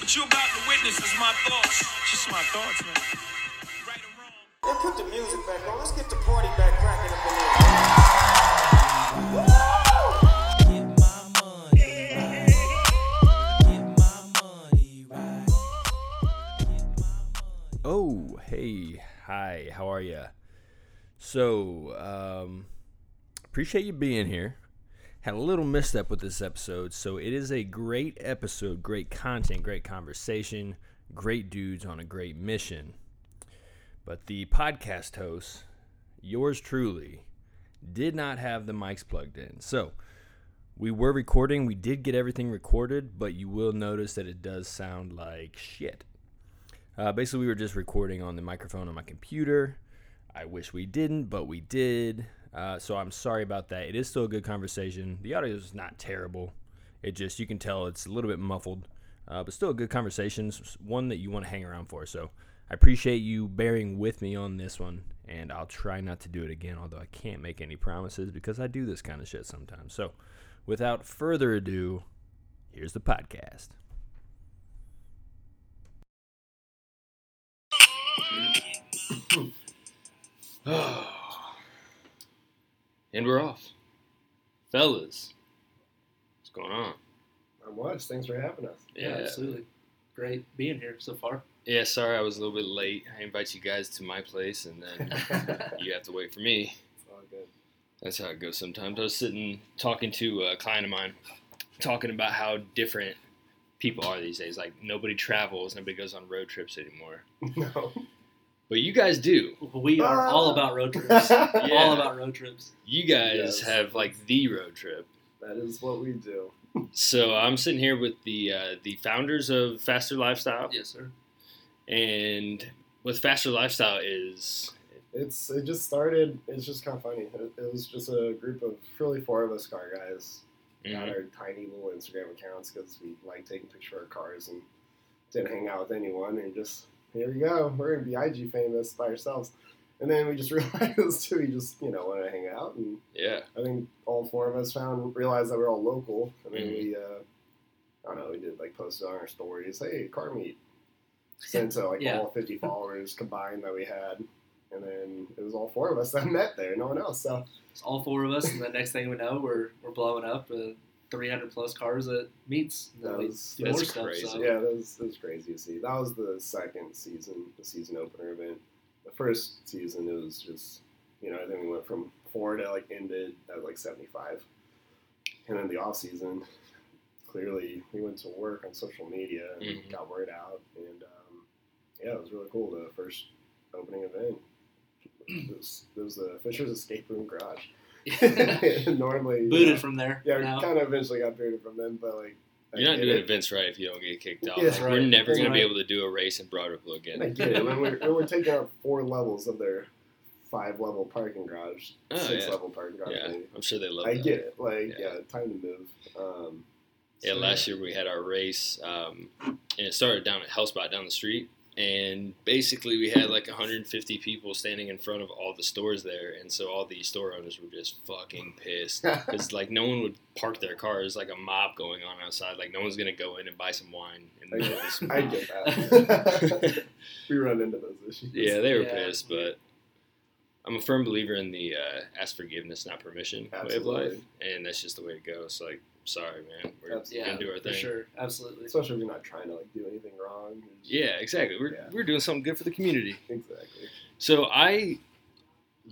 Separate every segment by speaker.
Speaker 1: What you about to witness is my thoughts. Just my thoughts, man. Right or wrong.
Speaker 2: Hey, put the music back on. Let's get the party back cracking up a little.
Speaker 3: Get my money right. Get my money right. Get my money.
Speaker 4: Oh, hey, hi, how are ya? So, um, appreciate you being here. Had a little misstep with this episode, so it is a great episode, great content, great conversation, great dudes on a great mission. But the podcast host, yours truly, did not have the mics plugged in. So, we were recording, we did get everything recorded, but you will notice that it does sound like shit. Uh, basically, we were just recording on the microphone on my computer. I wish we didn't, but we did. Uh, so I'm sorry about that. It is still a good conversation. The audio is not terrible. It just, you can tell it's a little bit muffled, uh, but still a good conversation. s- s- One that you want to hang around for. So I appreciate you bearing with me on this one, and I'll try not to do it again, although I can't make any promises because I do this kind of shit sometimes. So without further ado, here's the podcast.
Speaker 5: And we're off. Fellas, what's going on?
Speaker 6: I was. Thanks for having us.
Speaker 5: Yeah.
Speaker 7: absolutely. Great being here so far.
Speaker 5: Yeah, sorry I was a little bit late. I invite you guys to my place and then you have to wait for me.
Speaker 6: It's all good.
Speaker 5: That's how it goes sometimes. I was sitting talking to a client of mine, talking about how different people are these days. Like, nobody travels, nobody goes on road trips anymore.
Speaker 6: No.
Speaker 5: But you guys do.
Speaker 7: We are
Speaker 6: Ah.
Speaker 7: all about road trips.
Speaker 5: Yeah.
Speaker 7: All about road trips.
Speaker 5: You guys
Speaker 6: Yes.
Speaker 5: have, like, the road trip.
Speaker 6: That is what we do.
Speaker 5: So I'm sitting here with the uh, the founders of Faster Lifestyle.
Speaker 7: Yes, sir.
Speaker 5: And with Faster Lifestyle is
Speaker 6: It's it just started. It's just kind of funny. It, it was just a group of really four of us car guys got our tiny little Instagram accounts because we like taking pictures of our cars and didn't hang out with anyone and just here we go. We're gonna be IG famous by ourselves. And then we just realized we just you know wanted to hang out and
Speaker 5: yeah.
Speaker 6: I think all four of us found realized that we're all local. I mean, we uh, I don't know, we did like post it on our stories, hey, car meet. Sent to like
Speaker 7: Yeah.
Speaker 6: all fifty followers combined that we had, and then it was all four of us that met there, no one else. So
Speaker 7: It's all four of us, and the next thing we know, we're we're blowing up uh, 300 plus cars at meets. And then
Speaker 6: That
Speaker 7: we
Speaker 6: was-
Speaker 7: do
Speaker 5: that's
Speaker 7: more stuff.
Speaker 5: crazy.
Speaker 7: So
Speaker 6: yeah, that was, that was crazy to see. That was the second season, the season opener event. The first season it was just you know I think we went from four to like ended at like seventy five, and then the off season clearly we went to work on social media and
Speaker 5: Mhm.
Speaker 6: got word out and um, yeah it was really cool the first opening event. It was, it was the Fisher's Escape Room Garage. Normally, you know,
Speaker 7: booted from there.
Speaker 6: yeah, we
Speaker 7: now.
Speaker 6: kind of eventually got booted from them, but like I
Speaker 5: You're not
Speaker 6: get
Speaker 5: doing
Speaker 6: it.
Speaker 5: events right if you don't get kicked off.
Speaker 6: Yeah, that's
Speaker 5: Like, We're
Speaker 7: right.
Speaker 5: never
Speaker 7: That's
Speaker 5: going to be
Speaker 7: right.
Speaker 5: able to do a race in Broadville
Speaker 6: And I
Speaker 5: again.
Speaker 6: get it. When we're, when we're taking up four levels of their five level parking garage,
Speaker 5: Oh,
Speaker 6: six
Speaker 5: yeah.
Speaker 6: level parking garage,
Speaker 5: Yeah,
Speaker 6: maybe.
Speaker 5: I'm sure they love
Speaker 6: I
Speaker 5: that.
Speaker 6: get it. Like, yeah.
Speaker 5: Yeah.
Speaker 6: time to move. Um,
Speaker 5: Yeah,
Speaker 6: so,
Speaker 5: last year we had our race, um, and it started down at Hellspot down the street. And basically, we had like 150 people standing in front of all the stores there, and so all the store owners were just fucking pissed because like no one would park their cars. Like a mob going on outside. Like no one's gonna go in and buy some wine.
Speaker 6: I
Speaker 5: And
Speaker 6: get, I get that.
Speaker 5: yeah,
Speaker 6: we run into those issues.
Speaker 5: they were
Speaker 7: Yeah.
Speaker 5: pissed, but I'm a firm believer in the uh, ask forgiveness, not permission way of life,
Speaker 6: Absolutely.
Speaker 5: and that's just the way to go. It's like, sorry, man, we're
Speaker 6: Absolutely.
Speaker 7: Yeah,
Speaker 5: gonna do our
Speaker 7: for
Speaker 5: thing.
Speaker 7: sure, absolutely.
Speaker 6: Especially if you're not trying to like do anything wrong. You're just-
Speaker 5: Yeah, exactly. We're,
Speaker 6: Yeah.
Speaker 5: we're doing something good for the community.
Speaker 6: Exactly.
Speaker 5: So I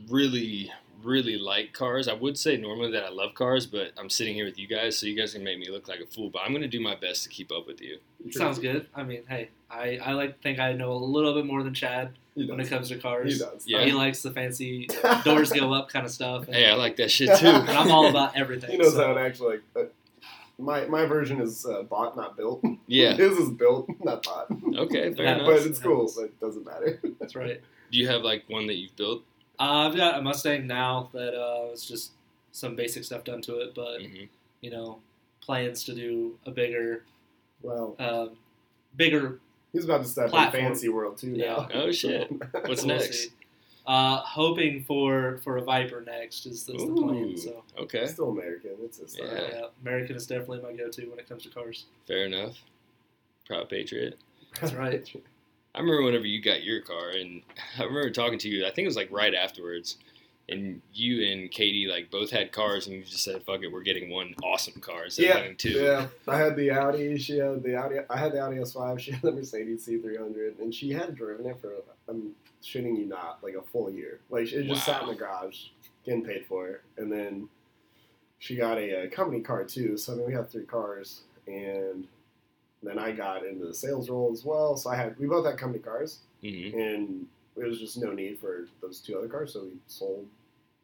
Speaker 5: really, really like cars. I would say normally that I love cars, but I'm sitting here with you guys, so you guys can make me look like a fool. But I'm gonna do my best to keep up with you.
Speaker 7: Sounds good. I mean, hey, I, I like to think I know a little bit more than Chad
Speaker 6: He
Speaker 7: when it
Speaker 6: does.
Speaker 7: comes to
Speaker 6: He
Speaker 7: cars.
Speaker 6: does.
Speaker 5: Yeah.
Speaker 7: He likes the fancy doors go up kind of stuff. And,
Speaker 5: Hey, I like that shit too.
Speaker 7: and I'm all about everything.
Speaker 6: He knows
Speaker 7: so.
Speaker 6: how to actually. Like, uh, my my version is uh, bought, not built.
Speaker 5: Yeah.
Speaker 6: His is built, not bought.
Speaker 5: Okay. Fair
Speaker 7: Yeah,
Speaker 5: enough.
Speaker 6: But it's cool.
Speaker 7: Nice.
Speaker 6: But it doesn't matter.
Speaker 7: That's right.
Speaker 5: Do you have like one that you've built?
Speaker 7: Uh, I've got a Mustang now that uh, was just some basic stuff done to it, but
Speaker 5: hmm
Speaker 7: you know, plans to do a bigger,
Speaker 6: Well,
Speaker 7: um bigger.
Speaker 6: he's about to step in
Speaker 7: Platform.
Speaker 6: fancy world too
Speaker 7: Yeah.
Speaker 6: now.
Speaker 5: Oh shit. What's
Speaker 7: we'll
Speaker 5: next?
Speaker 7: see. Uh, hoping for for a Viper next is, is the
Speaker 5: Ooh.
Speaker 7: plan. So
Speaker 5: Okay.
Speaker 6: Still American. It's uh, his
Speaker 5: Yeah.
Speaker 6: style.
Speaker 7: yeah, American is definitely my go-to when it comes to cars.
Speaker 5: Fair enough. Proud Patriot.
Speaker 7: That's right.
Speaker 5: I remember whenever you got your car, and I remember talking to you. I think it was like right afterwards, and you and Katie like both had cars, and you just said, "Fuck it, we're getting one awesome car instead
Speaker 6: Yeah,
Speaker 5: of having two.
Speaker 6: Yeah, I had the Audi. She had the Audi. I had the Audi S5. She had the Mercedes C300, and she had driven it for I'm shitting you not like a full year. Like it just sat in
Speaker 5: Wow.
Speaker 6: the garage, getting paid for it, and then she got a, uh company car too. So I mean, we had three cars, and then I got into the sales role as well. So I had we both had company cars,
Speaker 5: hmm
Speaker 6: and there was just no need for those two other cars, so we sold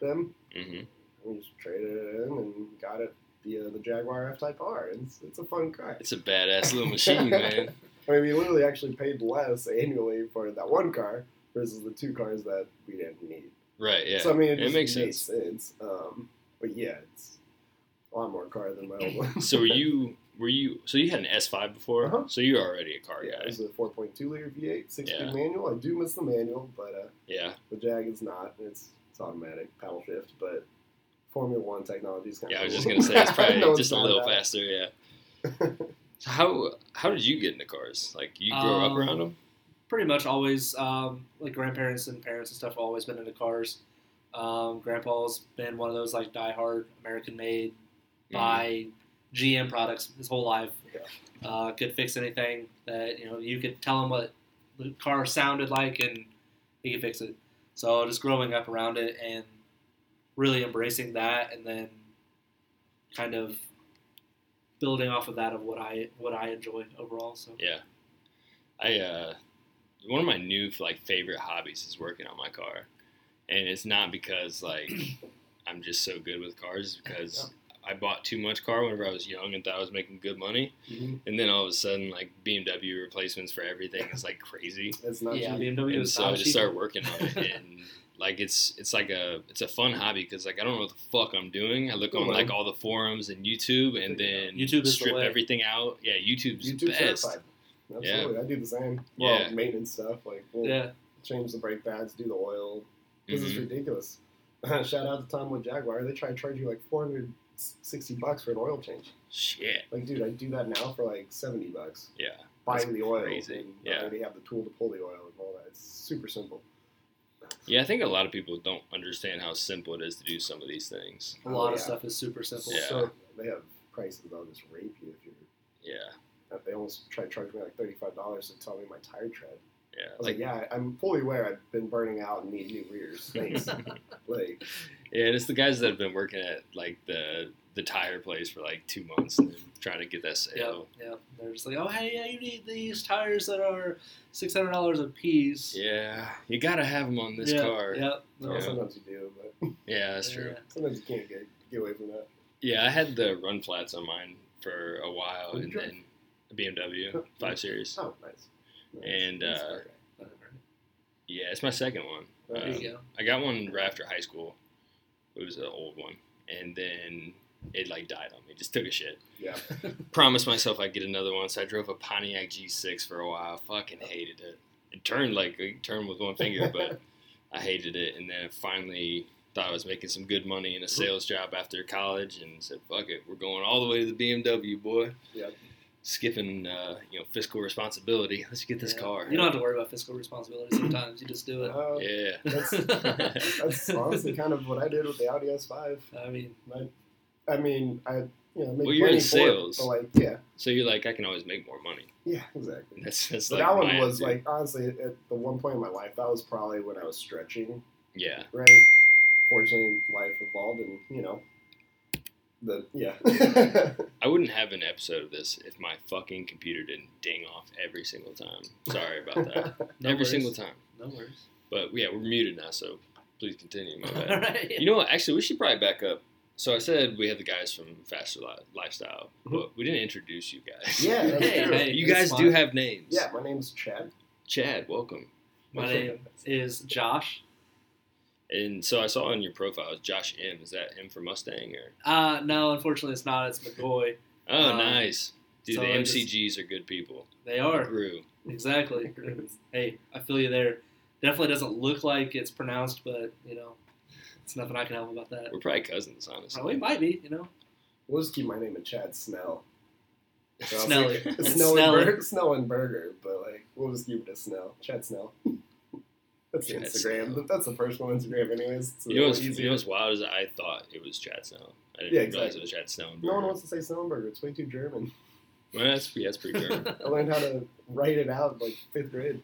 Speaker 6: them.
Speaker 5: hmm
Speaker 6: We just traded it in and got it the uh, the Jaguar F Type R. It's it's a fun car.
Speaker 5: It's a badass little machine, man.
Speaker 6: I mean, we literally actually paid less annually for that one car versus the two cars that we didn't need.
Speaker 5: Right? Yeah.
Speaker 6: So I mean, it,
Speaker 5: It
Speaker 6: just
Speaker 5: makes
Speaker 6: made sense. Um, but yeah, it's a lot more car than my old one.
Speaker 5: so were you? Were you? So you had an S five before?
Speaker 6: Uh-huh.
Speaker 5: So you were already a car
Speaker 6: Yeah,
Speaker 5: guy.
Speaker 6: it's a 4.2 liter V8, six-speed
Speaker 5: Yeah.
Speaker 6: manual. I do miss the manual, but uh,
Speaker 5: Yeah.
Speaker 6: the Jag is not. It's it's automatic paddle shift, but Formula One technology is kind
Speaker 5: Yeah.
Speaker 6: of.
Speaker 5: I was just gonna say it's probably just a little
Speaker 6: fast.
Speaker 5: faster. Yeah. So how how did you get into cars? Like you grew up
Speaker 7: Um,
Speaker 5: around them?
Speaker 7: pretty much always um, like grandparents and parents and stuff have always been into cars. Um, grandpa's been one of those like diehard American made buy
Speaker 6: Mm-hmm.
Speaker 7: GM products his whole life. Uh, could fix anything that you know you could tell him what the car sounded like and he could fix it. So just growing up around it and really embracing that and then kind of building off of that of what I what I enjoy overall. So
Speaker 5: Yeah. I uh one of my new like favorite hobbies is working on my car. And it's not because like I'm just so good with cars, it's because I bought too much car whenever I was young and thought I was making good money.
Speaker 6: Mhm.
Speaker 5: And then all of a sudden like BMW replacements for everything is like crazy.
Speaker 6: It's not
Speaker 7: yeah,
Speaker 6: cheap.
Speaker 7: BMW
Speaker 5: And
Speaker 7: is
Speaker 5: so
Speaker 7: not
Speaker 5: I just
Speaker 7: cheap.
Speaker 5: started working on it and like it's it's like a it's a fun hobby because like I don't know what the fuck I'm doing. I look on
Speaker 6: Well.
Speaker 5: like all the forums and YouTube and then
Speaker 7: YouTube is the
Speaker 5: strip
Speaker 7: way.
Speaker 5: everything out. Yeah, YouTube's the
Speaker 6: YouTube
Speaker 5: best.
Speaker 6: certified. Absolutely, I do the same. Well,
Speaker 5: Yeah.
Speaker 6: maintenance stuff like we'll
Speaker 7: yeah.
Speaker 6: change the brake pads, do the oil. This is
Speaker 5: Mhm.
Speaker 6: ridiculous. Shout out to Tomwood Jaguar. They try to charge you like four hundred sixty bucks for an oil change.
Speaker 5: Shit.
Speaker 6: Like, dude, I do that now for like seventy bucks.
Speaker 5: Yeah.
Speaker 6: Buying the oil,
Speaker 5: crazy.
Speaker 6: and
Speaker 5: Yeah.
Speaker 6: I already have the tool to pull the oil and all that. It's super simple.
Speaker 5: Yeah, I think a lot of people don't understand how simple it is to do some of these things.
Speaker 7: A lot
Speaker 6: Oh,
Speaker 7: of
Speaker 6: yeah.
Speaker 7: stuff is super simple.
Speaker 5: Yeah.
Speaker 6: So they have prices that'll just rape you if you're.
Speaker 5: Yeah,
Speaker 6: They almost try to charge me like thirty-five dollars to tell me my tire tread.
Speaker 5: yeah.
Speaker 6: I was
Speaker 5: Like,
Speaker 6: like, yeah, I'm fully aware I've been burning out and need new rears. Thanks. like,
Speaker 5: yeah, and it's the guys that have been working at like the the tire place for like two months and then trying to get that
Speaker 7: Yeah,
Speaker 5: sale.
Speaker 7: yeah. They're just like, oh, hey, yeah, you need these tires that are six hundred dollars a piece.
Speaker 5: Yeah, you gotta have them on this
Speaker 7: yeah,
Speaker 5: car. Yeah,
Speaker 7: Yeah.
Speaker 6: Well,
Speaker 5: Yeah.
Speaker 6: Sometimes you do, but
Speaker 5: that's true.
Speaker 6: sometimes you can't get, get away from that.
Speaker 5: Yeah, I had the run flats on mine for a while,
Speaker 6: What'd
Speaker 5: and
Speaker 6: you
Speaker 5: then a BMW five series.
Speaker 6: Oh, nice. nice.
Speaker 5: And,
Speaker 6: Nice
Speaker 5: uh,
Speaker 6: car.
Speaker 7: Yeah.
Speaker 5: Yeah, it's my second one.
Speaker 6: There
Speaker 7: There
Speaker 5: Um,
Speaker 7: you go.
Speaker 5: I got one right after high school. It was an old one, and then it like died on me. It just took a shit.
Speaker 6: yeah,
Speaker 5: promised myself I'd get another one, so I drove a Pontiac G6 for a while. I fucking hated it. It turned like it turned with one finger, but I hated it. And then I finally thought I was making some good money in a sales job after college, and said, "Fuck it, we're going all the way to the BMW, boy."
Speaker 6: Yep.
Speaker 5: Skipping, uh, you know, fiscal responsibility. Let's get this
Speaker 7: Yeah.
Speaker 5: car.
Speaker 7: You don't have to worry about fiscal responsibility. Sometimes you just do it.
Speaker 6: Uh,
Speaker 5: yeah.
Speaker 6: that's- that's honestly kind of what I did with the Audi S5.
Speaker 7: I mean,
Speaker 6: I, I mean, I you know make
Speaker 5: Well, you're in
Speaker 6: money for it,
Speaker 5: sales.
Speaker 6: but like yeah,
Speaker 5: So you're like, I can always make more money.
Speaker 6: yeah, exactly.
Speaker 5: That's that's
Speaker 6: But
Speaker 5: like
Speaker 6: that one
Speaker 5: my
Speaker 6: was
Speaker 5: attitude.
Speaker 6: like honestly at the one point in my life that was probably when I was stretching
Speaker 5: yeah,
Speaker 6: right? Fortunately, life evolved, and you know, the yeah,
Speaker 5: I wouldn't have an episode of this if my fucking computer didn't ding off every single time. Sorry about that.
Speaker 7: no
Speaker 5: every
Speaker 7: worries.
Speaker 5: single time.
Speaker 7: No worries.
Speaker 5: But yeah, we're muted now, so please continue. My
Speaker 7: All
Speaker 5: bad.
Speaker 7: right.
Speaker 5: you know what? Actually, we should probably back up. So I said we had the guys from Faster Li- Lifestyle,
Speaker 7: Mm-hmm.
Speaker 5: but we didn't introduce you guys.
Speaker 6: yeah. That's
Speaker 7: Hey,
Speaker 6: true.
Speaker 7: hey,
Speaker 5: you
Speaker 7: it's
Speaker 5: guys
Speaker 7: fine.
Speaker 5: do have names.
Speaker 6: yeah. My name's Chad.
Speaker 5: Chad, welcome.
Speaker 7: My name is Josh.
Speaker 5: And so I saw on your profile, Josh M. Is that M for Mustang or?
Speaker 7: Uh, no, unfortunately, it's not. It's McCoy.
Speaker 5: Oh,
Speaker 7: Um,
Speaker 5: nice. Dude,
Speaker 7: so
Speaker 5: the
Speaker 7: I just-
Speaker 5: MCGs are good people.
Speaker 7: They are.
Speaker 5: Grew.
Speaker 7: Exactly. hey, I feel you there. Definitely doesn't look like it's pronounced, but you know, it's nothing I can help about that.
Speaker 5: We're probably cousins, honestly.
Speaker 7: Well, we might be, you know.
Speaker 6: We'll just keep my name and Chad Snell. So I was
Speaker 7: Snelly.
Speaker 6: like,
Speaker 7: It's
Speaker 6: Snell and
Speaker 7: Snelly.
Speaker 6: Burger, Snell and Burger, but like, we'll just give it to Snell. Chad Snell. That's the
Speaker 5: Chad
Speaker 6: Instagram.
Speaker 5: Snell.
Speaker 6: That's the personal Instagram, anyways. It's a
Speaker 5: You know, what's,
Speaker 6: little
Speaker 5: you
Speaker 6: easier.
Speaker 5: know what's wild is I thought it was Chad Snow. I didn't
Speaker 6: Yeah,
Speaker 5: realize
Speaker 6: exactly.
Speaker 5: it was Chad Snow.
Speaker 6: no one wants to say Snell and Burger. It's way too German.
Speaker 5: Well, that's, yeah, that's pretty German.
Speaker 6: I learned how to write it out like fifth grade.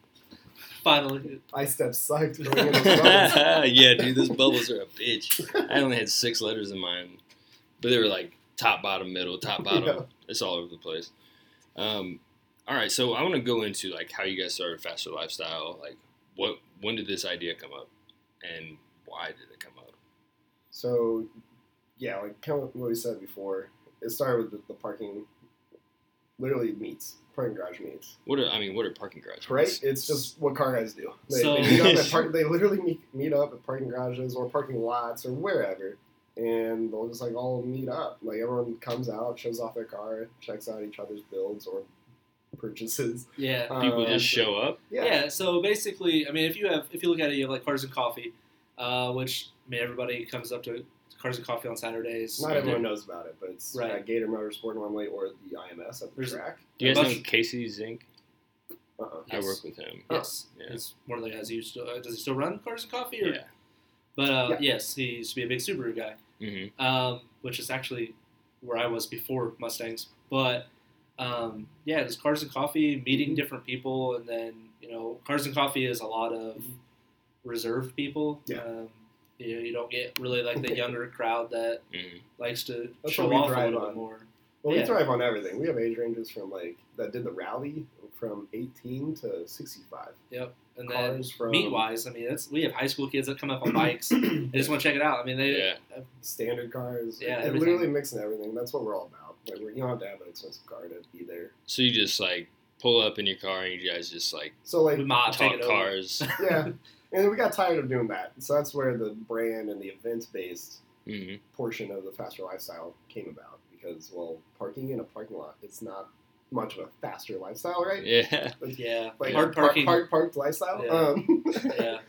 Speaker 7: Finally,
Speaker 6: I steps sucked. Going in those bubbles.
Speaker 5: yeah, dude, those bubbles are a bitch. I only had six letters in mine, but they were like top, bottom, middle, top, bottom.
Speaker 6: Yeah.
Speaker 5: It's all over the place. Um, all right, so I want to go into like how you guys started Faster Lifestyle. Like, what when did this idea come up, and why did it come up?
Speaker 6: So, yeah, like kind of what we said before, it started with the, the parking, literally meets, parking garage meets.
Speaker 5: What are I mean? What are parking garages?
Speaker 6: Right? It's just what car guys do. They,
Speaker 7: So-
Speaker 6: they, meet up at park, they literally meet, meet up at parking garages or parking lots or wherever, and they'll just like all meet up. Like everyone comes out, shows off their car, checks out each other's builds or purchases.
Speaker 7: yeah.
Speaker 5: People
Speaker 6: Um,
Speaker 5: just show up.
Speaker 7: Yeah. So basically, I mean, if you have, if you look at it, you have like Cars and Coffee, uh, which I mean, everybody comes up to Cars and Coffee on Saturdays.
Speaker 6: Not everyone knows about it, but it's
Speaker 7: Right.
Speaker 6: at Gator Motorsport normally or the IMS at the
Speaker 7: There's-
Speaker 6: track.
Speaker 5: Do you guys
Speaker 7: Bus-
Speaker 5: know Casey Zink?
Speaker 6: Uh-uh.
Speaker 5: I
Speaker 7: Yes.
Speaker 5: work with him.
Speaker 7: Yes.
Speaker 5: Yeah.
Speaker 7: It's one of the guys who used to, uh, does he still run Cars and Coffee? Or?
Speaker 5: Yeah.
Speaker 7: But uh,
Speaker 6: Yeah.
Speaker 7: yes, he used to be a big Subaru guy,
Speaker 5: hmm
Speaker 7: um, which is actually where I was before Mustangs. But um, yeah, just Cars and Coffee,
Speaker 6: Mm-hmm.
Speaker 7: meeting different people, and then you know, Cars and Coffee is a lot of reserved people.
Speaker 6: Mm-hmm. Yeah.
Speaker 7: Um, you know, you don't get really like the younger crowd that
Speaker 5: hmm
Speaker 7: likes to
Speaker 6: That's
Speaker 7: show
Speaker 6: what we
Speaker 7: off a
Speaker 6: drive
Speaker 7: little bit
Speaker 6: on.
Speaker 7: more.
Speaker 6: Well,
Speaker 7: Yeah.
Speaker 6: we thrive on everything. We have age ranges from like that did the rally from 18 to 65.
Speaker 7: Yep. And then
Speaker 6: Cars from
Speaker 7: meat wise, I mean, that's we have high school kids that come up on bikes. they just want to check it out. I mean, they
Speaker 5: Yeah.
Speaker 6: standard cars.
Speaker 7: Yeah,
Speaker 6: it,
Speaker 7: everything.
Speaker 6: literally mixing everything. That's what we're all about. Like we're, you don't have to have an expensive car to be there.
Speaker 5: So you just like pull up in your car and you guys just like
Speaker 6: So like
Speaker 7: we mob take
Speaker 5: talk
Speaker 7: it over.
Speaker 5: cars.
Speaker 6: yeah, and we got tired of doing that. So that's where the brand and the events based
Speaker 5: hmm
Speaker 6: portion of the faster lifestyle came about because well, parking in a parking lot it's not much of a faster lifestyle, right?
Speaker 5: Yeah.
Speaker 7: Yeah.
Speaker 6: Like
Speaker 7: Hard
Speaker 6: park-
Speaker 7: parking.
Speaker 6: hard parked lifestyle.
Speaker 7: Yeah.
Speaker 6: Um,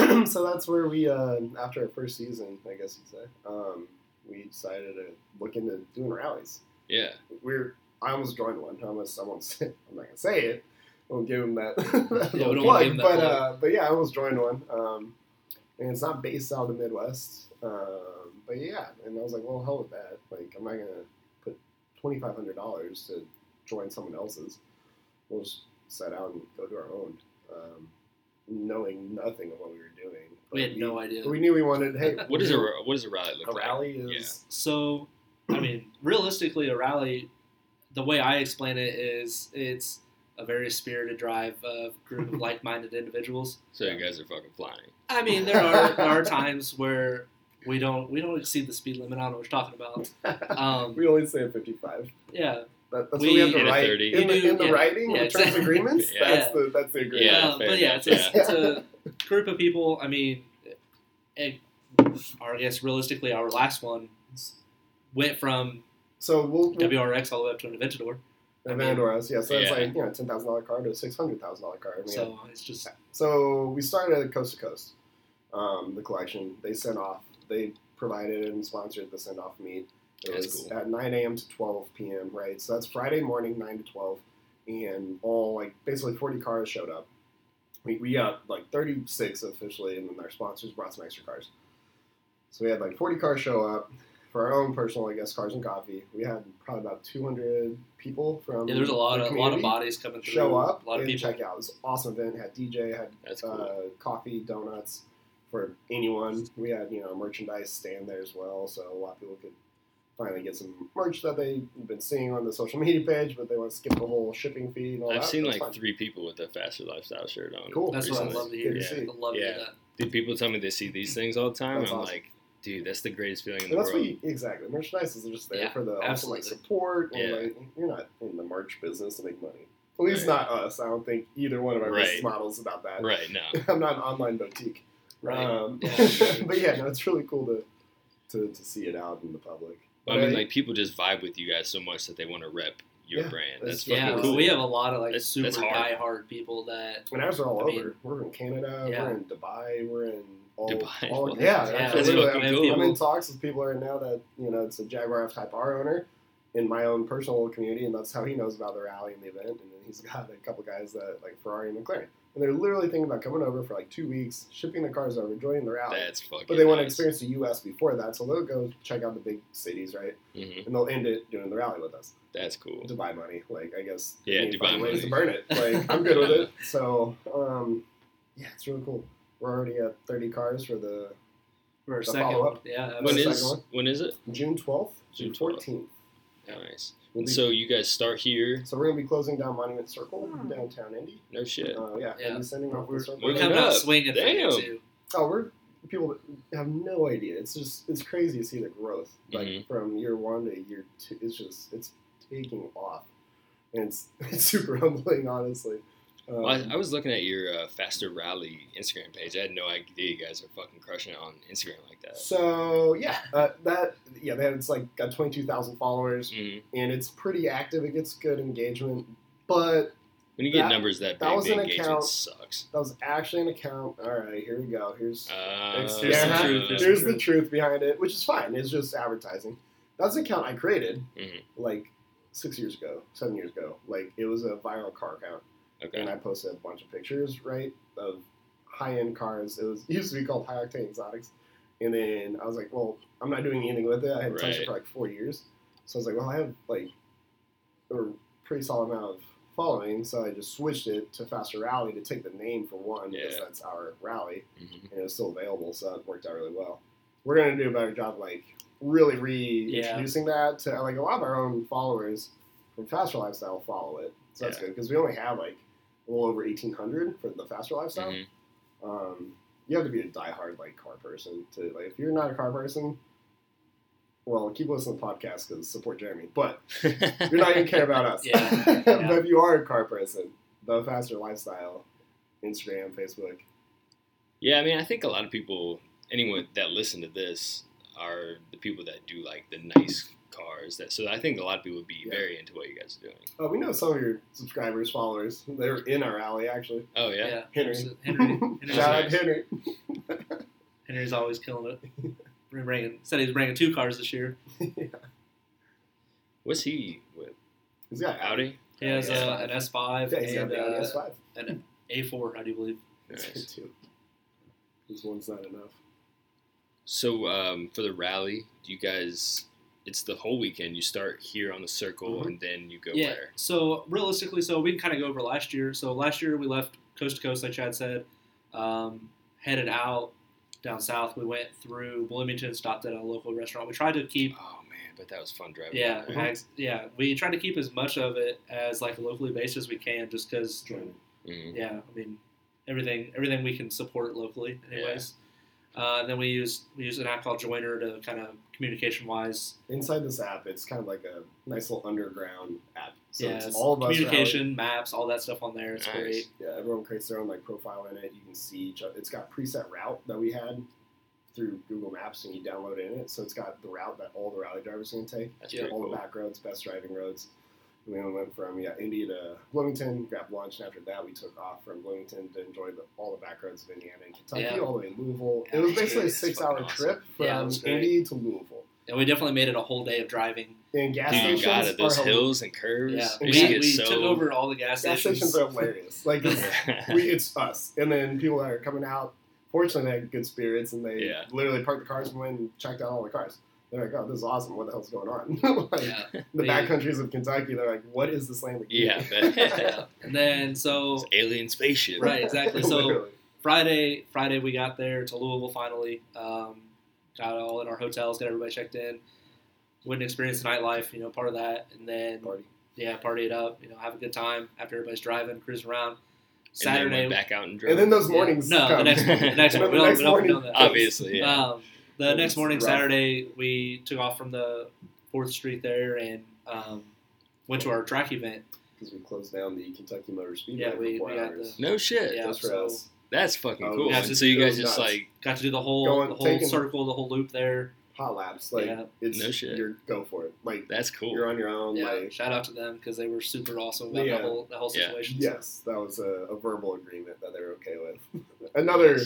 Speaker 7: Yeah.
Speaker 6: so that's where we, uh, after our first season, I guess you'd say, um, we decided to look into doing rallies.
Speaker 5: Yeah.
Speaker 6: We're I almost joined one. I almost I won't say I'm not gonna say it. I won't give him that, that
Speaker 7: we
Speaker 6: little
Speaker 7: don't wanna
Speaker 6: plug,
Speaker 7: give him that
Speaker 6: but
Speaker 7: plug.
Speaker 6: uh, but yeah, I almost joined one. Um, and it's not based out of the Midwest. Um, but yeah, and I was like, well, hell with that. Like, I'm not gonna put twenty five hundred dollars to join someone else's. We'll just set out and go do our own, um, knowing nothing of what we were doing.
Speaker 7: We
Speaker 6: But
Speaker 7: had no idea.
Speaker 6: We knew we wanted. Hey,
Speaker 5: What is a what does a rally look
Speaker 6: a
Speaker 5: like?
Speaker 6: rally? Is
Speaker 5: Yeah.
Speaker 7: So, I mean, realistically, a rally, the way I explain it is it's a very spirited drive of group of like minded individuals.
Speaker 5: So you guys are fucking flying.
Speaker 7: I mean, there are there are times where we don't we don't exceed the speed limit. I don't know what you're talking about. Um,
Speaker 6: we only say fifty five.
Speaker 7: yeah,
Speaker 6: That, that's
Speaker 7: We-
Speaker 6: what we have to
Speaker 5: In a
Speaker 6: write
Speaker 5: 30.
Speaker 6: in
Speaker 7: You do-
Speaker 6: the, in the
Speaker 7: yeah.
Speaker 6: writing,
Speaker 7: Yeah,
Speaker 6: the terms
Speaker 7: exactly.
Speaker 6: and agreements.
Speaker 5: Yeah.
Speaker 6: That's the that's the agreement.
Speaker 5: Yeah,
Speaker 7: Um,
Speaker 5: fair
Speaker 7: but yeah,
Speaker 5: enough,
Speaker 7: it's, it's, it's a group of people. I mean, it, our, I guess realistically, our last one went from
Speaker 6: So we'll, we'll
Speaker 7: WRX all the way up to an Aventador.
Speaker 6: Avandor's, yeah. So that's
Speaker 5: Yeah.
Speaker 6: like you know ten thousand dollar car to a six hundred thousand dollar car. I mean,
Speaker 7: So it's just
Speaker 6: So we started at Coast to Coast, um, the collection. They sent off, they provided and sponsored the send off meet. It
Speaker 5: That's
Speaker 6: was
Speaker 5: cool.
Speaker 6: at 9 a.m. to 12 p.m., right? So that's Friday morning, 9 to 12. And all, like, basically 40 cars showed up. We, we got, like, 36 officially, and then our sponsors brought some extra cars. So we had, like, 40 cars show up for our own personal, I guess, cars and coffee. We had probably about 200 people from
Speaker 7: yeah, there's a lot
Speaker 6: the
Speaker 7: of a lot of
Speaker 6: community
Speaker 7: bodies coming through.
Speaker 6: show up
Speaker 7: a lot of
Speaker 6: and
Speaker 7: people.
Speaker 6: check out. It was an awesome event. Had DJ, had
Speaker 5: That's cool.
Speaker 6: uh, coffee, donuts for anyone. We had you know merchandise stand there as well, so a lot of people could finally get some merch that they've been seeing on the social media page, but they want to skip the whole shipping fee and all that.
Speaker 5: I've seen
Speaker 6: That's
Speaker 5: like
Speaker 6: fine.
Speaker 5: three people with a faster lifestyle shirt on.
Speaker 6: Cool.
Speaker 7: That's what I
Speaker 5: recently.
Speaker 7: love to hear.
Speaker 6: Good
Speaker 5: to
Speaker 6: see.
Speaker 7: I love to hear
Speaker 5: Yeah.
Speaker 7: that.
Speaker 5: Dude, people tell me they see these things all the time.
Speaker 6: That's
Speaker 5: I'm
Speaker 6: awesome.
Speaker 5: like, dude, that's the greatest feeling in
Speaker 6: And
Speaker 5: the
Speaker 6: that's
Speaker 5: world.
Speaker 6: what you, exactly. Merchandise is just there
Speaker 7: Yeah,
Speaker 6: for the also,
Speaker 7: absolutely.
Speaker 6: like support. And
Speaker 5: Yeah.
Speaker 6: like, you're not in the merch business to make money. At least
Speaker 5: Right.
Speaker 6: not us. I don't think either one of our
Speaker 5: Right.
Speaker 6: business models is about that.
Speaker 5: Right now.
Speaker 6: I'm not an online boutique.
Speaker 7: Right.
Speaker 6: Um,
Speaker 7: Yeah.
Speaker 6: but yeah, no, it's really cool to, to to see it out in the public.
Speaker 5: But I mean,
Speaker 6: Right.
Speaker 5: like people just vibe with you guys so much that they want to rep your
Speaker 6: Yeah,
Speaker 5: brand. That's
Speaker 6: that's-
Speaker 5: fucking
Speaker 7: Yeah,
Speaker 5: cool.
Speaker 7: we have a lot of like
Speaker 5: That's-
Speaker 7: super
Speaker 5: that's hard.
Speaker 7: diehard people that
Speaker 6: and ours are all
Speaker 7: I
Speaker 6: over.
Speaker 7: mean-
Speaker 6: we're in Canada.
Speaker 7: Yeah.
Speaker 6: We're in Dubai. We're in all.
Speaker 5: Dubai.
Speaker 6: all-
Speaker 5: Well,
Speaker 6: yeah,
Speaker 7: yeah,
Speaker 5: That's
Speaker 6: absolutely.
Speaker 5: fucking
Speaker 7: we have
Speaker 5: cool.
Speaker 6: I'm
Speaker 7: people-
Speaker 6: in talks with people right now that you know it's a Jaguar F Type R owner in my own personal little community, and that's how he knows about the rally and the event. And then he's got a couple guys that like Ferrari and McLaren, and they're literally thinking about coming over for like two weeks, shipping the cars over, joining the rally.
Speaker 5: That's fucking.
Speaker 6: but they want to
Speaker 5: nice.
Speaker 6: experience the U.S. before that, so they'll go check out the big cities, right?
Speaker 5: Mhm,
Speaker 6: And they'll end it doing the rally with us
Speaker 5: That's cool.
Speaker 6: to buy money. Like I guess
Speaker 5: Yeah,
Speaker 6: we need
Speaker 5: to
Speaker 6: to find
Speaker 5: buy
Speaker 6: ways to
Speaker 5: money.
Speaker 6: burn it. Like I'm good with it. So um, yeah, it's really cool. We're already at 30 cars for the
Speaker 7: For a
Speaker 6: The
Speaker 7: second, one.
Speaker 6: follow-up?
Speaker 7: yeah. that was-
Speaker 5: When
Speaker 6: the
Speaker 5: is
Speaker 6: second one.
Speaker 5: when is it?
Speaker 6: June 12th,
Speaker 5: June 12th.
Speaker 6: 14th.
Speaker 5: How nice.
Speaker 6: We'll
Speaker 5: And
Speaker 6: be-
Speaker 5: so you guys start here.
Speaker 6: So we're gonna be closing down Monument Circle downtown Indy.
Speaker 5: No shit.
Speaker 6: Uh, yeah,
Speaker 7: Yeah.
Speaker 6: we'll be sending off the circle.
Speaker 7: we're
Speaker 5: Look it
Speaker 7: coming out
Speaker 5: up.
Speaker 7: swinging. for you,
Speaker 5: Damn.
Speaker 7: too.
Speaker 6: Oh, we're people that have no idea. It's just it's crazy to see the growth, like
Speaker 5: Mhm.
Speaker 6: from year one to year two. It's just it's taking off, and it's, it's super humbling, honestly. Um,
Speaker 5: I, I was looking at your uh, faster rally Instagram page. I had no idea you guys are fucking crushing it on Instagram like that.
Speaker 6: so yeah, uh, that yeah, they have, it's like got twenty two thousand followers,
Speaker 5: Mhm.
Speaker 6: and it's pretty active. It gets good engagement, but
Speaker 5: When you get
Speaker 6: That-
Speaker 5: numbers that
Speaker 6: that
Speaker 5: big,
Speaker 6: was
Speaker 5: the
Speaker 6: an
Speaker 5: engagement
Speaker 6: account-
Speaker 5: sucks.
Speaker 6: that was actually an account. All right, here we go. Here's
Speaker 5: Uh,
Speaker 7: Here's the
Speaker 6: yeah,
Speaker 7: truth,
Speaker 6: Here's, the truth behind it, which is fine. It's just advertising. That's an account I created
Speaker 5: Mhm.
Speaker 6: like six years ago, seven years ago. Like it was a viral car account,
Speaker 5: Okay.
Speaker 6: and I posted a bunch of pictures, right, of high-end cars. It was it used to be called High Octane Exotics, and then I was like, well, I'm not doing anything with it. I hadn't touched
Speaker 5: Right.
Speaker 6: it for like four years, so I was like, well, I have like a pretty solid amount of following, so I just switched it to Faster Rally to take the name for one because
Speaker 5: Yeah.
Speaker 6: that's our rally
Speaker 5: Mhm.
Speaker 6: and it was still available, so that worked out really well. We're gonna do a better job, like really reintroducing that to like a lot of our own followers from Faster Lifestyle follow it, so that's
Speaker 5: Yeah.
Speaker 6: good because we only have like a little over eighteen hundred for the Faster Lifestyle.
Speaker 5: Mhm.
Speaker 7: Mm-hmm.
Speaker 6: Um, you have to be a diehard like car person to like if you're not a car person. Well, keep listening to the podcast because support Jeremy, but
Speaker 5: Mm-hmm.
Speaker 6: you're not gonna care about us.
Speaker 7: Yeah,
Speaker 6: but if you are a car person, the Faster Lifestyle, Instagram, Facebook,
Speaker 5: Yeah, I mean, I think a lot of people, anyone that listen to this, are the people that do like the nice cars. That so I think a lot of people would be
Speaker 6: Yeah.
Speaker 5: very into what you guys are doing.
Speaker 6: Oh, we know some of your subscribers, followers. They're in our alley, actually.
Speaker 5: Oh yeah,
Speaker 7: Yeah,
Speaker 6: Henry.
Speaker 7: Henry. Henry. Henry's,
Speaker 6: Shout out
Speaker 5: nice.
Speaker 6: Henry.
Speaker 7: Henry's always killing it. We're bringing, said he was bringing two cars this year.
Speaker 5: what's he with?
Speaker 6: He's got
Speaker 5: Audi.
Speaker 7: He has
Speaker 5: Yeah.
Speaker 7: uh, an S5
Speaker 6: Yeah, he's got
Speaker 7: and
Speaker 6: the Audi
Speaker 7: uh,
Speaker 6: S5.
Speaker 7: an A4, I do believe.
Speaker 6: That's
Speaker 5: Nice.
Speaker 6: good, too. This one's not enough.
Speaker 5: So um, for the rally, do you guys? It's the whole weekend. You start here on the circle,
Speaker 6: Mhm.
Speaker 5: and then you go
Speaker 7: Mm-hmm. yeah.
Speaker 5: where?
Speaker 7: So realistically, so we can kind of go over last year. So last year we left coast to coast, like Chad said, um, headed out down south. We went through Bloomington, stopped at a local restaurant. We tried to keep,
Speaker 5: Oh man, but that was fun driving.
Speaker 7: yeah,
Speaker 6: Uh-huh.
Speaker 5: down there.
Speaker 7: I- yeah, we tried to keep as much of it as like locally based as we can, just because,
Speaker 6: Join
Speaker 5: Mhm.
Speaker 7: yeah, I mean, everything everything we can support locally, anyways. Uh, then we use we use an app called Joiner to kind of communication wise
Speaker 6: Inside this app, it's kind of like a nice little underground app. So
Speaker 7: yeah,
Speaker 6: it's
Speaker 7: it's
Speaker 6: all of us. rally.
Speaker 7: communication, maps, all that stuff on there. It's
Speaker 5: Nice.
Speaker 7: great.
Speaker 6: Yeah, everyone creates their own like profile in it. You can see each other. It's got preset route that we had through Google Maps, and you download it in it. So it's got the route that all the rally drivers are going to take.
Speaker 5: That's
Speaker 7: Yeah.
Speaker 5: pretty
Speaker 6: all
Speaker 5: cool.
Speaker 6: the back roads, best driving roads. We then went from yeah, Indy to Bloomington, grabbed lunch, and after that we took off from Bloomington to enjoy the, all the back roads of Indiana and Kentucky,
Speaker 7: Yeah.
Speaker 6: all the way to Louisville.
Speaker 5: Yeah,
Speaker 6: it was
Speaker 5: that's
Speaker 6: basically a
Speaker 5: great. That's
Speaker 6: six-hour
Speaker 5: fucking awesome.
Speaker 6: trip from
Speaker 7: Yeah, that was great.
Speaker 6: Indy to Louisville.
Speaker 7: And we definitely made it a whole day of driving.
Speaker 6: And gas
Speaker 5: Dude,
Speaker 6: stations
Speaker 5: you got it. Those
Speaker 6: are hil-
Speaker 5: hills and curves.
Speaker 7: Yeah,
Speaker 5: You
Speaker 7: we,
Speaker 5: see it
Speaker 7: we
Speaker 5: so-
Speaker 7: took over all the gas
Speaker 6: Gas
Speaker 7: stations.
Speaker 6: stations are hilarious. Like it's, we, it's us, and then people that are coming out. Fortunately, they had good spirits, and they
Speaker 5: Yeah.
Speaker 6: literally parked the cars and went and checked out all the cars. They're like, "Oh, this is awesome! What the hell's going on?" like,
Speaker 7: yeah,
Speaker 6: The
Speaker 7: They-
Speaker 6: back countries of Kentucky, they're like, "What is this land?"
Speaker 5: yeah.
Speaker 7: yeah. And then so
Speaker 5: It's alien spaceship.
Speaker 7: right, exactly. So
Speaker 6: Literally.
Speaker 7: Friday, Friday we got there to Louisville finally. Um, got all in our hotels, got everybody checked in. Wouldn't experience the nightlife, you know, part of that, and then
Speaker 6: Party.
Speaker 7: yeah, party it up, you know, have a good time after everybody's driving, cruising around.
Speaker 5: And then
Speaker 7: Saturday,
Speaker 5: went back out and drove.
Speaker 6: And then those
Speaker 7: yeah,
Speaker 6: mornings
Speaker 7: no, the
Speaker 6: come.
Speaker 7: next, the next
Speaker 6: The
Speaker 7: one, we don't,
Speaker 6: next
Speaker 7: we don't, we don't
Speaker 6: morning.
Speaker 7: do that.
Speaker 5: obviously, yeah.
Speaker 7: Um, the
Speaker 6: It
Speaker 7: next
Speaker 6: was
Speaker 7: morning,
Speaker 6: rough.
Speaker 7: Saturday, we took off from the Fourth Street there and um, went to our track event.
Speaker 6: Because we closed down the Kentucky Motor Speedway
Speaker 7: Yeah, we-
Speaker 6: for four
Speaker 7: we got
Speaker 6: hours.
Speaker 7: the-
Speaker 5: no shit.
Speaker 7: Yeah,
Speaker 6: Just for
Speaker 7: so-
Speaker 6: us.
Speaker 5: That's fucking
Speaker 6: Oh,
Speaker 5: cool.
Speaker 7: yeah,
Speaker 5: And
Speaker 7: just-
Speaker 5: so you
Speaker 6: it
Speaker 5: guys
Speaker 6: was
Speaker 5: just
Speaker 6: nuts.
Speaker 5: like
Speaker 7: Got to do the whole
Speaker 6: Going-
Speaker 7: the whole
Speaker 6: taking-
Speaker 7: circle, the whole loop there.
Speaker 6: Hot laps. Like,
Speaker 7: Yeah.
Speaker 6: it's,
Speaker 5: No shit.
Speaker 6: You're, go for it. Like,
Speaker 5: that's cool.
Speaker 6: you're on your own.
Speaker 7: yeah,
Speaker 6: Like,
Speaker 7: shout out to them because they were super awesome about
Speaker 6: Oh Yeah.
Speaker 7: the whole the whole
Speaker 5: Yeah.
Speaker 7: situation.
Speaker 6: yes, that was a, a verbal agreement that they were okay with. Another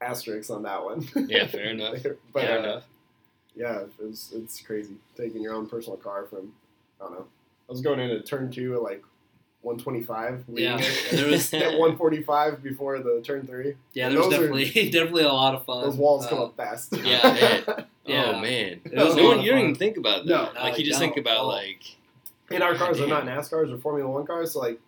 Speaker 6: asterisk on that one.
Speaker 5: Yeah, fair enough.
Speaker 6: but,
Speaker 5: Fair
Speaker 6: uh,
Speaker 5: enough.
Speaker 6: yeah, it was, it's crazy. Taking your own personal car from I don't know. I was going into turn two at like 125.
Speaker 7: Yeah,
Speaker 6: leading it, and
Speaker 7: there was-
Speaker 6: at 145 before the turn three.
Speaker 7: Yeah, there was
Speaker 6: Those are-
Speaker 7: definitely definitely a lot of fun.
Speaker 6: Those walls
Speaker 7: Uh,
Speaker 6: come up fast.
Speaker 7: yeah,
Speaker 5: Oh
Speaker 7: Yeah.
Speaker 5: man,
Speaker 7: It was
Speaker 5: No
Speaker 7: a lot
Speaker 5: one- you
Speaker 7: of
Speaker 5: don't
Speaker 7: fun.
Speaker 5: even think about that.
Speaker 6: No.
Speaker 5: like
Speaker 7: No,
Speaker 5: you
Speaker 7: you
Speaker 5: just think
Speaker 7: don't.
Speaker 5: about
Speaker 7: Oh.
Speaker 5: like
Speaker 6: and our cars are
Speaker 5: Goddamn.
Speaker 6: not NASCARs or Formula One cars, so like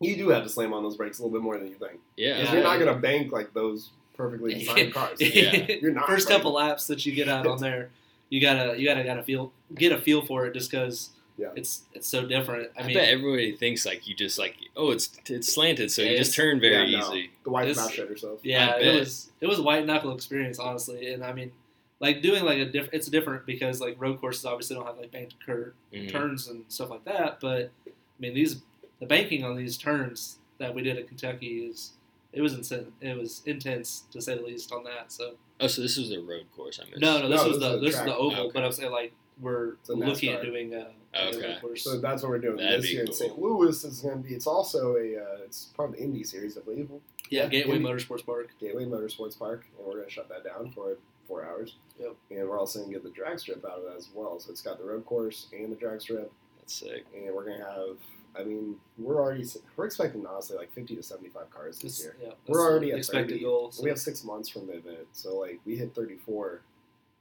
Speaker 6: you do have to slam on those brakes a little bit more than you think.
Speaker 5: yeah,
Speaker 6: Because
Speaker 7: Yeah.
Speaker 6: you're not gonna bank like those perfectly designed cars.
Speaker 5: Yeah.
Speaker 6: You're not
Speaker 7: First
Speaker 6: right.
Speaker 7: couple laps that you get out on there, you gotta you gotta gotta feel get a feel for it just because
Speaker 6: Yeah.
Speaker 7: it's it's so different. I
Speaker 5: I,
Speaker 7: mean,
Speaker 5: bet everybody thinks like you just like oh it's it's slanted so you
Speaker 7: It's-
Speaker 5: just turn very
Speaker 6: Yeah, no.
Speaker 5: easy.
Speaker 6: The white
Speaker 7: This-
Speaker 6: mouth shut yourself.
Speaker 7: yeah,
Speaker 5: I
Speaker 7: it
Speaker 5: bet.
Speaker 7: was it was a white knuckle experience honestly, and I mean, like doing like a different it's different because like road courses obviously don't have like banked cur-
Speaker 5: Mhm.
Speaker 7: turns and stuff like that, but I mean these the banking on these turns that we did at Kentucky is it was insane. It was intense to say the least on that. So.
Speaker 5: Oh, so this was a road course. I missed.
Speaker 7: No, no, this
Speaker 6: No,
Speaker 7: was
Speaker 6: this
Speaker 7: the
Speaker 6: is a
Speaker 7: this is the
Speaker 6: track.
Speaker 7: oval,
Speaker 5: Okay.
Speaker 7: but I'm saying like we're
Speaker 6: It's a
Speaker 7: looking at
Speaker 6: NASCAR.
Speaker 7: doing a
Speaker 5: Okay.
Speaker 7: of course.
Speaker 6: So that's what we're doing
Speaker 5: That'd
Speaker 6: this
Speaker 5: be
Speaker 6: year
Speaker 5: cool.
Speaker 6: in St. Louis. It's gonna be. It's also a. Uh, it's part of the Indy series, I believe.
Speaker 7: yeah,
Speaker 6: yeah,
Speaker 7: Gateway
Speaker 6: maybe-
Speaker 7: Motorsports Park.
Speaker 6: Gateway Motorsports Park, and we're gonna shut that down for four hours.
Speaker 7: Yep.
Speaker 6: And we're also gonna get the drag strip out of that as well. So it's got the road course and the drag strip.
Speaker 5: That's sick.
Speaker 6: and we're gonna have. I mean, we're already we're expecting honestly like fifty to seventy five cars this
Speaker 7: It's-
Speaker 6: year.
Speaker 7: yeah,
Speaker 6: We're
Speaker 7: that's
Speaker 6: already
Speaker 7: the
Speaker 6: at
Speaker 7: expected
Speaker 6: 30.
Speaker 7: goal.
Speaker 6: We have six months from the event, so like we hit thirty four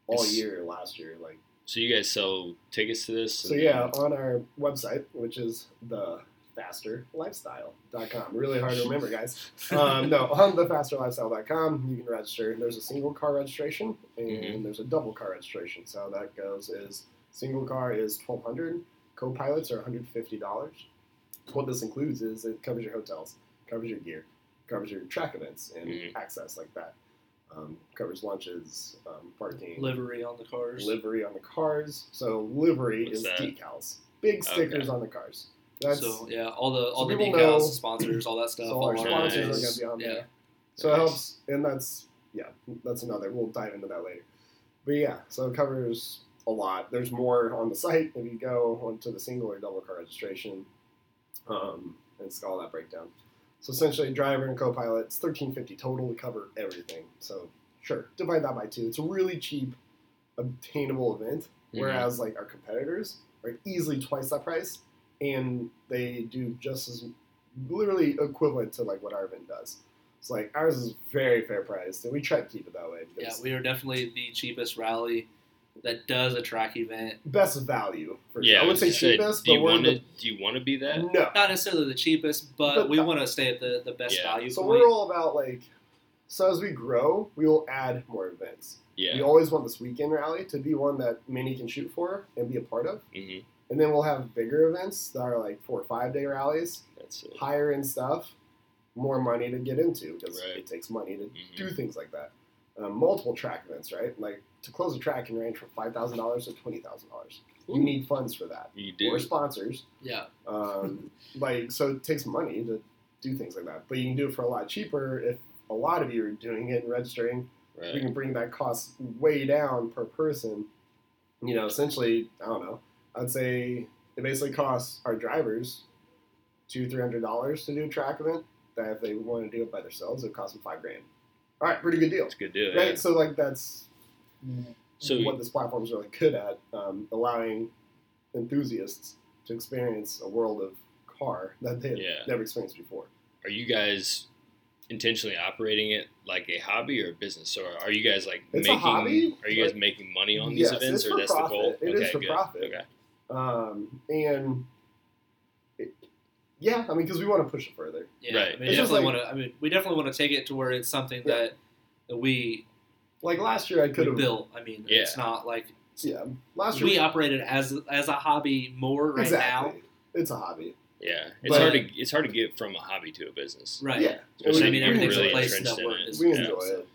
Speaker 6: all
Speaker 5: Yes.
Speaker 6: year last year. Like
Speaker 5: So you guys sell tickets to this?
Speaker 6: so,
Speaker 5: and-
Speaker 6: yeah, oh, on our website, which is the fasterlifestyle.com. Really hard to remember, guys. um, no, on the fasterlifestyle.com, you can register. There's a single car registration and
Speaker 5: Mhm.
Speaker 6: there's a double car registration. So how that goes is single car is 1200 co-pilots are $150. What this includes is it covers your hotels, covers your gear, covers your track events and
Speaker 5: Mhm.
Speaker 6: access like that. Um, covers lunches, um, parking,
Speaker 7: livery on the cars.
Speaker 6: livery on the cars. So livery
Speaker 5: What's
Speaker 6: is
Speaker 5: that?
Speaker 6: decals, big stickers
Speaker 5: Okay.
Speaker 6: on the cars. That's
Speaker 7: so yeah, all the all
Speaker 6: so
Speaker 7: the
Speaker 6: people
Speaker 7: decals,
Speaker 6: know-
Speaker 7: sponsors, all that stuff.
Speaker 6: so all our
Speaker 7: all
Speaker 5: our
Speaker 6: sponsors
Speaker 5: nice.
Speaker 6: are gonna be on
Speaker 7: Yeah.
Speaker 6: there. So it
Speaker 5: Nice.
Speaker 6: helps, and that's yeah, that's another. We'll dive into that later. But yeah, so it covers a lot. There's more on the site if you go onto the single or double car registration. Um, and it's got all that breakdown. So essentially, driver and co-pilot, it's 1350 total to cover everything. So sure, divide that by two. It's a really cheap, obtainable event.
Speaker 5: Mhm.
Speaker 6: Whereas like our competitors are easily twice that price, and they do just as literally equivalent to like what our event does. It's like ours is very fair priced, and we try to keep it that way.
Speaker 7: Yeah,
Speaker 6: Because
Speaker 7: we are definitely the cheapest rally that does a track event.
Speaker 6: best value for
Speaker 5: Yeah,
Speaker 6: sure. I would say
Speaker 5: just said,
Speaker 6: cheapest,
Speaker 5: do
Speaker 6: but
Speaker 5: you
Speaker 6: we're
Speaker 5: want to?
Speaker 6: the, Mm-hmm.
Speaker 5: Do you want to be that?
Speaker 6: no.
Speaker 7: Not necessarily the cheapest, but,
Speaker 6: But
Speaker 7: we
Speaker 6: the-
Speaker 7: want to stay at the, the best
Speaker 5: Yeah.
Speaker 7: value
Speaker 6: So
Speaker 7: point.
Speaker 6: we're all about like. So as we grow, we will add more events. We
Speaker 5: Yeah.
Speaker 6: always want this weekend rally to be one that many can shoot for and be a part of,
Speaker 5: hmm
Speaker 6: and then we'll have bigger events that are like four or five day rallies
Speaker 5: That's it.
Speaker 6: higher end stuff, more money to get into because
Speaker 5: Right.
Speaker 6: it takes money to
Speaker 5: Mhm.
Speaker 6: do things like that. Um, multiple track events, right? Like to close a track can range from five thousand dollars to twenty thousand dollars. You need funds for that
Speaker 5: You do.
Speaker 6: or sponsors.
Speaker 7: yeah,
Speaker 6: Um, like so, it takes money to do things like that. But you can do it for a lot cheaper if a lot of you are doing it and registering. We
Speaker 5: Right.
Speaker 6: can bring that cost way down per person. You know, essentially, I don't know. I'd say it basically costs our drivers two, three hundred dollars to do a track event. That if they want to do it by themselves, it costs them five grand. All right, pretty good deal,
Speaker 5: That's a good deal. yeah.
Speaker 6: right? So like that's
Speaker 5: So
Speaker 6: what this platform is really good at, um, allowing enthusiasts to experience a world of car that they've
Speaker 5: Yeah.
Speaker 6: never experienced before.
Speaker 5: are you guys intentionally operating it like a hobby or a business or are you guys like
Speaker 6: It's a
Speaker 5: making
Speaker 6: hobby,
Speaker 5: are you guys
Speaker 6: but-
Speaker 5: making money on
Speaker 6: Yes,
Speaker 5: these events
Speaker 6: it's
Speaker 5: or
Speaker 6: for
Speaker 5: that's the goal
Speaker 6: profit. It is
Speaker 5: okay
Speaker 6: for
Speaker 5: good
Speaker 6: profit.
Speaker 5: okay
Speaker 6: Um, and it, yeah, I mean, because we want to push it further.
Speaker 7: yeah.
Speaker 5: Right.
Speaker 7: I mean,
Speaker 6: It's just
Speaker 7: definitely
Speaker 6: like-
Speaker 7: want to. I mean, we definitely want to take it to where it's something
Speaker 6: Yeah.
Speaker 7: that that we,
Speaker 6: Like last year, I
Speaker 7: we
Speaker 6: could have
Speaker 7: built. I mean,
Speaker 5: Yeah.
Speaker 7: it's not like
Speaker 6: Yeah, last year
Speaker 7: we operate it as as a hobby more right
Speaker 6: exactly.
Speaker 7: now.
Speaker 6: It's a hobby,
Speaker 5: yeah it's
Speaker 6: But-
Speaker 5: hard to it's hard to get from a hobby to a business
Speaker 7: Right.
Speaker 6: Yeah,
Speaker 5: Especially
Speaker 6: We-
Speaker 5: if
Speaker 7: I mean,
Speaker 5: you're
Speaker 7: everything's
Speaker 5: really
Speaker 7: in place
Speaker 5: entrenched
Speaker 7: that we're
Speaker 5: in it.
Speaker 7: in.
Speaker 6: we
Speaker 5: Yeah.
Speaker 6: enjoy it.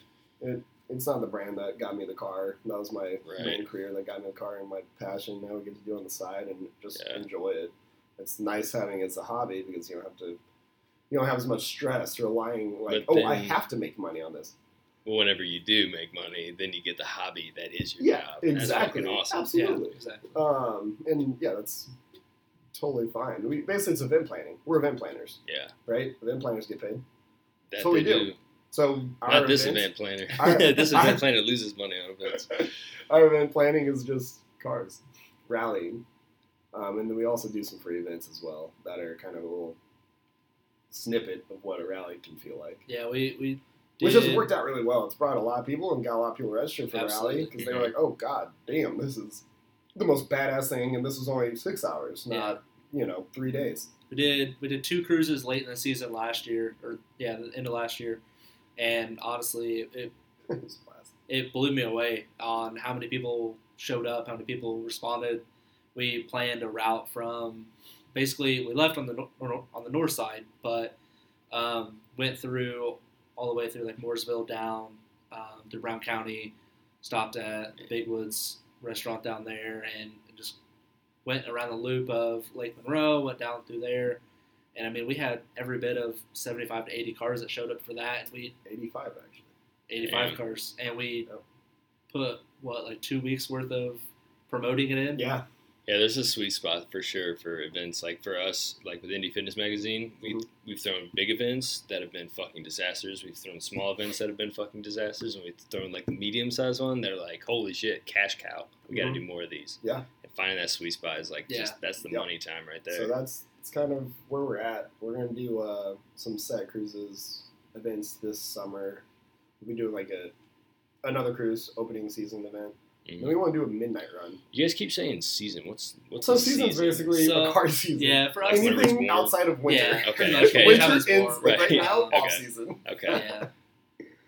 Speaker 6: it. It's not the brand that got me the car. That was my main career that got me the car and my passion. Now we get to do it on the side and just
Speaker 5: Yeah.
Speaker 6: enjoy it. It's nice having it as a hobby because you don't have to, you don't have as much stress relying like,
Speaker 5: But
Speaker 6: oh, I
Speaker 5: then-
Speaker 6: have to make money on this.
Speaker 5: Well, whenever you do make money then you get the hobby that is your
Speaker 6: Yeah,
Speaker 5: job and
Speaker 6: exactly,
Speaker 5: that's fucking awesome
Speaker 7: Yeah,
Speaker 6: absolutely.
Speaker 7: exactly.
Speaker 6: Um, and yeah, that's totally fine. We basically it's event planning. We're event planners,
Speaker 5: yeah
Speaker 6: right? Event planners get paid.
Speaker 5: that
Speaker 6: So we
Speaker 5: they
Speaker 6: do.
Speaker 5: do,
Speaker 6: So our
Speaker 5: not this event
Speaker 6: events-
Speaker 5: planner
Speaker 6: Our-
Speaker 5: this event
Speaker 6: our-
Speaker 5: planner loses money on events
Speaker 6: Our event planning is just cars rallying, Um, and then we also do some free events as well that are kind of a little snippet of what a rally can feel like.
Speaker 7: Yeah, we we
Speaker 6: Which has
Speaker 7: did-
Speaker 6: worked out really well. It's brought a lot of people and got a lot of people registered for the rally
Speaker 7: Absolutely.
Speaker 6: because they were like, "Oh God, damn, this is the most badass thing," and this was only six hours, not you know three days.
Speaker 7: We did we did two cruises late in the season last year, or yeah, the end of last year, and honestly, it, it
Speaker 6: It was a blast.
Speaker 7: it blew me away on how many people showed up, how many people responded. We planned a route from basically we left on the nor- nor- on the north side, but um, went through all the way through like Mooresville down um, through Brown County, stopped at the Big Woods restaurant down there, and just went around the loop of Lake Monroe, went down through there. And I mean, we had every bit of 75 to 80 cars that showed up for that. And we
Speaker 6: Eighty-five actually.
Speaker 7: 85
Speaker 5: Yeah.
Speaker 7: cars, and we
Speaker 6: Yep.
Speaker 7: put what like two weeks worth of promoting it in.
Speaker 6: Yeah,
Speaker 5: Yeah, there's a sweet spot for sure for events like for us, like with Indie Fitness Magazine. We
Speaker 6: Mhm.
Speaker 5: we've thrown big events that have been fucking disasters. We've thrown small events that have been fucking disasters, and we've thrown like the medium sized one. They're like, holy shit, cash cow. We got to
Speaker 6: Mhm.
Speaker 5: do more of these.
Speaker 6: Yeah.
Speaker 5: and finding that sweet spot is like just that's the
Speaker 6: Yep.
Speaker 5: money time right there.
Speaker 6: so that's that's kind of where we're at. We're gonna do uh, some set cruises events this summer. We'll be doing like a another cruise opening season event.
Speaker 5: Mhm.
Speaker 6: Then we want to do a midnight run.
Speaker 5: you guys keep saying season. What's what's
Speaker 6: So
Speaker 5: the
Speaker 6: season's
Speaker 5: season?
Speaker 6: basically
Speaker 7: So-
Speaker 6: a car season.
Speaker 7: yeah, for us.
Speaker 5: Like, whenever it's
Speaker 6: Anything
Speaker 5: warm.
Speaker 6: outside of winter.
Speaker 7: Yeah,
Speaker 5: Okay,
Speaker 7: pretty much.
Speaker 5: okay.
Speaker 7: Winter
Speaker 6: Winter
Speaker 7: is
Speaker 6: ends
Speaker 7: warm,
Speaker 6: right,
Speaker 5: right.
Speaker 6: now,
Speaker 5: Okay.
Speaker 6: off season.
Speaker 5: Okay,
Speaker 7: yeah.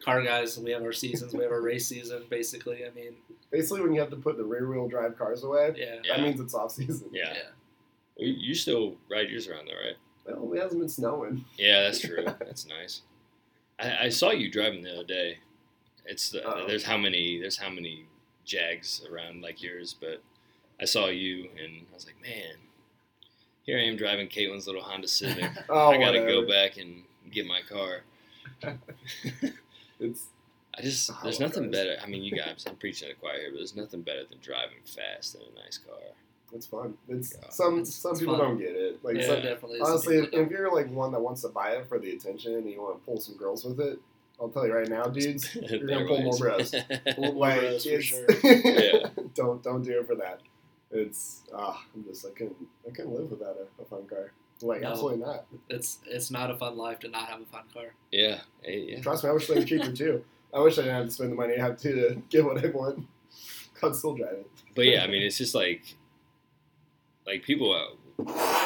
Speaker 7: Car guys, we have our seasons. We have our race season. Basically, I mean,
Speaker 6: Basically, when you have to put the rear wheel drive cars away,
Speaker 7: yeah,
Speaker 5: Yeah.
Speaker 6: that means it's off season.
Speaker 5: yeah.
Speaker 7: Yeah.
Speaker 5: You you still ride yours around though, right?
Speaker 6: Well, it hasn't been snowing.
Speaker 5: Yeah, that's true. That's nice. I, I saw you driving the other day. It's the,
Speaker 6: Uh-oh.
Speaker 5: there's how many there's how many Jags around like yours, but I saw you and I was like, man, here I am driving Caitlin's little Honda Civic.
Speaker 6: Oh,
Speaker 5: I gotta
Speaker 6: whatever.
Speaker 5: go back and get my car.
Speaker 6: It's
Speaker 5: I just
Speaker 6: Oh,
Speaker 5: there's nothing
Speaker 6: guys.
Speaker 5: better. I mean, you guys, I'm preaching to the choir here, but there's nothing better than driving fast in a nice car.
Speaker 6: it's fun. It's
Speaker 5: Yeah.
Speaker 6: some
Speaker 7: It's-
Speaker 6: some
Speaker 7: it's
Speaker 6: people
Speaker 7: fun.
Speaker 6: don't get it. Like
Speaker 7: yeah,
Speaker 6: some-
Speaker 7: definitely. is
Speaker 6: honestly, if,
Speaker 7: something
Speaker 6: if you're like one that wants to buy it for the attention and you want to pull some girls with it, I'll tell you right now, dudes, you're gonna
Speaker 5: Better
Speaker 6: pull more
Speaker 5: ways.
Speaker 6: bros.
Speaker 7: Pull more
Speaker 6: like,
Speaker 7: bros for
Speaker 6: it's-
Speaker 7: sure.
Speaker 5: yeah,
Speaker 6: don't don't do it for that. It's ah, I'm just I couldn't I couldn't live without a, a fun car. Like
Speaker 7: No.
Speaker 6: absolutely not.
Speaker 7: It's it's not a fun life to not have a fun car.
Speaker 5: yeah, Hey, yeah.
Speaker 6: Trust me, I wish they were cheaper too. I wish I didn't have to spend the money I have to to get what I want. I'd still drive it.
Speaker 5: But yeah, I mean, it's just like, like people, uh,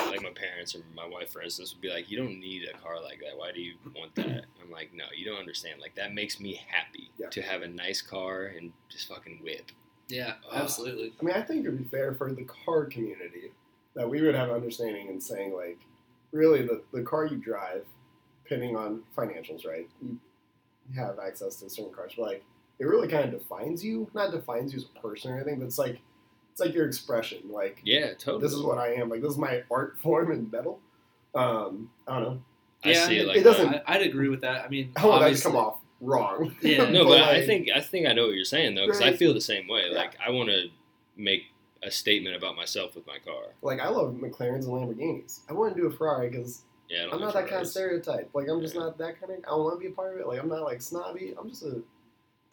Speaker 5: like my parents or my wife, for instance, would be like, "You don't need a car like that. Why do you want that?" I'm like, "No, you don't understand. Like that makes me happy
Speaker 6: Yeah.
Speaker 5: to have a nice car and just fucking whip."
Speaker 7: Yeah,
Speaker 5: Ugh.
Speaker 7: absolutely.
Speaker 6: I mean, I think it would be fair for the car community that we would have understanding and saying like, really, the, the car you drive, depending on financials, right? You have access to certain cars, but like, it really kind of defines you. Not defines you as a person or anything, but it's like, it's like your expression. Like,
Speaker 5: Yeah, totally.
Speaker 6: this is what I am. Like, this is my art form in metal. Um, I don't know.
Speaker 5: I
Speaker 7: Yeah,
Speaker 5: see.
Speaker 6: it-
Speaker 5: like
Speaker 6: it doesn't-
Speaker 5: uh,
Speaker 7: I, I'd agree with that. I mean,
Speaker 6: How would that
Speaker 7: obviously-
Speaker 6: come off wrong?
Speaker 7: Yeah.
Speaker 5: no, but I
Speaker 6: like-
Speaker 5: think I think I know what you're saying though, because I
Speaker 6: Right.
Speaker 5: feel the same way.
Speaker 6: Yeah.
Speaker 5: Like I want to make a statement about myself with my car.
Speaker 6: Like I love McLarens and Lamborghinis. I wouldn't do a Ferrari because
Speaker 5: Yeah, I don't
Speaker 6: I'm
Speaker 5: have
Speaker 6: not that kind of
Speaker 5: Ferraris.
Speaker 6: stereotype. Like I'm just
Speaker 5: Yeah.
Speaker 6: not that kind of. I don't want to be a part of it. Like I'm not like snobby. I'm just a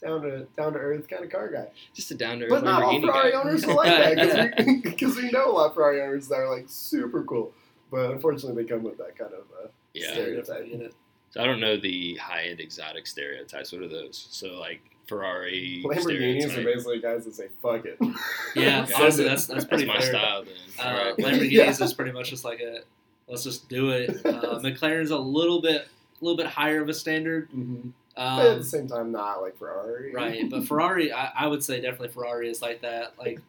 Speaker 6: down to down to earth kind of car guy.
Speaker 5: Just a down to earth.
Speaker 6: But not all Ferrari owners are like that because we, know a lot of Ferrari owners that are like super cool. But unfortunately, they come with that kind of. Uh,
Speaker 5: Yeah.
Speaker 6: Stereotype.
Speaker 7: You know,
Speaker 5: So I don't know the high end exotic stereotypes. What are those? So like Ferrari
Speaker 6: Lamborghinis are
Speaker 5: stereotype.
Speaker 6: basically guys that say "fuck it." Mm-hmm.
Speaker 7: yeah.
Speaker 5: Yeah.
Speaker 7: Honestly, that's that's
Speaker 5: That's
Speaker 7: pretty
Speaker 5: my
Speaker 7: fair.
Speaker 5: style then.
Speaker 7: Uh,
Speaker 5: Right.
Speaker 7: Lamborghinis
Speaker 6: Yeah.
Speaker 7: is pretty much just like a let's just do it. Uh, McLaren's a little bit a little bit higher of a standard,
Speaker 6: mm-hmm. but at
Speaker 7: um,
Speaker 6: the same time, not like Ferrari.
Speaker 7: right? But Ferrari, I, I would say definitely Ferrari is like that. Like,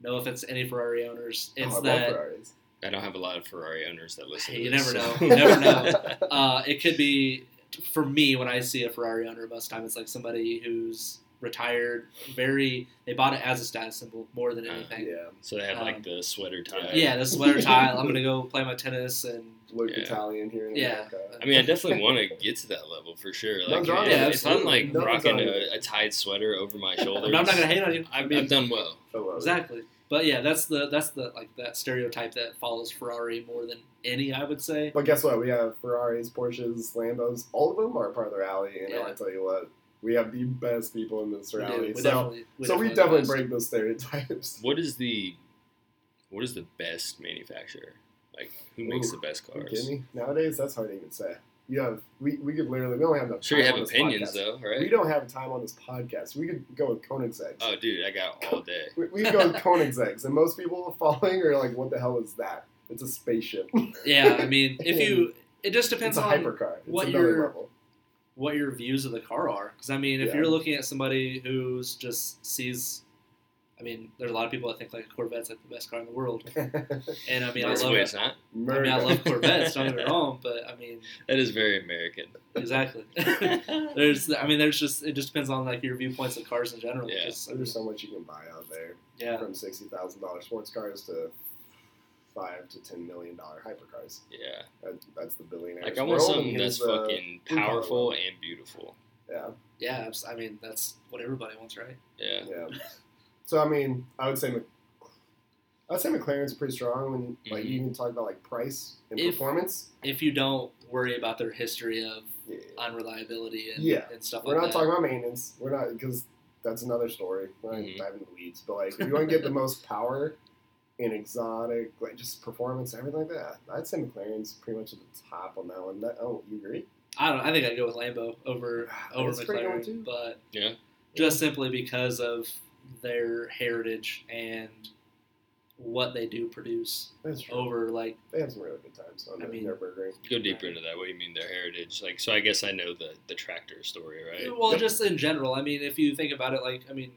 Speaker 7: no offense to any Ferrari owners,
Speaker 6: Oh, I
Speaker 7: it's
Speaker 6: love
Speaker 7: that
Speaker 6: Ferraris.
Speaker 5: I don't have a lot of Ferrari owners that listen.
Speaker 7: Hey,
Speaker 5: to
Speaker 7: you
Speaker 5: this,
Speaker 7: never
Speaker 5: so-
Speaker 7: know. You never know. uh, it could be for me when I see a Ferrari owner most of the time it's like somebody who's retired, very they bought it as a status symbol more than
Speaker 5: Uh,
Speaker 7: anything.
Speaker 6: Yeah,
Speaker 5: so they have
Speaker 7: Um,
Speaker 5: like the sweater tie.
Speaker 7: yeah, this sweater tile. I'm gonna go play my tennis and
Speaker 6: look
Speaker 5: Yeah.
Speaker 6: Italian here in
Speaker 7: Yeah.
Speaker 6: America.
Speaker 5: I mean, I definitely want to get to that level for sure. Like,
Speaker 6: Nothing's wrong
Speaker 7: with
Speaker 5: if-
Speaker 7: it.
Speaker 5: if I'm like
Speaker 6: Absolutely. Nothing's
Speaker 5: rocking
Speaker 6: wrong with
Speaker 5: a, a tied sweater over my shoulders,
Speaker 7: But I'm not gonna hate on you.
Speaker 5: I've, I've done well.
Speaker 6: I love it.
Speaker 7: Exactly. But yeah, that's the that's the like that stereotype that follows Ferrari more than any, I would say.
Speaker 6: But guess what? We have Ferraris, Porsches, Lambos. All of them are part of the rally, and
Speaker 7: Yeah.
Speaker 6: I tell you what, we have the best people in this
Speaker 7: We do.
Speaker 6: rally.
Speaker 7: We
Speaker 6: so,
Speaker 7: definitely,
Speaker 6: so we
Speaker 7: the
Speaker 6: definitely
Speaker 7: best.
Speaker 6: break those stereotypes.
Speaker 5: What is the what is the best manufacturer? Like, who makes
Speaker 6: Ooh,
Speaker 5: the best
Speaker 6: Are you kidding
Speaker 5: cars?
Speaker 6: me? Nowadays, that's hard to even say. You have we, we could literally we don't have enough.
Speaker 5: sure, you
Speaker 6: time
Speaker 5: have
Speaker 6: on this
Speaker 5: opinions
Speaker 6: podcast.
Speaker 5: though,
Speaker 6: We
Speaker 5: right?
Speaker 6: don't have time on this podcast. We could go with Koenigsegg.
Speaker 5: Oh, dude, I got all day.
Speaker 6: we, we could go with Koenigsegg, and most people following are like, "What the hell is that? It's a spaceship.
Speaker 7: Yeah, I mean, if you, it just depends
Speaker 6: it's a
Speaker 7: on
Speaker 6: hypercar. It's
Speaker 7: what
Speaker 6: another
Speaker 7: your-
Speaker 6: level."
Speaker 7: what your views of the car are. Because I mean, if
Speaker 6: Yeah.
Speaker 7: you're looking at somebody who's just sees, I mean, there are a lot of people that think like a Corvette's like the best car in the world, and I mean, I
Speaker 5: That's
Speaker 7: love
Speaker 5: the way it's not.
Speaker 7: I mean, I
Speaker 6: Murder.
Speaker 7: love Corvettes. Don't get me wrong, but I mean,
Speaker 5: That is very American.
Speaker 7: exactly. there's, I mean, there's just it just depends on like your viewpoints of cars in general.
Speaker 5: Yeah.
Speaker 7: Just-
Speaker 6: So There's so much you can buy out there,
Speaker 7: yeah.
Speaker 6: from sixty thousand dollars sports cars to five to ten million dollar hypercars.
Speaker 5: Yeah,
Speaker 6: That, that's the billionaire.
Speaker 5: like I want something that's fucking
Speaker 6: blue collar
Speaker 5: powerful
Speaker 6: world.
Speaker 5: and beautiful.
Speaker 6: Yeah,
Speaker 7: Yeah, abs- I mean that's what everybody wants, right?
Speaker 5: Yeah,
Speaker 6: yeah. So I mean, I would say, Mc- I'd say McLaren's pretty strong. When like
Speaker 5: Mhm.
Speaker 6: you can talk about like price and
Speaker 7: If-
Speaker 6: performance.
Speaker 7: If you don't worry about their history of
Speaker 6: Yeah.
Speaker 7: unreliability and,
Speaker 6: Yeah.
Speaker 7: and stuff
Speaker 6: We're
Speaker 7: like
Speaker 6: not
Speaker 7: that.
Speaker 6: talking about maintenance. We're not because that's another story. We're not
Speaker 5: Mhm.
Speaker 6: diving into the weeds, but like if you want to get the most power in exotic, like just performance, everything like that, I'd say McLaren's pretty much at the top on that one. That, oh, you agree?
Speaker 7: I don't. I think I'd go with Lambo over over
Speaker 6: That's pretty good too.
Speaker 7: McLaren, but
Speaker 5: Yeah.
Speaker 7: just simply because of their heritage and what they do produce
Speaker 6: That's true.
Speaker 7: over like
Speaker 6: They have some really good times on
Speaker 7: I
Speaker 6: the
Speaker 7: mean-
Speaker 6: Nürburgring.
Speaker 5: go deeper into that. What do you mean their heritage? Like, so I guess I know the the tractor story, right?
Speaker 7: well just in general i mean if you think about it like i mean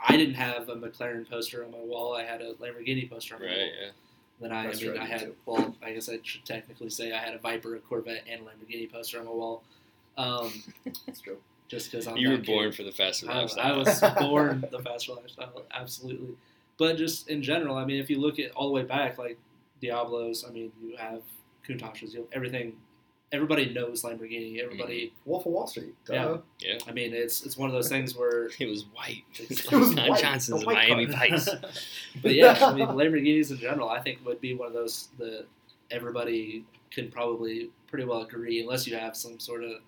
Speaker 7: i didn't have a mclaren poster on my wall i had a lamborghini poster on my wall
Speaker 5: Right. Yeah.
Speaker 7: Then I, I
Speaker 6: That's
Speaker 7: mean,
Speaker 6: right,
Speaker 7: I
Speaker 6: me
Speaker 7: had
Speaker 6: too.
Speaker 7: well, I guess I should technically say I had a Viper, a Corvette, and a Lamborghini poster on my wall. Um,
Speaker 6: That's true.
Speaker 7: just because I'm
Speaker 5: You were
Speaker 7: that
Speaker 5: born
Speaker 7: kid.
Speaker 5: for the faster
Speaker 7: I,
Speaker 5: lifestyle.
Speaker 7: I was born the faster lifestyle, absolutely. But just in general, I mean, if you look at all the way back, like Diablos, I mean, you have Cointoshes, you have everything. Everybody knows Lamborghini. Everybody,
Speaker 5: Mm-hmm.
Speaker 6: Wolf of Wall Street. Uh, Duh.
Speaker 7: Yeah.
Speaker 5: Yeah.
Speaker 7: I mean, it's it's one of those things where,
Speaker 5: It was white.
Speaker 7: It
Speaker 6: was
Speaker 5: Don
Speaker 6: white.
Speaker 5: Johnson's
Speaker 6: A white
Speaker 5: Miami
Speaker 6: car.
Speaker 5: Vice.
Speaker 7: but yeah, I mean, Lamborghinis in general, I think would be one of those that everybody can probably pretty well agree, unless you have some sort of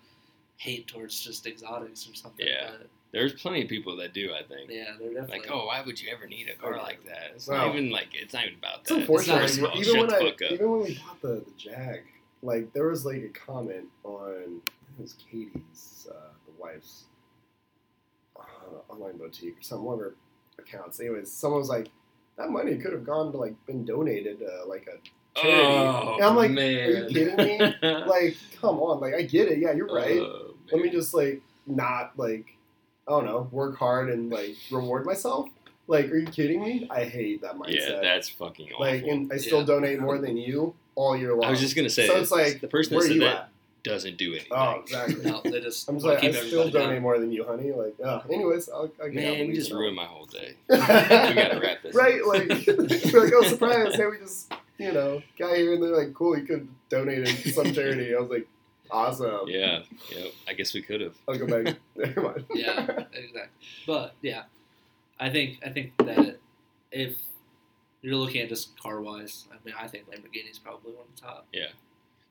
Speaker 7: hate towards just exotics or something.
Speaker 5: Yeah. There's plenty of people that do. I
Speaker 7: but
Speaker 5: think.
Speaker 7: yeah, they're definitely
Speaker 5: Like, oh, why would you ever need a car like that? It's
Speaker 6: Well,
Speaker 5: not even like it's not even about
Speaker 6: It's
Speaker 5: that.
Speaker 6: unfortunate.
Speaker 5: It's not
Speaker 6: like,
Speaker 5: about,
Speaker 6: even
Speaker 5: shut
Speaker 6: when
Speaker 5: the
Speaker 6: I,
Speaker 5: fuck up.
Speaker 6: even when we bought the, the Jag, like there was like a comment on it was Katie's, uh, the wife's uh, online boutique or some one of her accounts. Anyways, someone was like, "That money could have gone to like been donated to like a charity."
Speaker 5: oh
Speaker 6: and I'm like,
Speaker 5: man.
Speaker 6: "Are you kidding me? like, come on! Like, I get it. Yeah, you're right.
Speaker 5: Oh,
Speaker 6: Let me
Speaker 5: man.
Speaker 6: just like not like I don't know, work hard and like reward myself. Like, are you kidding me? I hate that mindset.
Speaker 5: Yeah, that's fucking awful.
Speaker 6: Like, and I still
Speaker 7: Yeah.
Speaker 6: donate more than you all year long.
Speaker 5: I was just gonna say,
Speaker 6: so it's like,
Speaker 5: the person
Speaker 6: where
Speaker 5: that
Speaker 6: are
Speaker 5: said
Speaker 6: you
Speaker 5: that
Speaker 6: at?
Speaker 5: doesn't do anything.
Speaker 6: Oh, exactly.
Speaker 7: no, they just
Speaker 6: I'm just
Speaker 7: wanna
Speaker 6: like, I
Speaker 7: keep
Speaker 6: still
Speaker 7: everybody
Speaker 6: donate
Speaker 7: down.
Speaker 6: more than you, honey. Like, uh, anyways, I'll, I'll get
Speaker 5: man,
Speaker 6: out of
Speaker 5: you
Speaker 6: these
Speaker 5: just
Speaker 6: now.
Speaker 5: ruined my whole day. we gotta wrap this.
Speaker 6: Right?
Speaker 5: up.
Speaker 6: Like, we're like, oh, surprise! Hey, we just, you know, got here, and they're like, cool, you could donate it to some charity. I was like, awesome.
Speaker 5: yeah, yeah. I guess we could have.
Speaker 6: I'll go back. Never mind.
Speaker 7: yeah, exactly. But yeah, I think I think that if you're looking at just car wise, I mean, I think Lamborghini's probably one of the top.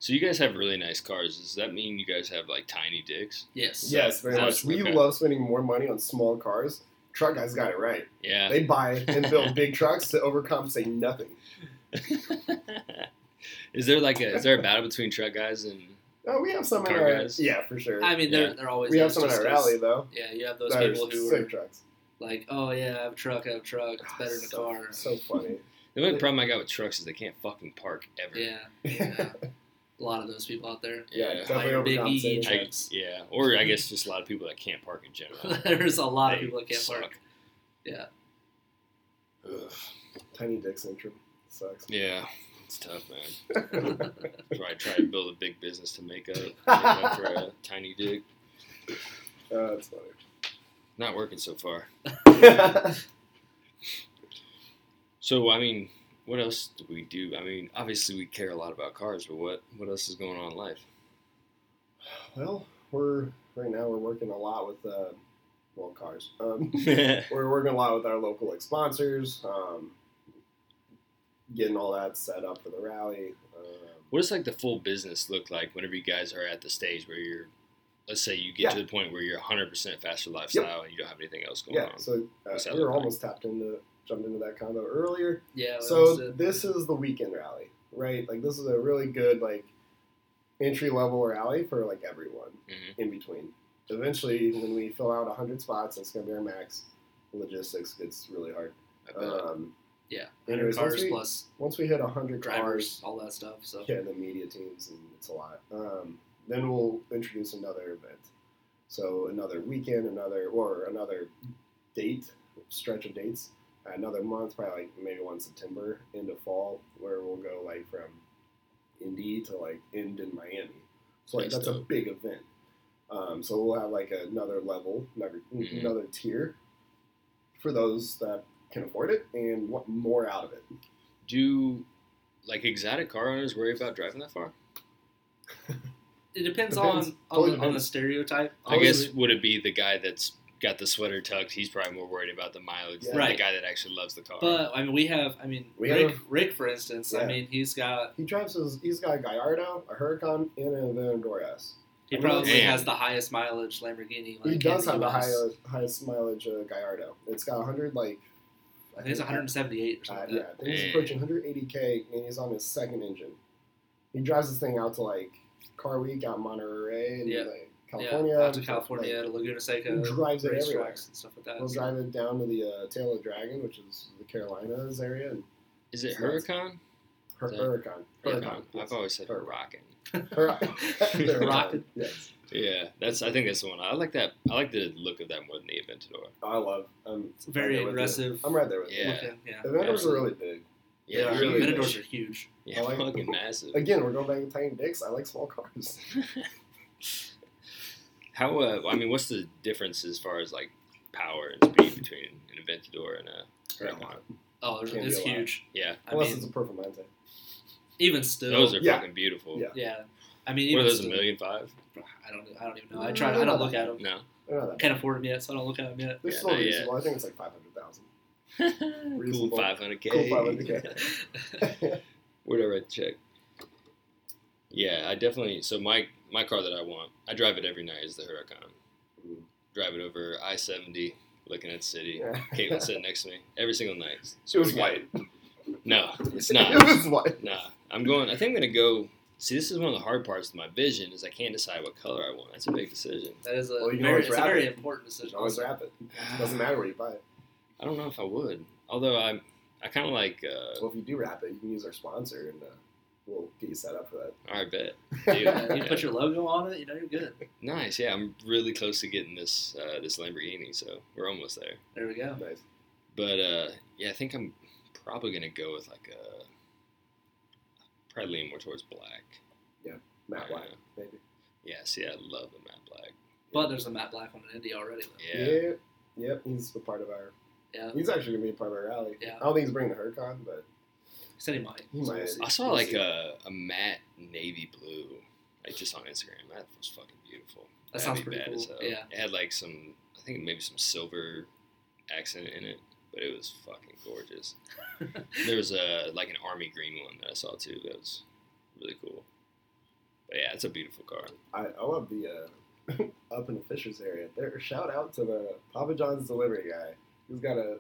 Speaker 5: So you guys have really nice cars. Does that mean you guys have like tiny dicks?
Speaker 7: Yes.
Speaker 6: Yes, very much.
Speaker 5: That's-
Speaker 6: We
Speaker 5: okay.
Speaker 6: love spending more money on small cars. Truck guys got it right.
Speaker 5: Yeah.
Speaker 6: They buy and build big trucks to overcompensate nothing.
Speaker 5: is there like a is there a battle between truck guys and
Speaker 6: Oh, we have some in
Speaker 5: Car
Speaker 6: our
Speaker 5: guys.
Speaker 6: yeah, for sure.
Speaker 7: I mean, they're
Speaker 5: Yeah.
Speaker 7: they're always
Speaker 6: we have
Speaker 7: those
Speaker 6: some in
Speaker 7: just
Speaker 6: our
Speaker 7: those-
Speaker 6: rally though.
Speaker 7: Yeah, you have those
Speaker 6: That are
Speaker 7: people who
Speaker 6: sick
Speaker 7: are
Speaker 6: trucks.
Speaker 7: like, oh yeah, I have a truck, I have a truck. It's better than a
Speaker 6: so,
Speaker 7: car.
Speaker 6: So funny.
Speaker 5: the only problem I got with trucks is they can't fucking park ever.
Speaker 7: Yeah, yeah. a lot of those people out there.
Speaker 5: Yeah.
Speaker 6: Yeah,
Speaker 7: Hire
Speaker 6: definitely
Speaker 7: big E. EE
Speaker 6: overcompensating.
Speaker 5: I,
Speaker 7: trucks.
Speaker 5: yeah. Or I guess just a lot of people that can't park in general.
Speaker 7: There's a lot of
Speaker 5: They
Speaker 7: people that can't
Speaker 5: suck.
Speaker 7: park. Yeah.
Speaker 5: Ugh.
Speaker 6: Tiny dick syndrome sucks.
Speaker 5: Yeah. It's tough, man. That's why I try to build a big business to make up, make up for a tiny dick.
Speaker 6: Uh, that's funny.
Speaker 5: Not working so far.
Speaker 6: yeah,
Speaker 5: So I mean, what else do we do? I mean, obviously we care a lot about cars, but what what else is going on in life?
Speaker 6: well, we're right now we're working a lot with uh, well cars. Um, we're working a lot with our local like sponsors, um, getting all that set up for the rally. Um,
Speaker 5: what does like the full business look like whenever you guys are at the stage where you're, let's say you get to the point where you're 100% faster lifestyle and you don't have anything else going
Speaker 6: yeah,
Speaker 5: on.
Speaker 6: so uh,
Speaker 5: What's that
Speaker 6: we were
Speaker 5: look like?
Speaker 6: almost tapped into jumped into that combo earlier.
Speaker 7: Yeah. uh, we
Speaker 6: So
Speaker 7: almost did.
Speaker 6: this is the weekend rally, right? Like this is a really good like entry level rally for like everyone
Speaker 5: Mhm.
Speaker 6: in between. Eventually, when we fill out 100 spots, that's gonna be our max. Logistics gets really hard.
Speaker 5: I bet.
Speaker 6: Um,
Speaker 7: yeah. 100
Speaker 6: anyways, once
Speaker 7: cars
Speaker 6: we-
Speaker 7: plus
Speaker 6: once we hit 100
Speaker 7: drivers,
Speaker 6: cars,
Speaker 7: all that stuff. So
Speaker 6: yeah, the media teams, and it's a lot. Um, then we'll introduce another event. So another weekend, another or another date stretch of dates, another month, probably like maybe one September into fall, where we'll go like from Indy to like end in Miami. So like
Speaker 5: That's
Speaker 6: that's, a
Speaker 5: dope.
Speaker 6: big event. Um, so we'll have like another level, another,
Speaker 5: Mhm.
Speaker 6: another tier for those that can afford it and want more out of it.
Speaker 5: Do like exotic car owners worry about driving that far?
Speaker 7: it depends,
Speaker 6: Depends.
Speaker 7: on
Speaker 6: Totally
Speaker 7: on, the- on the
Speaker 6: depends.
Speaker 7: stereotype.
Speaker 5: I guess
Speaker 7: Obviously,
Speaker 5: would it be the guy that's got the sweater tucked? He's probably more worried about the mileage than
Speaker 7: Right.
Speaker 5: the guy that actually loves the car.
Speaker 7: But I mean, we have. I mean,
Speaker 6: We
Speaker 7: Rick.
Speaker 6: have-
Speaker 7: Rick, for instance. I
Speaker 6: Yeah.
Speaker 7: mean, he's got.
Speaker 6: He drives his. He's got a Gallardo, a Huracan, and an Aventador S.
Speaker 7: He
Speaker 6: I mean,
Speaker 7: probably
Speaker 5: man.
Speaker 7: has the highest mileage Lamborghini. Like,
Speaker 6: He does
Speaker 7: in
Speaker 6: have the
Speaker 7: US.
Speaker 6: highest, highest mileage uh, Gallardo. It's got 100 like.
Speaker 7: I think it's 178 or something.
Speaker 6: Uh,
Speaker 7: like
Speaker 6: yeah,
Speaker 7: that.
Speaker 6: I think he's approaching 180k, and he's on his second engine. He drives this thing out to like Car Week out in Monterey and
Speaker 7: Yeah.
Speaker 6: like California.
Speaker 7: California, out to
Speaker 6: and,
Speaker 7: California,
Speaker 6: like,
Speaker 7: to Laguna Seca,
Speaker 6: he drives it everywhere.
Speaker 7: racetracks and stuff like that.
Speaker 6: we'll drive it down to the uh, Tail of Dragon, which is the Carolinas area, and
Speaker 5: is it
Speaker 6: it's nuts.
Speaker 5: Huracan?
Speaker 6: Hur-
Speaker 5: Yeah.
Speaker 6: Huracan.
Speaker 5: Huracan. I've
Speaker 6: yes.
Speaker 5: always said
Speaker 6: Huracan.
Speaker 5: Huracan.
Speaker 6: Huracan. The
Speaker 7: Rocket.
Speaker 6: Yes.
Speaker 5: Yeah, that's. I think that's the one. I like that. I like the look of that more than the Aventador.
Speaker 6: I love. um, I'm
Speaker 7: It's very
Speaker 6: right there with you.
Speaker 7: aggressive.
Speaker 6: I'm right there with you.
Speaker 5: Yeah.
Speaker 7: looking, yeah.
Speaker 6: The vendors are really big.
Speaker 5: Yeah,
Speaker 6: Yeah,
Speaker 5: they're
Speaker 6: really
Speaker 5: really.
Speaker 7: Aventadors
Speaker 5: big.
Speaker 7: are huge.
Speaker 5: Yeah,
Speaker 6: I like-
Speaker 5: fucking massive.
Speaker 6: Again, we're going back to tiny dicks. I like small cars.
Speaker 5: How? Uh, I mean, what's the difference as far as like power and speed between an Aventador and a Huracan?
Speaker 7: Oh, there's,
Speaker 6: Can't be
Speaker 7: it's
Speaker 6: a lot.
Speaker 7: huge.
Speaker 5: Yeah,
Speaker 7: I
Speaker 6: Unless
Speaker 7: mean,
Speaker 6: it's a Performante.
Speaker 7: even still,
Speaker 5: those are
Speaker 6: Yeah.
Speaker 5: fucking beautiful.
Speaker 6: Yeah.
Speaker 7: yeah. I mean,
Speaker 5: What
Speaker 7: even
Speaker 5: are those? A
Speaker 7: still,
Speaker 5: million five?
Speaker 7: I don't, I don't even know. I try. I don't look at them.
Speaker 5: No.
Speaker 6: I don't know that.
Speaker 7: Can't afford them yet, so I don't look at them yet.
Speaker 6: They're
Speaker 5: Yeah,
Speaker 6: still
Speaker 5: not yet.
Speaker 6: reasonable. I think it's like 500,000.
Speaker 5: cool
Speaker 6: Reasonable.
Speaker 5: five hundred k.
Speaker 6: Cool 500K.
Speaker 5: Whatever I check. Yeah, I definitely. So my my car that I want, I drive it every night is the Huracan.
Speaker 6: Mm.
Speaker 5: Drive it over I seventy, looking at the city.
Speaker 6: Yeah.
Speaker 5: Caitlin's sitting next to me every single night.
Speaker 6: It was
Speaker 5: Okay.
Speaker 6: white.
Speaker 5: No, it's
Speaker 6: It
Speaker 5: not.
Speaker 6: was white.
Speaker 5: nah, I'm going. I think I'm gonna go. See, this is one of the hard parts of my vision is I can't decide what color I want. That's a big decision.
Speaker 7: That is a
Speaker 6: Well, you can
Speaker 7: very,
Speaker 6: always
Speaker 7: it's a
Speaker 6: wrap
Speaker 7: very
Speaker 6: it.
Speaker 7: important decision.
Speaker 6: Just Always wrap it. Doesn't matter where you buy it.
Speaker 5: I don't know if I would. Although I, I kind of like. Uh,
Speaker 6: Well, if you do wrap it, you can use our sponsor and uh, we'll get you set up for
Speaker 5: I bet.
Speaker 6: that.
Speaker 5: Dude.
Speaker 7: Yeah, you put your logo on it, you know you're good.
Speaker 5: Nice. Yeah, I'm really close to getting this uh, this Lamborghini, so we're almost there.
Speaker 7: There we go.
Speaker 6: nice.
Speaker 5: But uh, yeah, I think I'm probably gonna go with like a. Probably lean more towards black.
Speaker 6: Matt White,
Speaker 5: Yeah.
Speaker 6: maybe.
Speaker 5: Yeah. See, I love the matte black.
Speaker 7: But there's a matte black one in India already. Though.
Speaker 5: Yeah.
Speaker 6: Yep. Yep. He's a part of our.
Speaker 7: Yeah.
Speaker 6: He's actually going to be a part of our rally.
Speaker 7: Yeah.
Speaker 6: I don't think he's bringing the Huracan, but
Speaker 7: He said he might.
Speaker 6: he might.
Speaker 5: I saw like a, a matte navy blue, like just on Instagram. That was fucking beautiful.
Speaker 7: That
Speaker 5: That'd
Speaker 7: sounds
Speaker 5: be
Speaker 7: pretty
Speaker 5: bad as
Speaker 7: cool,
Speaker 5: hell.
Speaker 7: yeah.
Speaker 5: it had like some, I think maybe some silver accent in it, but it was fucking gorgeous. there was a like an army green one that I saw too. That was really cool. But yeah, it's a beautiful car.
Speaker 6: I, I love the uh, up in the Fishers area. There, shout out to the Papa John's delivery guy. He's got a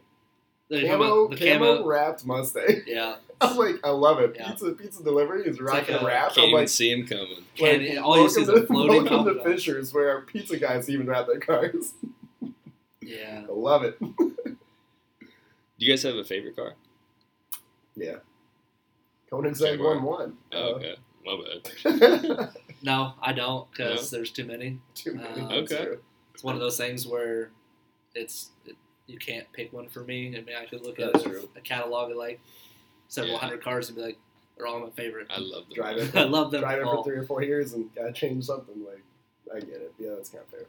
Speaker 7: There you go,
Speaker 6: camo,
Speaker 7: the
Speaker 6: camo,
Speaker 7: camo.
Speaker 6: wrapped Mustang.
Speaker 7: Yeah.
Speaker 6: I'm like, I love it.
Speaker 7: Yeah.
Speaker 6: Pizza pizza delivery is rocking
Speaker 7: like a
Speaker 6: a wrap.
Speaker 5: Can't
Speaker 6: I'm
Speaker 5: even
Speaker 6: like,
Speaker 5: see him coming.
Speaker 7: Can-
Speaker 6: like,
Speaker 7: all you see is a
Speaker 6: welcome to-
Speaker 7: floating
Speaker 6: welcome
Speaker 7: Papa
Speaker 6: to
Speaker 7: John's.
Speaker 6: Fishers, where our pizza guys even wrap their cars.
Speaker 7: Yeah.
Speaker 6: I love it.
Speaker 5: Do you guys have a favorite car?
Speaker 6: Yeah. Koenigsegg
Speaker 5: Jaguar.
Speaker 6: one one. Uh,
Speaker 5: Oh, okay, my bad.
Speaker 7: No, I don't, because there's too many.
Speaker 6: Too many.
Speaker 7: Um,
Speaker 5: Okay.
Speaker 7: It's one of those things where it's it, you can't pick one for me. I mean, I could look
Speaker 6: That's
Speaker 7: at
Speaker 6: true.
Speaker 7: a catalog of like several
Speaker 5: Yeah.
Speaker 7: hundred cars and be like, they're all my favorite.
Speaker 5: I love the
Speaker 6: Drive it.
Speaker 7: I love them
Speaker 6: Drive it for
Speaker 7: all.
Speaker 6: three or four years and gotta change something. Like, I get it. Yeah, that's kind of fair.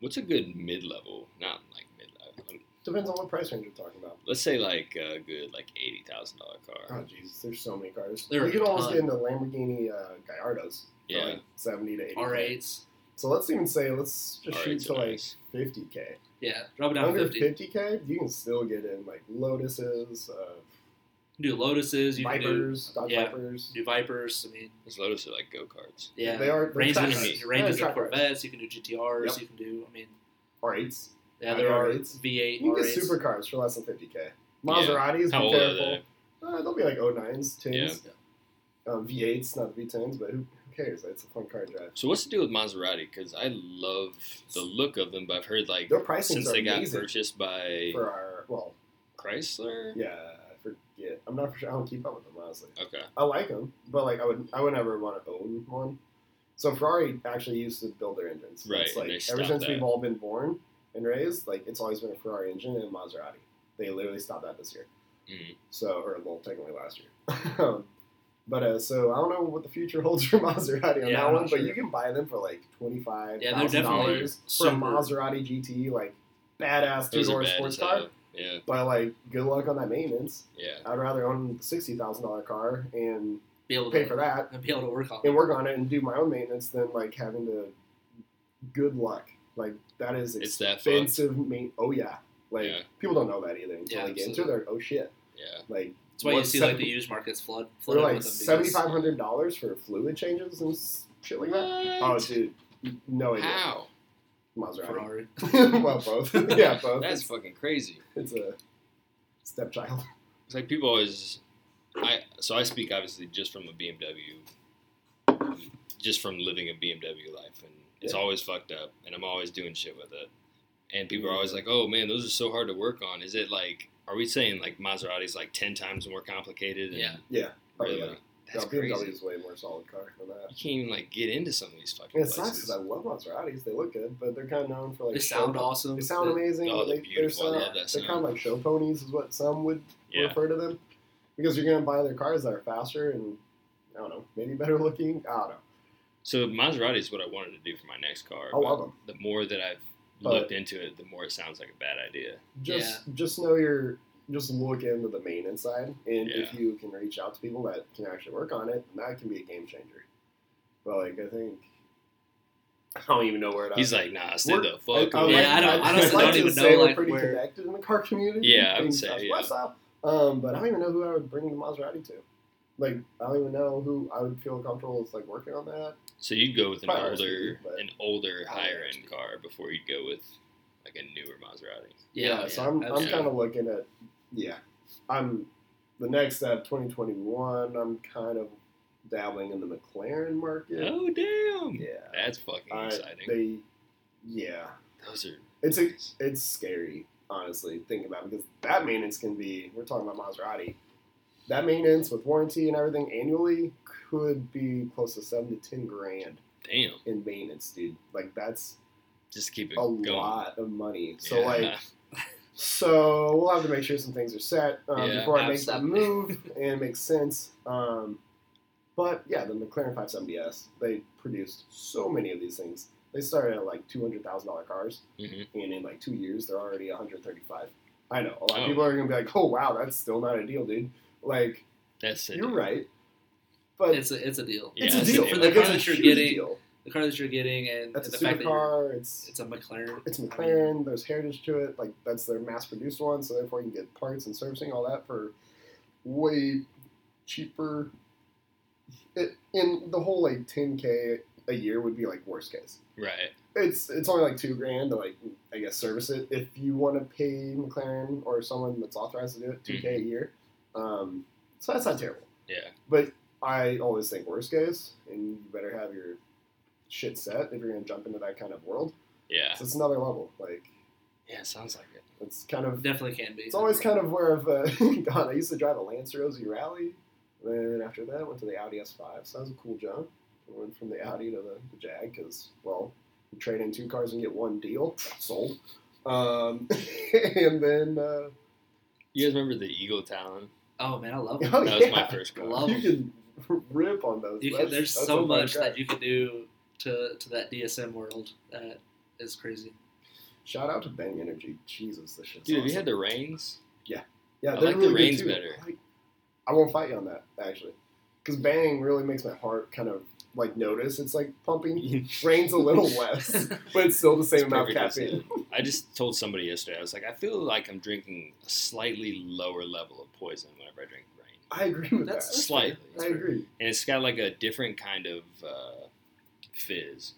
Speaker 5: What's a good mid level? Not like mid level.
Speaker 6: Depends on what price range you're talking about.
Speaker 5: Let's say like a good like eighty thousand dollar car.
Speaker 6: Oh Jesus, there's so many cars.
Speaker 7: There are
Speaker 6: you can
Speaker 7: a
Speaker 6: almost
Speaker 7: ton.
Speaker 6: get into Lamborghini uh, Gallardos. for,
Speaker 5: Yeah.
Speaker 6: like seventy to eighty.
Speaker 7: R8s.
Speaker 6: So let's even say let's just shoot
Speaker 5: R8s
Speaker 6: to
Speaker 5: are
Speaker 6: like
Speaker 5: nice.
Speaker 6: fifty k.
Speaker 7: Yeah. Drop it down to
Speaker 6: Under
Speaker 7: 50. You
Speaker 6: fifty k, you can still get in like Lotuses, uh,
Speaker 7: can do Lotuses. You can do,
Speaker 6: Vipers, Dodge
Speaker 7: yeah.
Speaker 6: Vipers.
Speaker 7: do Vipers. I mean,
Speaker 5: Those Lotus are like go karts.
Speaker 7: yeah.
Speaker 6: They are they're
Speaker 7: Ranges,
Speaker 6: track cars.
Speaker 7: Ranges
Speaker 6: They're
Speaker 7: and
Speaker 6: track cars.
Speaker 7: Corvettes. You can do GTRs.
Speaker 6: Yep.
Speaker 7: You can do, I mean,
Speaker 6: R8s.
Speaker 7: Yeah, there
Speaker 6: Yeah,
Speaker 7: are
Speaker 6: it's-
Speaker 7: V8
Speaker 6: You can
Speaker 7: R8s.
Speaker 6: get supercars for less than 50k.
Speaker 5: Yeah.
Speaker 6: Maseratis,
Speaker 5: How
Speaker 6: be
Speaker 5: old are
Speaker 6: careful.
Speaker 5: they?
Speaker 6: Uh, they'll be like 09s, 10s. Um, V8s, not V10s, but who who cares? It's a fun car to drive.
Speaker 5: So what's the deal with Maserati? Because I love the look of them, but I've heard like
Speaker 6: Their pricing
Speaker 5: since
Speaker 6: are
Speaker 5: they got
Speaker 6: amazing
Speaker 5: purchased by
Speaker 6: for our well,
Speaker 5: Chrysler.
Speaker 6: yeah, I forget. I'm not for sure. I don't keep up with them honestly.
Speaker 5: Okay.
Speaker 6: I like them, but like I would, I would never want to own one. So Ferrari actually used to build their engines.
Speaker 5: Right,
Speaker 6: It's
Speaker 5: and
Speaker 6: like
Speaker 5: they
Speaker 6: ever
Speaker 5: stopped
Speaker 6: since
Speaker 5: that.
Speaker 6: we've all been born and raised, like it's always been a Ferrari engine and a Maserati. They literally stopped that this year.
Speaker 5: Mhm.
Speaker 6: So, or well, technically last year. Um, but uh, so I don't know what the future holds for Maserati on
Speaker 7: Yeah,
Speaker 6: that
Speaker 7: I'm
Speaker 6: one,
Speaker 7: not sure.
Speaker 6: but you can buy them for like twenty five
Speaker 7: Yeah, they're
Speaker 6: thousand
Speaker 7: definitely
Speaker 6: dollars for a
Speaker 7: super-
Speaker 6: Maserati GT, like badass two
Speaker 5: Those are
Speaker 6: door
Speaker 5: bad
Speaker 6: sports
Speaker 5: as
Speaker 6: car.
Speaker 5: hell. Yeah,
Speaker 6: But like, good luck on that maintenance.
Speaker 5: yeah.
Speaker 6: I'd rather own a sixty thousand dollar car and
Speaker 7: Be able to
Speaker 6: pay for that
Speaker 7: And be able to work on.
Speaker 6: and
Speaker 7: it.
Speaker 6: work on it and do my own maintenance than like having to good luck. Like that is
Speaker 5: It's that fucked.
Speaker 6: expensive main oh yeah. Like
Speaker 5: Yeah.
Speaker 6: people don't know that either until
Speaker 7: Yeah,
Speaker 6: they get into it,
Speaker 7: absolutely.
Speaker 6: they're like, oh shit.
Speaker 5: Yeah.
Speaker 6: Like
Speaker 7: That's why you
Speaker 6: what
Speaker 7: see
Speaker 6: seven-
Speaker 7: like the used markets flood
Speaker 6: they're
Speaker 7: flooded
Speaker 6: like
Speaker 7: with them.
Speaker 6: seventy
Speaker 7: because-
Speaker 6: five hundred dollars for fluid changes and s- shit like that. Oh
Speaker 5: What?
Speaker 6: dude. No idea.
Speaker 5: How?
Speaker 6: Maserati.
Speaker 7: Ferrari.
Speaker 6: well both. yeah, both.
Speaker 5: That's
Speaker 6: It's-
Speaker 5: fucking crazy.
Speaker 6: it's a stepchild.
Speaker 5: It's like people always. I so I speak obviously just from a BMW, just from living a BMW life, and it's
Speaker 6: Yeah.
Speaker 5: always fucked up, and I'm always doing shit with it. And people are always like, "Oh man, those are so hard to work on." Is it like? Are we saying like Maserati's like ten times more complicated? and-
Speaker 7: Yeah.
Speaker 6: Yeah.
Speaker 5: really?
Speaker 6: Probably like-
Speaker 5: That's
Speaker 6: no,
Speaker 5: crazy.
Speaker 6: BMW is way more solid car than that.
Speaker 5: You can't even like get into some of these fucking
Speaker 6: And It sucks
Speaker 5: places.
Speaker 6: because I love Maseratis. They look good, but they're kind of known for like
Speaker 7: They sound
Speaker 6: show-
Speaker 7: awesome.
Speaker 6: They sound amazing.
Speaker 5: Oh, they're
Speaker 6: they,
Speaker 5: beautiful. I
Speaker 6: They're,
Speaker 5: love that
Speaker 6: they're kind
Speaker 5: sound.
Speaker 6: of like show ponies, is what some would
Speaker 5: Yeah.
Speaker 6: refer to them, because you're gonna buy their cars that are faster and I don't know, maybe better looking. I don't know.
Speaker 5: So Maserati is what I wanted to do for my next car.
Speaker 6: I love
Speaker 5: but
Speaker 6: them.
Speaker 5: The more that I've
Speaker 6: But-
Speaker 5: looked into it, the more it sounds like a bad idea.
Speaker 6: Just just know your just look into the main inside, and if
Speaker 5: Yeah.
Speaker 6: you can reach out to people that can actually work on it, that can be a game changer. But like I think I don't even know where it.
Speaker 5: He's like, "Nah, stay
Speaker 6: We're-
Speaker 5: the fuck."
Speaker 6: I- I
Speaker 5: away."
Speaker 6: like-
Speaker 7: Yeah, I don't-
Speaker 6: I'd
Speaker 7: honestly
Speaker 6: like
Speaker 7: don't
Speaker 6: to
Speaker 7: even
Speaker 6: say
Speaker 7: know,
Speaker 6: we're
Speaker 7: like,
Speaker 6: pretty
Speaker 7: where-
Speaker 6: connected in the car community.
Speaker 5: Yeah, I would
Speaker 6: in
Speaker 5: say,
Speaker 6: Southwest
Speaker 5: yeah.
Speaker 6: South. Um, but I don't even know who I would bring the Maserati to. Like, I don't even know who I would feel comfortable with, like working on that.
Speaker 5: So you'd go with an
Speaker 6: Probably
Speaker 5: older,
Speaker 6: RSVP, but-
Speaker 5: an older,
Speaker 6: I don't
Speaker 5: higher
Speaker 6: know.
Speaker 5: end car before you'd go with like a newer Maserati.
Speaker 7: Yeah,
Speaker 6: so I'm, I'm
Speaker 7: absolutely.
Speaker 6: kind of looking at, yeah, I'm the next step, 2021. I'm kind of dabbling in the McLaren market.
Speaker 5: Oh damn!
Speaker 6: Yeah,
Speaker 5: That's fucking
Speaker 6: I-
Speaker 5: exciting.
Speaker 6: they, yeah,
Speaker 5: Those are
Speaker 6: it's a, it's scary, honestly, think about it, because that maintenance can be we're talking about Maserati. That maintenance with warranty and everything annually could be close to seven to ten grand
Speaker 5: damn.
Speaker 6: in maintenance, dude. Like that's
Speaker 5: Just keep it
Speaker 6: a
Speaker 5: going.
Speaker 6: lot of money. So
Speaker 5: Yeah.
Speaker 6: like so we'll have to make sure some things are set um,
Speaker 5: Yeah,
Speaker 6: before I make that
Speaker 7: absolutely.
Speaker 6: move and it makes sense. Um, but yeah, the McLaren 570S, they produced so many of these things. They started at like two hundred thousand dollar cars
Speaker 5: Mhm.
Speaker 6: and in like two years they're already 135. I know a lot
Speaker 5: Oh.
Speaker 6: of people are gonna be like, "Oh wow, that's still not a deal, dude." Like
Speaker 5: That's it.
Speaker 6: you're right, but it's,
Speaker 7: it's a it's a deal.
Speaker 5: Yeah,
Speaker 6: a
Speaker 5: it's a
Speaker 6: deal
Speaker 5: deal.
Speaker 6: Like,
Speaker 7: For the
Speaker 6: it's
Speaker 7: car
Speaker 6: a
Speaker 7: that you're
Speaker 6: huge
Speaker 7: getting-
Speaker 6: deal.
Speaker 7: The car that you're getting and,
Speaker 6: That's
Speaker 7: and
Speaker 6: a
Speaker 7: the fact that you're-
Speaker 6: supercar. It's
Speaker 7: it's a McLaren.
Speaker 6: it's
Speaker 7: I mean,
Speaker 6: McLaren. There's heritage to it. Like that's their mass-produced one, so therefore you can get parts and servicing all that for way cheaper. It, and the whole like 10k a year would be like worst case.
Speaker 5: Right.
Speaker 6: It's it's only like two grand to like I guess service it if you want to pay McLaren or someone that's authorized to do it 2k a year. Um, so that's not terrible.
Speaker 5: Yeah.
Speaker 6: But I always think worst case, and you better have your shit set if you're gonna jump into that kind of world.
Speaker 5: Yeah.
Speaker 6: So it's another level. Like
Speaker 5: Yeah. it Sounds like it.
Speaker 6: it's kind of
Speaker 7: Definitely can be.
Speaker 6: it's always kind of where I've uh, gone. I used to drive a Lance Rosie Rally, and then after that I went to the Audi S5. So that was a cool jump. I went from the Audi to the, the Jag because well, you trade in two cars and get one deal. Sold. Um, and then uh,
Speaker 5: You guys remember the Eagle Talon?
Speaker 7: Oh man, I love
Speaker 6: oh,
Speaker 7: it.
Speaker 5: That was
Speaker 6: yeah.
Speaker 5: my first car.
Speaker 7: Love
Speaker 6: You can rip on those.
Speaker 7: You can,
Speaker 6: That's-
Speaker 7: there's
Speaker 6: that's a
Speaker 7: so
Speaker 6: fun
Speaker 7: much
Speaker 6: car.
Speaker 7: that you can do to to that DSM world that is crazy.
Speaker 6: Shout out to Bang Energy. Jesus, this shit's
Speaker 5: Dude,
Speaker 6: awesome.
Speaker 5: have you had the reins?
Speaker 6: Yeah,
Speaker 5: I
Speaker 6: they're
Speaker 5: like the
Speaker 6: really good
Speaker 5: reins
Speaker 6: too.
Speaker 5: better.
Speaker 6: I, I won't fight you on that actually, because bang really makes my heart kind of like notice it's like pumping. Rain's a little less, but it's still the same
Speaker 5: It's
Speaker 6: amount of
Speaker 5: perfectly
Speaker 6: caffeine.
Speaker 5: I just told somebody yesterday. I was like, I feel like I'm drinking a slightly lower level of poison whenever I drink rain.
Speaker 6: I agree with
Speaker 7: That's-
Speaker 6: that.
Speaker 5: Slightly.
Speaker 6: I agree.
Speaker 5: and it's got like a different kind of uh, fizz.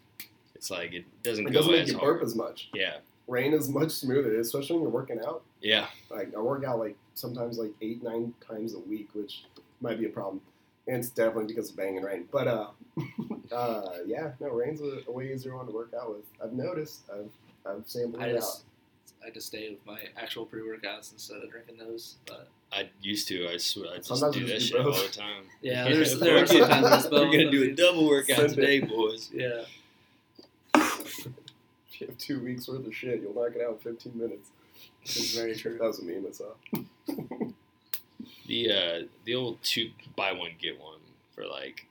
Speaker 5: It's like it doesn't
Speaker 6: It
Speaker 5: go
Speaker 6: doesn't make
Speaker 5: as
Speaker 6: you
Speaker 5: hard.
Speaker 6: burp as much.
Speaker 5: Yeah,
Speaker 6: rain is much smoother, especially when you're working out.
Speaker 5: Yeah.
Speaker 6: Like I work out like sometimes like eight, nine times a week, which might be a problem. And it's definitely because of banging rain. But uh, uh yeah, no, rain's a, a way easier one to work out with. I've noticed. I've I've sampled
Speaker 7: I
Speaker 6: it
Speaker 7: just I just stay with my actual pre workouts instead of drinking those. But
Speaker 5: I used to. I swear, I just
Speaker 6: Sometimes
Speaker 5: do
Speaker 6: we
Speaker 5: that
Speaker 6: just do
Speaker 5: shit all
Speaker 6: both.
Speaker 5: the time.
Speaker 7: yeah, there's
Speaker 5: We're
Speaker 7: there are
Speaker 5: gonna-
Speaker 7: sometimes that's
Speaker 5: We're
Speaker 7: both.
Speaker 5: gonna do a double workout
Speaker 6: Send it.
Speaker 5: today, boys.
Speaker 7: Yeah.
Speaker 6: out. If you have two weeks worth of shit, you'll knock it out in fifteen minutes.
Speaker 7: It's very true.
Speaker 6: That was a meme I saw.
Speaker 5: The uh, the old two buy one get one for like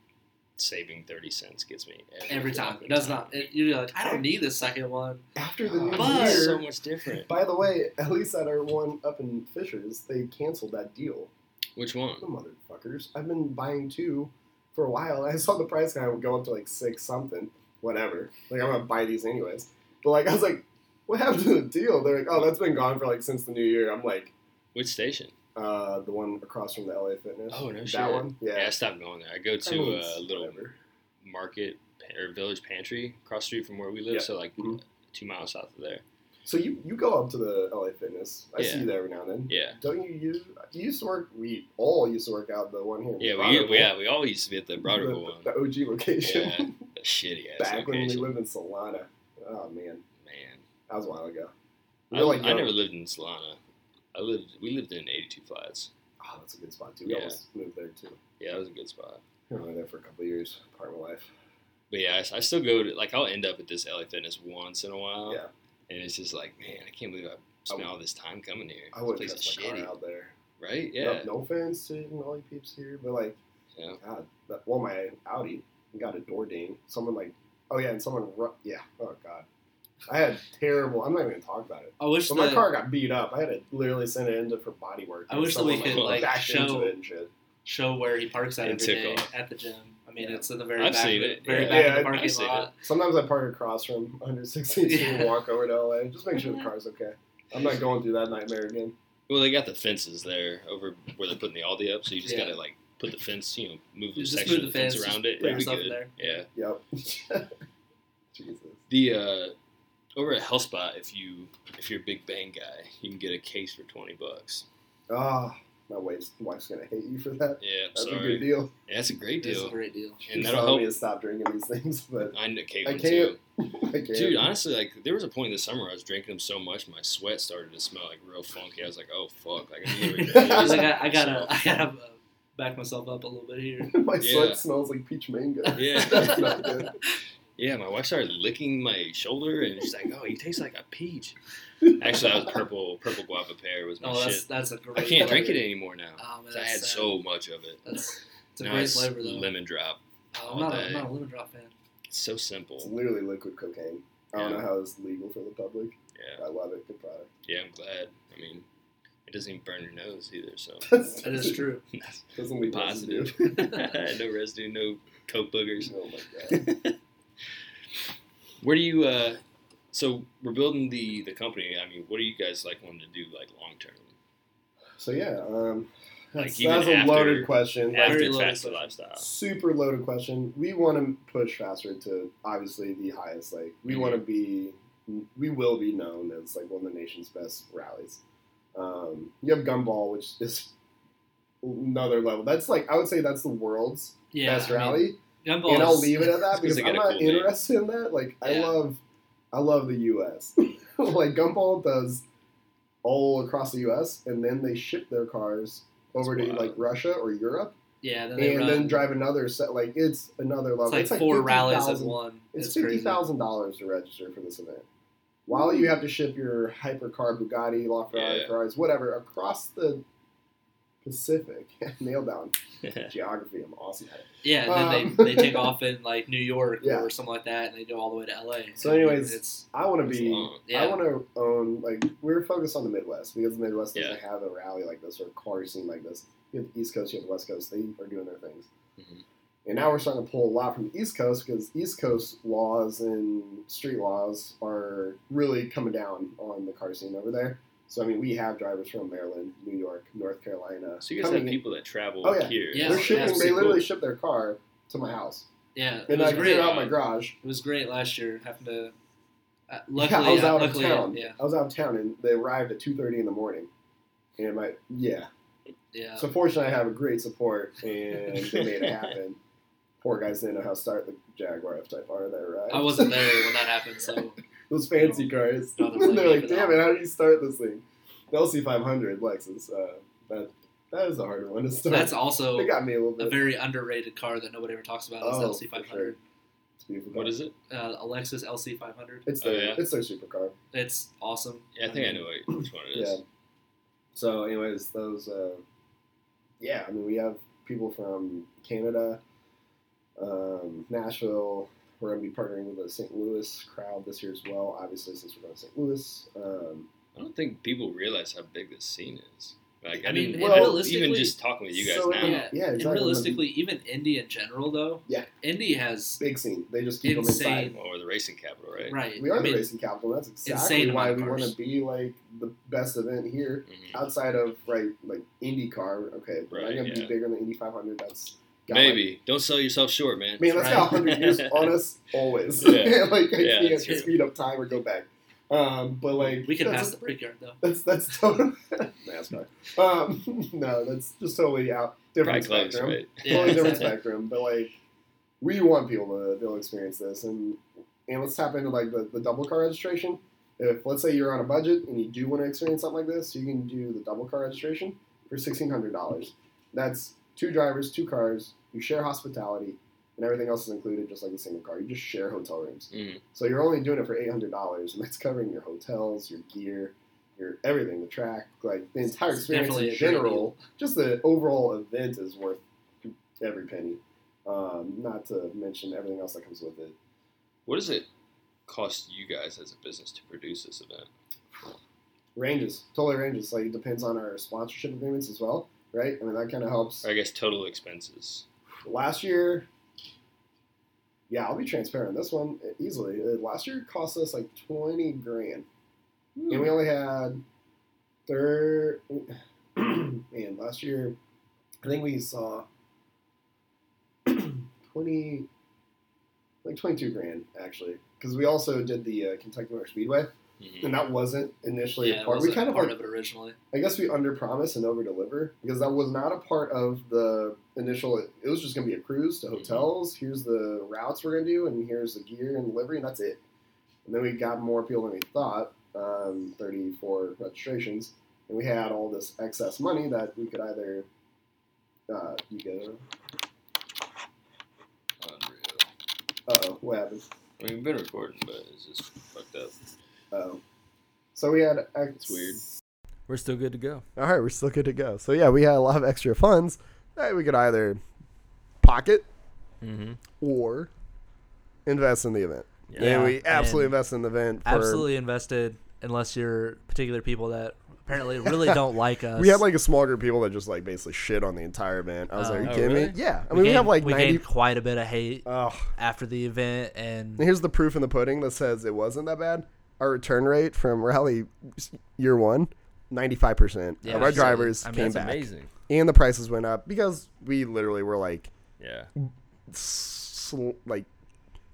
Speaker 5: saving thirty cents gets me
Speaker 7: Every time.
Speaker 5: fucking
Speaker 7: It does
Speaker 5: time.
Speaker 7: not. It, you're like, I don't need this second one.
Speaker 6: After the new
Speaker 7: Uh, But-
Speaker 5: It's
Speaker 6: year,
Speaker 5: so much different.
Speaker 6: By the way, at least at our one up in Fishers, they canceled that deal.
Speaker 5: Which one?
Speaker 6: The motherfuckers. I've been buying two for a while. I saw the price kind of go up to like six something, whatever. Like I'm gonna buy these anyways. But like I was like, what happened to the deal? They're like, oh, that's been gone for like since the new year. I'm like,
Speaker 5: Which station?
Speaker 6: uh, the one across from the LA Fitness.
Speaker 5: Oh, no
Speaker 6: that
Speaker 5: shit.
Speaker 6: one.
Speaker 5: Yeah.
Speaker 6: Yeah.
Speaker 5: I stopped going there. I go
Speaker 6: I
Speaker 5: to
Speaker 6: mean,
Speaker 5: a little
Speaker 6: whatever.
Speaker 5: market pa- or village pantry across street from where we live,
Speaker 6: Yeah.
Speaker 5: so like
Speaker 6: Mhm.
Speaker 5: two miles south of there.
Speaker 6: So you you go up to the LA Fitness. I see
Speaker 5: Yeah.
Speaker 6: you there every now and then.
Speaker 5: Yeah.
Speaker 6: Don't you use? You used to work. We all used to work out the one here. in
Speaker 5: Yeah, we,
Speaker 6: Bronco.
Speaker 5: we yeah, we all used to be at the Broderville one.
Speaker 6: the, the OG location.
Speaker 5: Yeah, that shitty ass
Speaker 6: Back when we
Speaker 5: location.
Speaker 6: lived in Solana. Oh man,
Speaker 5: Man,
Speaker 6: that was a while ago. We
Speaker 5: I,
Speaker 6: were like,
Speaker 5: I
Speaker 6: young.
Speaker 5: never lived in Solana. I lived we lived in 82 flats.
Speaker 6: Oh, that's a good spot too. We
Speaker 5: Yeah.
Speaker 6: almost moved there too.
Speaker 5: Yeah, that was a good spot.
Speaker 6: We were only there for a couple of years, part of my life.
Speaker 5: But yeah, I, I still go to like I'll end up at this LA Fitness once in a while.
Speaker 6: Yeah.
Speaker 5: And it's just like, man, I can't believe I spent all this time coming here.
Speaker 6: I wouldn't
Speaker 5: this
Speaker 6: trust
Speaker 5: place is
Speaker 6: my
Speaker 5: shitty,
Speaker 6: car out there.
Speaker 5: right?
Speaker 6: No-
Speaker 5: Yeah.
Speaker 6: No, offense to all you peeps here, but like,
Speaker 5: Yeah.
Speaker 6: God, that, well, my Audi got a door ding. Someone like, oh yeah, and someone, ru- yeah, oh god, I had terrible. I'm not even gonna talk about it.
Speaker 7: I wish
Speaker 6: But my
Speaker 7: the-
Speaker 6: car got beat up. I had to literally send it into for body work.
Speaker 7: I wish that we
Speaker 6: Someone,
Speaker 5: could,
Speaker 7: like,
Speaker 6: backed
Speaker 7: show-
Speaker 6: into it and shit.
Speaker 7: show where he parks at
Speaker 5: It
Speaker 7: every
Speaker 5: took
Speaker 7: day
Speaker 5: off.
Speaker 7: at the gym. I mean,
Speaker 6: Yeah.
Speaker 7: it's in the very
Speaker 5: I've
Speaker 7: back,
Speaker 5: seen
Speaker 7: of the,
Speaker 5: it,
Speaker 7: very
Speaker 5: yeah.
Speaker 7: back
Speaker 6: Yeah,
Speaker 7: of the
Speaker 5: I've
Speaker 7: parking
Speaker 5: seen
Speaker 7: lot.
Speaker 6: Sometimes I park across from 116th Street
Speaker 7: Yeah.
Speaker 6: and walk over to LA. Just make sure the car's okay. I'm not going through that nightmare again.
Speaker 5: Well, they got the fences there over where they're putting the Aldi up, so you just
Speaker 7: Yeah.
Speaker 5: gotta like put the fence, you know,
Speaker 7: You
Speaker 5: move the
Speaker 7: just
Speaker 5: section
Speaker 7: move the
Speaker 5: of the fence,
Speaker 7: fence,
Speaker 5: around it.
Speaker 7: put
Speaker 5: It'd be
Speaker 7: yourself
Speaker 5: good.
Speaker 7: there.
Speaker 5: Yeah.
Speaker 6: Yep. Jesus.
Speaker 5: The uh, over at Health Spot, if you if you're a Big Bang guy, you can get a case for twenty bucks.
Speaker 6: Ah, my wife's, wife's gonna hate you for that.
Speaker 5: Yeah, I'm
Speaker 6: That's a
Speaker 5: sorry.
Speaker 6: good deal.
Speaker 5: Yeah, that's a great
Speaker 7: It's a
Speaker 5: deal.
Speaker 7: great deal.
Speaker 5: And
Speaker 6: She's
Speaker 5: that'll
Speaker 6: telling me
Speaker 5: help.
Speaker 6: to stop drinking these things, but
Speaker 5: I kn- K
Speaker 6: I
Speaker 5: one too.
Speaker 6: can't. I can't.
Speaker 5: Dude, honestly, like there was a point this summer I was drinking them so much, my sweat started to smell like real funky. I was like, oh fuck, like, I'm literally-
Speaker 7: I was like, I, I gotta, I gotta uh, back myself up a little bit here.
Speaker 6: my
Speaker 5: Yeah.
Speaker 6: sweat smells like peach mango.
Speaker 5: Yeah.
Speaker 6: That's not good.
Speaker 5: Yeah, my wife started licking my shoulder, and she's like, "Oh, you taste like a peach." Actually, I was purple. Purple guava pear was my
Speaker 7: Oh, that's
Speaker 5: shit.
Speaker 7: that's a great.
Speaker 5: I can't drink
Speaker 7: flavor.
Speaker 5: it anymore now.
Speaker 7: Oh, man,
Speaker 5: 'cause I
Speaker 7: that's
Speaker 5: had
Speaker 7: sad.
Speaker 5: so much of it.
Speaker 7: That's it's a
Speaker 5: now
Speaker 7: great
Speaker 5: it's
Speaker 7: flavor though.
Speaker 5: lemon drop.
Speaker 7: Oh,
Speaker 5: all
Speaker 7: I'm, not a,
Speaker 5: day.
Speaker 7: I'm not a lemon drop fan.
Speaker 5: It's so
Speaker 6: It's
Speaker 5: simple.
Speaker 6: literally liquid cocaine. I don't
Speaker 5: Yeah.
Speaker 6: know how it's legal for the public.
Speaker 5: Yeah,
Speaker 6: I love it. Good product.
Speaker 5: yeah. I'm glad. I mean, it doesn't even burn your nose either, so
Speaker 7: That is true.
Speaker 6: Doesn't leave nothing to do.
Speaker 5: positive. no residue, no coke boogers.
Speaker 6: Oh my god.
Speaker 5: Where do you? uh So we're building the the company. I mean, what do you guys like wanting to do like long term?
Speaker 6: So yeah, um,
Speaker 5: Like
Speaker 6: that's,
Speaker 5: even
Speaker 6: that's a
Speaker 5: after-
Speaker 6: loaded question. Like,
Speaker 5: After
Speaker 7: Very low
Speaker 5: fast
Speaker 7: budget.
Speaker 5: lifestyle.
Speaker 6: super loaded question. We want to push faster to obviously the highest. Like we
Speaker 5: Mhm.
Speaker 6: want to be, we will be known as like one of the nation's best rallies. Um, you have Gumball, which is another level. That's like I would say that's the world's
Speaker 7: Yeah,
Speaker 6: best
Speaker 7: I mean,
Speaker 6: rally.
Speaker 7: Gumball
Speaker 6: and I'll
Speaker 7: is-
Speaker 6: leave it at
Speaker 5: It's
Speaker 6: that
Speaker 5: 'cause
Speaker 6: because
Speaker 5: they got
Speaker 6: I'm
Speaker 5: a
Speaker 6: not
Speaker 5: cool name.
Speaker 6: interested in that. Like I
Speaker 5: Yeah.
Speaker 6: love, I love the U.S. like Gumball does all across the U.S. and then they ship their cars over to
Speaker 5: wild.
Speaker 6: like Russia or Europe
Speaker 7: Yeah, then
Speaker 6: and
Speaker 7: they run.
Speaker 6: then drive another set. Like it's another level.
Speaker 7: it's like four rallies at
Speaker 6: 50,000
Speaker 7: one.
Speaker 6: It's
Speaker 7: crazy.
Speaker 6: fifty thousand dollars to register for this event. While you have to ship your hypercar Bugatti, LaFerrari,
Speaker 5: Yeah.
Speaker 6: Ferraris, whatever across the Pacific, nailed down geography. I'm awesome at it.
Speaker 7: Yeah, and
Speaker 6: Um,
Speaker 7: then they, they take off in like New York
Speaker 6: Yeah.
Speaker 7: or something like that, and they go all the way to LA.
Speaker 6: So anyways,
Speaker 7: it's
Speaker 6: I want to
Speaker 5: It's
Speaker 6: be.
Speaker 5: long.
Speaker 7: yeah,
Speaker 6: I want to own like we're focused on the Midwest because the Midwest doesn't
Speaker 5: Yeah.
Speaker 6: have a rally like this or a car scene like this. You have the East Coast, you have the West Coast. They are doing their things,
Speaker 5: Mhm.
Speaker 6: and now we're starting to pull a lot from the East Coast because East Coast laws and street laws are really coming down on the car scene over there. So I mean, we have drivers from Maryland, New York, North Carolina.
Speaker 5: So you guys
Speaker 6: coming
Speaker 5: have
Speaker 6: in.
Speaker 5: people that travel
Speaker 6: Oh, yeah.
Speaker 5: here.
Speaker 7: Yeah.
Speaker 6: They're shipping.
Speaker 7: that's
Speaker 6: they
Speaker 5: cool.
Speaker 6: literally ship their car to my house,
Speaker 7: yeah. It
Speaker 6: and
Speaker 7: was
Speaker 6: I
Speaker 7: great.
Speaker 6: clear out my garage.
Speaker 7: It was great last year. Having to Uh,
Speaker 6: Yeah,
Speaker 7: luckily,
Speaker 6: I was
Speaker 7: uh,
Speaker 6: out of
Speaker 7: luckily,
Speaker 6: town.
Speaker 7: yeah,
Speaker 6: I was out of town, and they arrived at two thirty in the morning. And my yeah.
Speaker 7: yeah.
Speaker 6: So fortunately, I have a great support, and they made it happen. Poor guys didn't know how to start the Jaguar F-Type R that arrived.
Speaker 7: I wasn't there when that happened, so
Speaker 6: Those fancy cars.
Speaker 7: Not a blame
Speaker 6: They're like,
Speaker 7: at
Speaker 6: damn
Speaker 7: all."
Speaker 6: it, how do you start this thing? The LC500 Lexus. Uh, that that is a hard one to start.
Speaker 7: that's also
Speaker 6: They got me a little bit.
Speaker 7: a very underrated car that nobody ever talks about.
Speaker 6: Oh,
Speaker 7: Is the
Speaker 6: for
Speaker 7: LC500,
Speaker 6: sure. It's a beautiful car.
Speaker 5: What is it?
Speaker 7: uh, a Lexus LC500.
Speaker 6: It's
Speaker 5: Oh,
Speaker 6: their
Speaker 5: yeah.
Speaker 6: it's their supercar.
Speaker 7: It's awesome.
Speaker 5: Yeah, I think I know what- which one it is.
Speaker 6: Yeah. So, anyways, those. Uh, yeah, I mean, we have people from Canada, um, Nashville. We're going to be partnering with the St. Louis crowd this year as well. Obviously, since we're going to St. Louis. Um,
Speaker 5: I don't think people realize how big this scene is. Like I,
Speaker 7: I mean,
Speaker 5: didn't
Speaker 6: and
Speaker 5: well,
Speaker 7: realistically-
Speaker 5: even just talking with you guys
Speaker 6: so,
Speaker 5: now.
Speaker 7: Yeah,
Speaker 6: yeah,
Speaker 7: And
Speaker 6: exactly.
Speaker 7: realistically, even Indy in general, though,
Speaker 6: Yeah.
Speaker 7: Indy has
Speaker 6: big scene. They just keep them
Speaker 7: Insane.
Speaker 6: inside.
Speaker 5: Well, we're the racing capital, right?
Speaker 7: right.
Speaker 6: We are
Speaker 7: I mean,
Speaker 6: the racing capital. That's exactly
Speaker 7: insane
Speaker 6: why
Speaker 7: amount
Speaker 6: we
Speaker 7: of
Speaker 6: want to
Speaker 7: cars.
Speaker 6: be like the best event here.
Speaker 5: Mhm.
Speaker 6: Outside of right, like IndyCar, okay, we're
Speaker 5: Right,
Speaker 6: not gonna
Speaker 5: yeah.
Speaker 6: be bigger than Indy 500. That's got, like,
Speaker 5: Maybe. Don't sell yourself short, man.
Speaker 6: I mean, that's got
Speaker 7: Right.
Speaker 6: 100 years on us always.
Speaker 5: Yeah.
Speaker 6: like, I
Speaker 5: Yeah,
Speaker 6: can't
Speaker 5: that's true.
Speaker 6: speed up time or go back. Um, but, like,
Speaker 7: We can
Speaker 6: that's,
Speaker 7: pass the brake yard though.
Speaker 6: That's, that's totally. NASCAR. Um, no, that's just totally out.
Speaker 5: Probably
Speaker 6: Different
Speaker 5: close,
Speaker 6: spectrum.
Speaker 5: right?
Speaker 7: Yeah,
Speaker 6: totally different
Speaker 7: exactly.
Speaker 6: spectrum. But, like, we want people to be able to experience this. And, and let's tap into, like, the, the double car registration. If, let's say, you're on a budget and you do want to experience something like this, you can do the double car registration for $1,600. That's two drivers, two cars. You share hospitality, and everything else is included, just like a single car. You just share hotel rooms.
Speaker 5: Mm.
Speaker 6: So you're only doing it for eight hundred dollars, and that's covering your hotels, your gear, your everything, the track, like the entire
Speaker 7: It's
Speaker 6: experience
Speaker 7: definitely
Speaker 6: in
Speaker 7: a great
Speaker 6: general. Just the overall event is worth every penny. Um, not to mention everything else that comes with it.
Speaker 5: What does it cost you guys as a business to produce this event?
Speaker 6: Ranges totally ranges. Like it depends on our sponsorship agreements as well, right? I mean that kind of helps.
Speaker 5: Or I guess total expenses.
Speaker 6: Last year, yeah, I'll be transparent. on This one uh, easily. Uh, Last year it cost us like twenty grand, and
Speaker 7: Hmm.
Speaker 6: we only had third. man, last year, I think we saw twenty, like twenty-two grand actually, because we also did the uh, Kentucky Motor Speedway,
Speaker 5: Mhm.
Speaker 6: and that wasn't initially
Speaker 7: yeah,
Speaker 6: a
Speaker 7: it
Speaker 6: part. We
Speaker 7: wasn't
Speaker 6: kind of
Speaker 7: part
Speaker 6: like
Speaker 7: of it originally.
Speaker 6: I guess we under promise and over deliver because that was not a part of the initial. It was just going to be a cruise to hotels. Here's the routes we're going to do, and here's the gear and delivery, and that's it. And then we got more people than we thought um, 34 registrations. And we had all this excess money that we could either. Uh, you go.
Speaker 5: Unreal.
Speaker 6: Uh oh, what happened?
Speaker 5: I mean, we've been recording, but it's just fucked up.
Speaker 6: Oh. So we had. Ex-
Speaker 5: It's weird.
Speaker 4: We're still good to go.
Speaker 6: All right, we're still good to go. So yeah, we had a lot of extra funds that we could either pocket
Speaker 4: Mm-hmm.
Speaker 6: or invest in the event.
Speaker 4: Yeah.
Speaker 6: and we
Speaker 8: Yeah,
Speaker 6: absolutely
Speaker 8: and
Speaker 6: invest in the event. For,
Speaker 8: absolutely invested unless you're particular people that apparently really don't like us.
Speaker 6: We had like a small group of people that just like basically shit on the entire event. I was
Speaker 8: Oh.
Speaker 6: like, Are you
Speaker 4: Oh,
Speaker 6: kidding me?
Speaker 4: really?
Speaker 6: Yeah. I
Speaker 8: we,
Speaker 6: mean, we,
Speaker 8: gained,
Speaker 6: have like
Speaker 8: we
Speaker 6: 90.
Speaker 8: gained quite a bit of hate
Speaker 6: Oh,
Speaker 8: after the event, and
Speaker 6: here's the proof in the pudding that says it wasn't that bad. Our return rate from rally s- year one, 95%
Speaker 8: Yeah,
Speaker 6: of our
Speaker 8: absolutely.
Speaker 6: drivers
Speaker 8: I mean,
Speaker 6: came
Speaker 4: That's
Speaker 6: back.
Speaker 4: amazing.
Speaker 6: And the prices went up because we literally were like,
Speaker 4: Yeah.
Speaker 6: sl- like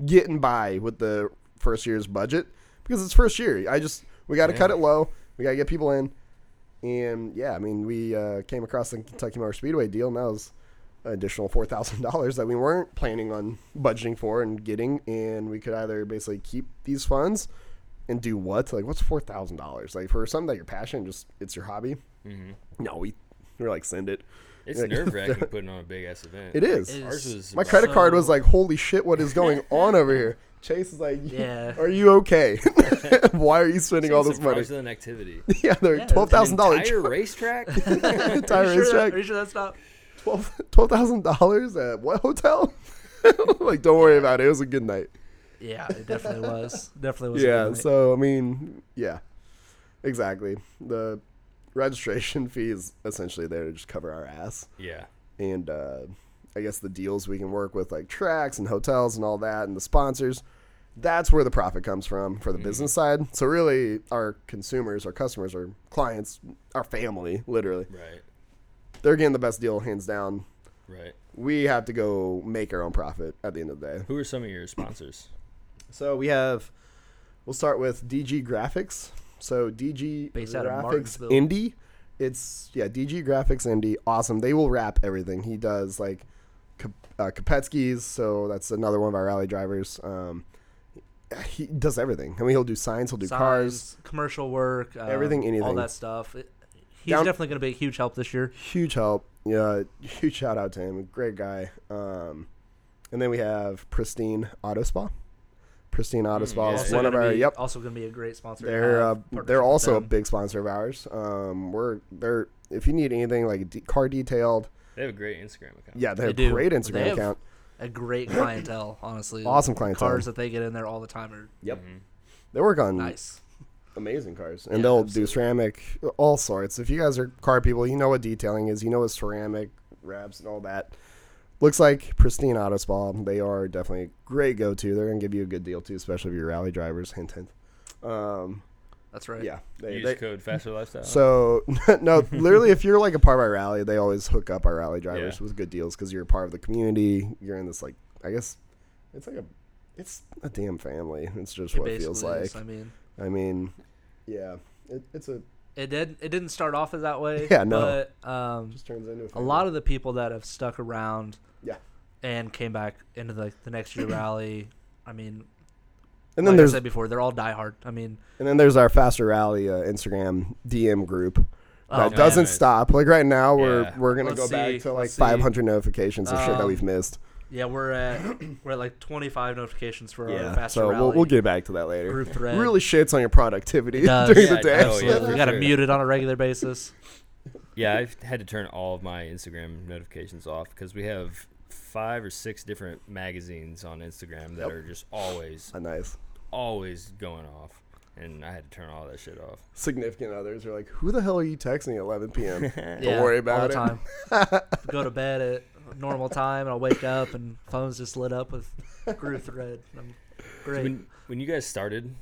Speaker 6: getting by with the first year's budget because it's first year. I just we got to cut it low. We got to get people in, and yeah, I mean we uh, came across the Kentucky Motor Speedway deal, and that was an additional four thousand dollars that we weren't planning on budgeting for and getting, and we could either basically keep these funds and do what? Like what's four thousand dollars? Like for something that you're passionate, just it's your hobby. Mm-hmm. No, we we're like send it.
Speaker 4: It's
Speaker 6: Like,
Speaker 4: nerve wracking putting on a big ass event.
Speaker 6: It is.
Speaker 8: It
Speaker 4: Ours
Speaker 8: is-
Speaker 4: was
Speaker 6: My
Speaker 4: about-
Speaker 6: credit card was
Speaker 8: So-
Speaker 6: like, "Holy shit, what is going on over here?" Chase is like,
Speaker 8: Yeah.
Speaker 6: are you okay? Why are you spending all this
Speaker 4: It's a
Speaker 6: money?"
Speaker 4: fraudulent activity.
Speaker 6: Yeah, they're
Speaker 8: Yeah,
Speaker 6: twelve thousand dollars.
Speaker 4: Entire racetrack.
Speaker 8: are
Speaker 6: Entire
Speaker 8: you, sure,
Speaker 6: racetrack.
Speaker 8: are you sure that's not?
Speaker 6: Twelve twelve thousand dollars at what hotel? like, don't worry about it. It was a good night.
Speaker 8: Yeah, it definitely was. Definitely was. a good
Speaker 6: Yeah.
Speaker 8: night.
Speaker 6: So I mean, yeah, exactly. The registration fee is essentially there to just cover our ass.
Speaker 4: yeah.
Speaker 6: and uh, I guess the deals we can work with, like tracks and hotels and all that, and the sponsors. That's where the profit comes from for the business side. So really, our consumers, our customers, our clients, our family, literally,
Speaker 4: Right.
Speaker 6: they're getting the best deal hands down.
Speaker 4: Right.
Speaker 6: We have to go make our own profit at the end of the day.
Speaker 4: Who are some of your sponsors?
Speaker 6: So we have We'll start with DG Graphics. So DG
Speaker 7: Based out of
Speaker 6: Graphics
Speaker 7: Martinsville.
Speaker 6: Indie. It's yeah, DG Graphics Indie. Awesome. They will wrap everything. He does like Kap- uh, Kopetsky's. So that's another one of our rally drivers. Um, he does everything. I mean, he'll do signs. He'll do cars.
Speaker 7: Signs, commercial work, um,
Speaker 6: Everything,
Speaker 7: all
Speaker 6: anything.
Speaker 7: that stuff. It- he's
Speaker 6: Down-
Speaker 7: definitely going to be a huge help this year.
Speaker 6: huge help. Yeah, huge shout out to him. Great guy. Um, and then we have Pristine Auto Spa. Pristine Auto
Speaker 7: Hmm,
Speaker 6: Spa
Speaker 9: yeah,
Speaker 6: is
Speaker 7: Also
Speaker 6: one of
Speaker 7: gonna
Speaker 6: our
Speaker 7: be-
Speaker 6: yep.
Speaker 7: Also going to be a great sponsor. to
Speaker 6: They're uh,
Speaker 7: have, partnership
Speaker 6: they're
Speaker 7: with
Speaker 6: also a
Speaker 7: them.
Speaker 6: big sponsor of ours. Um, we're they're if you need anything like de- car detailed,
Speaker 5: They have a great Instagram account.
Speaker 6: yeah, they have
Speaker 7: do.
Speaker 6: great
Speaker 7: They
Speaker 6: Instagram
Speaker 7: have-
Speaker 6: account.
Speaker 7: a great clientele. Honestly,
Speaker 6: Awesome
Speaker 7: The
Speaker 6: clientele.
Speaker 7: Cars that they get in there all the time are
Speaker 6: Yep, they work on
Speaker 7: nice.
Speaker 6: amazing cars, and they'll do ceramic, all sorts. If you guys are car people, you know what detailing is. You know what ceramic wraps and all that looks like. Pristine Auto Spa, they are definitely a great go to. They're gonna give you a good deal too, especially if you're rally drivers. Hint, hint. Um,
Speaker 7: That's right.
Speaker 6: yeah, they,
Speaker 5: Use
Speaker 6: they,
Speaker 5: code Faster Lifestyle.
Speaker 6: So no, literally, if you're like a part of our rally, they always hook up our rally drivers
Speaker 5: Yeah.
Speaker 6: with good deals because you're a part of the community. You're in this like, I guess, it's like a, it's a damn family. It's just
Speaker 7: It
Speaker 6: what it feels
Speaker 7: basically
Speaker 6: like.
Speaker 7: is. I mean,
Speaker 6: I mean, yeah, it, it's a
Speaker 7: it did. It didn't start off as that way.
Speaker 6: Yeah, no.
Speaker 7: But um,
Speaker 6: just turns into a,
Speaker 7: a lot of the people that have stuck around
Speaker 6: yeah.
Speaker 7: and came back into the the next year rally. I mean,
Speaker 6: And then
Speaker 7: like
Speaker 6: there's
Speaker 7: I said before, they're all diehard. I mean,
Speaker 6: and then there's our faster rally uh, Instagram DM group.
Speaker 7: Oh,
Speaker 6: that doesn't
Speaker 5: nice.
Speaker 6: stop. Like right now, we're
Speaker 5: Yeah.
Speaker 6: we're gonna
Speaker 7: Let's
Speaker 6: go
Speaker 7: see,
Speaker 6: back to like
Speaker 7: let's see.
Speaker 6: 500 notifications of shit that
Speaker 7: Um,
Speaker 6: we've missed.
Speaker 7: yeah, we're at we're at like 25 notifications for our
Speaker 6: Yeah,
Speaker 7: faster
Speaker 6: so
Speaker 7: rally.
Speaker 6: we'll, we'll get back to that later.
Speaker 7: group thread.
Speaker 6: Really shits on your productivity
Speaker 7: does.
Speaker 6: during
Speaker 5: Yeah,
Speaker 6: the day.
Speaker 5: it does.
Speaker 7: Absolutely,
Speaker 5: yeah,
Speaker 7: we
Speaker 5: for
Speaker 7: got to
Speaker 5: sure.
Speaker 7: mute it on a regular basis.
Speaker 5: Yeah, I've had to turn all of my Instagram notifications off because we have five or six different magazines on Instagram that are just always,
Speaker 6: a nice
Speaker 5: always going off, and I had to turn all that shit off.
Speaker 6: significant others are like, "Who the hell are you texting at 11 p.m.?" Don't
Speaker 7: Yeah,
Speaker 6: worry about
Speaker 7: all the
Speaker 6: it.
Speaker 7: time. Go to bed at normal time, and I'll wake up, and phone's just lit up with group thread. I'm great.
Speaker 5: When when you guys started,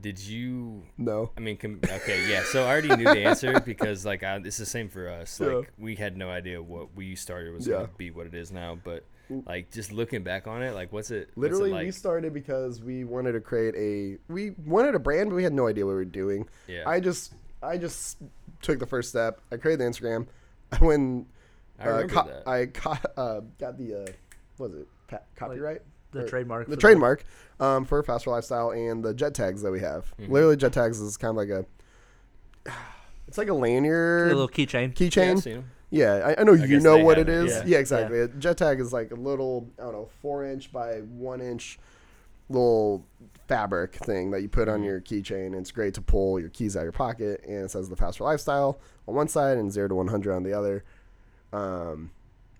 Speaker 5: did you?
Speaker 6: No,
Speaker 5: I mean, com- okay, yeah. So I already knew the answer because like I, it's the same for us. Like
Speaker 6: Yeah.
Speaker 5: we had no idea what we started was
Speaker 6: Yeah.
Speaker 5: gonna be what it is now, but like just looking back on it, like what's it?
Speaker 6: literally, we
Speaker 5: what's it like?
Speaker 6: started because we wanted to create a we wanted a brand, but we had no idea what we were doing.
Speaker 5: Yeah.
Speaker 6: I just I just took the first step. I created the Instagram. I went.
Speaker 5: I
Speaker 6: uh,
Speaker 5: remember
Speaker 6: co-
Speaker 5: that.
Speaker 6: I co- uh, got the uh, what was it pa- copyright
Speaker 7: the trademark for
Speaker 6: the
Speaker 7: the-
Speaker 6: trademark um, for faster lifestyle and the jet tags that we have.
Speaker 5: Mm-hmm.
Speaker 6: Literally, jet tags is kind of like a it's like a lanyard
Speaker 7: a little keychain.
Speaker 5: Yeah, I've
Speaker 6: keychain.
Speaker 5: seen 'em.
Speaker 6: Yeah, I, I know you
Speaker 5: guess
Speaker 6: know
Speaker 5: they
Speaker 6: what
Speaker 5: have
Speaker 6: it
Speaker 5: it,
Speaker 6: is.
Speaker 5: yeah.
Speaker 6: Yeah, exactly. A Jet tag is like a little, I don't know, four inch by one inch little fabric thing that you put on your keychain. It's great to pull your keys out of your pocket, and it says the faster lifestyle on one side and zero to one hundred on the other. Um,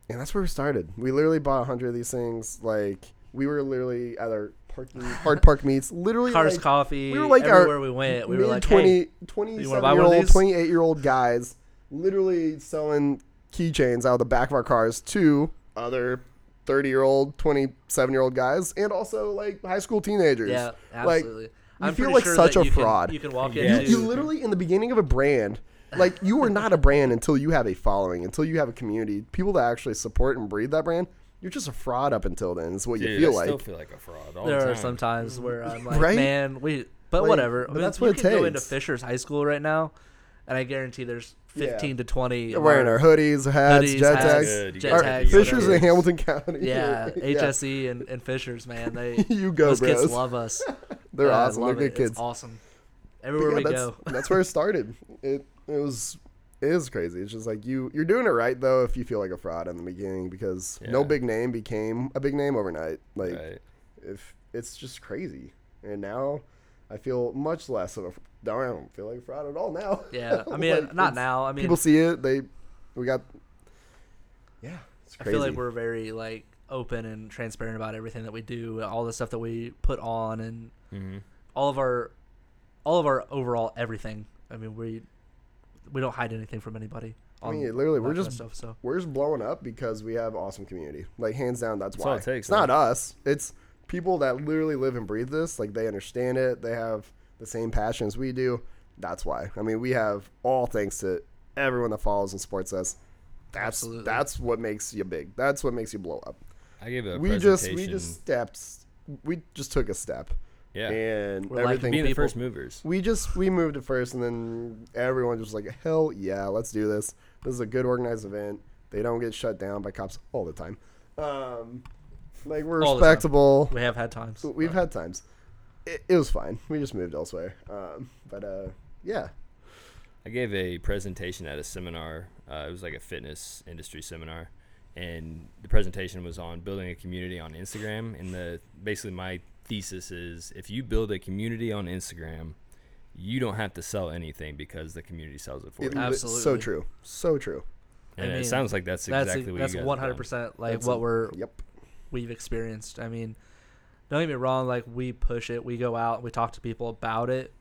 Speaker 6: and that's where we started. We literally bought hundred of these things. Like we were literally at our parking, hard park meets. Literally,
Speaker 7: Cars
Speaker 6: like,
Speaker 7: Coffee.
Speaker 6: we were like
Speaker 7: everywhere
Speaker 6: our
Speaker 7: we went, we were
Speaker 6: mid-
Speaker 7: like,
Speaker 6: 20,
Speaker 7: hey,
Speaker 6: 27
Speaker 7: wanna buy
Speaker 6: year
Speaker 7: one of
Speaker 6: old,
Speaker 7: these?
Speaker 6: 28 year old guys literally selling keychains out of the back of our cars to other 30 year old, 27 year old guys, and also like high school teenagers.
Speaker 7: yeah,
Speaker 6: Like,
Speaker 7: absolutely.
Speaker 6: you
Speaker 7: I'm
Speaker 6: feel
Speaker 7: pretty
Speaker 6: like
Speaker 7: sure
Speaker 6: such
Speaker 7: that
Speaker 6: a
Speaker 7: you can-
Speaker 6: fraud.
Speaker 7: you can walk
Speaker 5: Yeah.
Speaker 7: into.
Speaker 6: you literally, in the beginning of a brand, like you are not a brand until you have a following, until you have a community, people that actually support and breed that brand. You're just a fraud up until then, is what
Speaker 5: Dude,
Speaker 6: you feel
Speaker 5: I
Speaker 6: like.
Speaker 5: still feel like a fraud. All
Speaker 7: there
Speaker 5: the
Speaker 7: are
Speaker 5: time.
Speaker 7: some times where I'm like,
Speaker 6: Right?
Speaker 7: man, we. But
Speaker 6: Like,
Speaker 7: whatever.
Speaker 6: but
Speaker 7: I mean,
Speaker 6: that's
Speaker 7: you
Speaker 6: what it
Speaker 7: can go into
Speaker 6: takes.
Speaker 7: Fisher's High School right now, and I guarantee there's 15 to 20
Speaker 6: We're
Speaker 7: of
Speaker 6: wearing our hoodies, hats,
Speaker 7: hoodies,
Speaker 6: jet
Speaker 7: hats,
Speaker 5: Good,
Speaker 6: tags.
Speaker 5: you
Speaker 6: Our-
Speaker 7: jet tags,
Speaker 6: Fishers
Speaker 7: whatever.
Speaker 6: in Hamilton County.
Speaker 7: Yeah,
Speaker 6: Yeah.
Speaker 7: HSE and, and Fishers, man. They
Speaker 6: You go,
Speaker 7: those kids
Speaker 6: bros.
Speaker 7: love us.
Speaker 6: They're
Speaker 7: Yeah, I
Speaker 6: awesome. They're
Speaker 7: love
Speaker 6: good
Speaker 7: it.
Speaker 6: kids.
Speaker 7: It's awesome.
Speaker 6: But
Speaker 7: Everywhere
Speaker 6: yeah,
Speaker 7: we
Speaker 6: that's,
Speaker 7: go.
Speaker 6: that's where it started. It it was it is crazy. It's just like you you're doing it right though if you feel like a fraud in the beginning because no
Speaker 5: Yeah.
Speaker 6: big name became a big name overnight. Like
Speaker 5: Right.
Speaker 6: if it's just crazy. And now I feel much less of a fr- no, I don't feel like a fraud at all now.
Speaker 7: Yeah, I mean,
Speaker 6: Like,
Speaker 7: not
Speaker 6: it's-
Speaker 7: now. I mean,
Speaker 6: people see it. They we got yeah. It's
Speaker 7: I
Speaker 6: crazy.
Speaker 7: feel like we're very like open and transparent about everything that we do, all the stuff that we put on, and
Speaker 5: Mm-hmm.
Speaker 7: all of our, all of our overall everything. I mean, we, we don't hide anything from anybody.
Speaker 6: I
Speaker 7: on
Speaker 6: mean, literally, we're
Speaker 7: that kind
Speaker 6: just
Speaker 7: of stuff. So
Speaker 6: we're just blowing up because we have awesome community. Like hands down, that's,
Speaker 5: That's
Speaker 6: why.
Speaker 5: all it takes,
Speaker 6: it's not us. It's people that literally live and breathe this. Like they understand it. They have the same passions we do. That's why. I mean, we have all thanks to everyone that follows and supports us. That's
Speaker 7: Absolutely.
Speaker 6: that's what makes you big. That's what makes you blow up.
Speaker 5: I gave a
Speaker 6: we just
Speaker 5: presentation.
Speaker 6: we just steps. We just took a step.
Speaker 5: Yeah.
Speaker 6: and
Speaker 7: We're like
Speaker 6: everything.
Speaker 5: Being the
Speaker 7: people-
Speaker 5: first movers.
Speaker 6: we just we moved it first, and then everyone just was like, hell yeah, let's do this. This is a good organized event. They don't get shut down by cops all the time. Um, like we're
Speaker 7: All the time.
Speaker 6: respectable.
Speaker 7: We have had times.
Speaker 6: We've had times. It, it was fine. We just moved elsewhere. Um, but uh, yeah,
Speaker 5: I gave a presentation at a seminar. Uh, it was like a fitness industry seminar, and the presentation was on building a community on Instagram. And the basically my thesis is if you build a community on Instagram, you don't have to sell anything because the community sells it for
Speaker 6: It
Speaker 5: you.
Speaker 6: li- so
Speaker 7: Absolutely.
Speaker 6: true. So true.
Speaker 5: And
Speaker 7: mean,
Speaker 5: it sounds like that's
Speaker 7: That's
Speaker 5: exactly what
Speaker 7: that's
Speaker 5: you guys have done.
Speaker 7: one hundred percent like
Speaker 6: That's
Speaker 7: what
Speaker 6: a-
Speaker 7: we're
Speaker 6: Yep.
Speaker 7: we've experienced. I mean, don't get me wrong. Like we push it, we go out, we talk to people about it,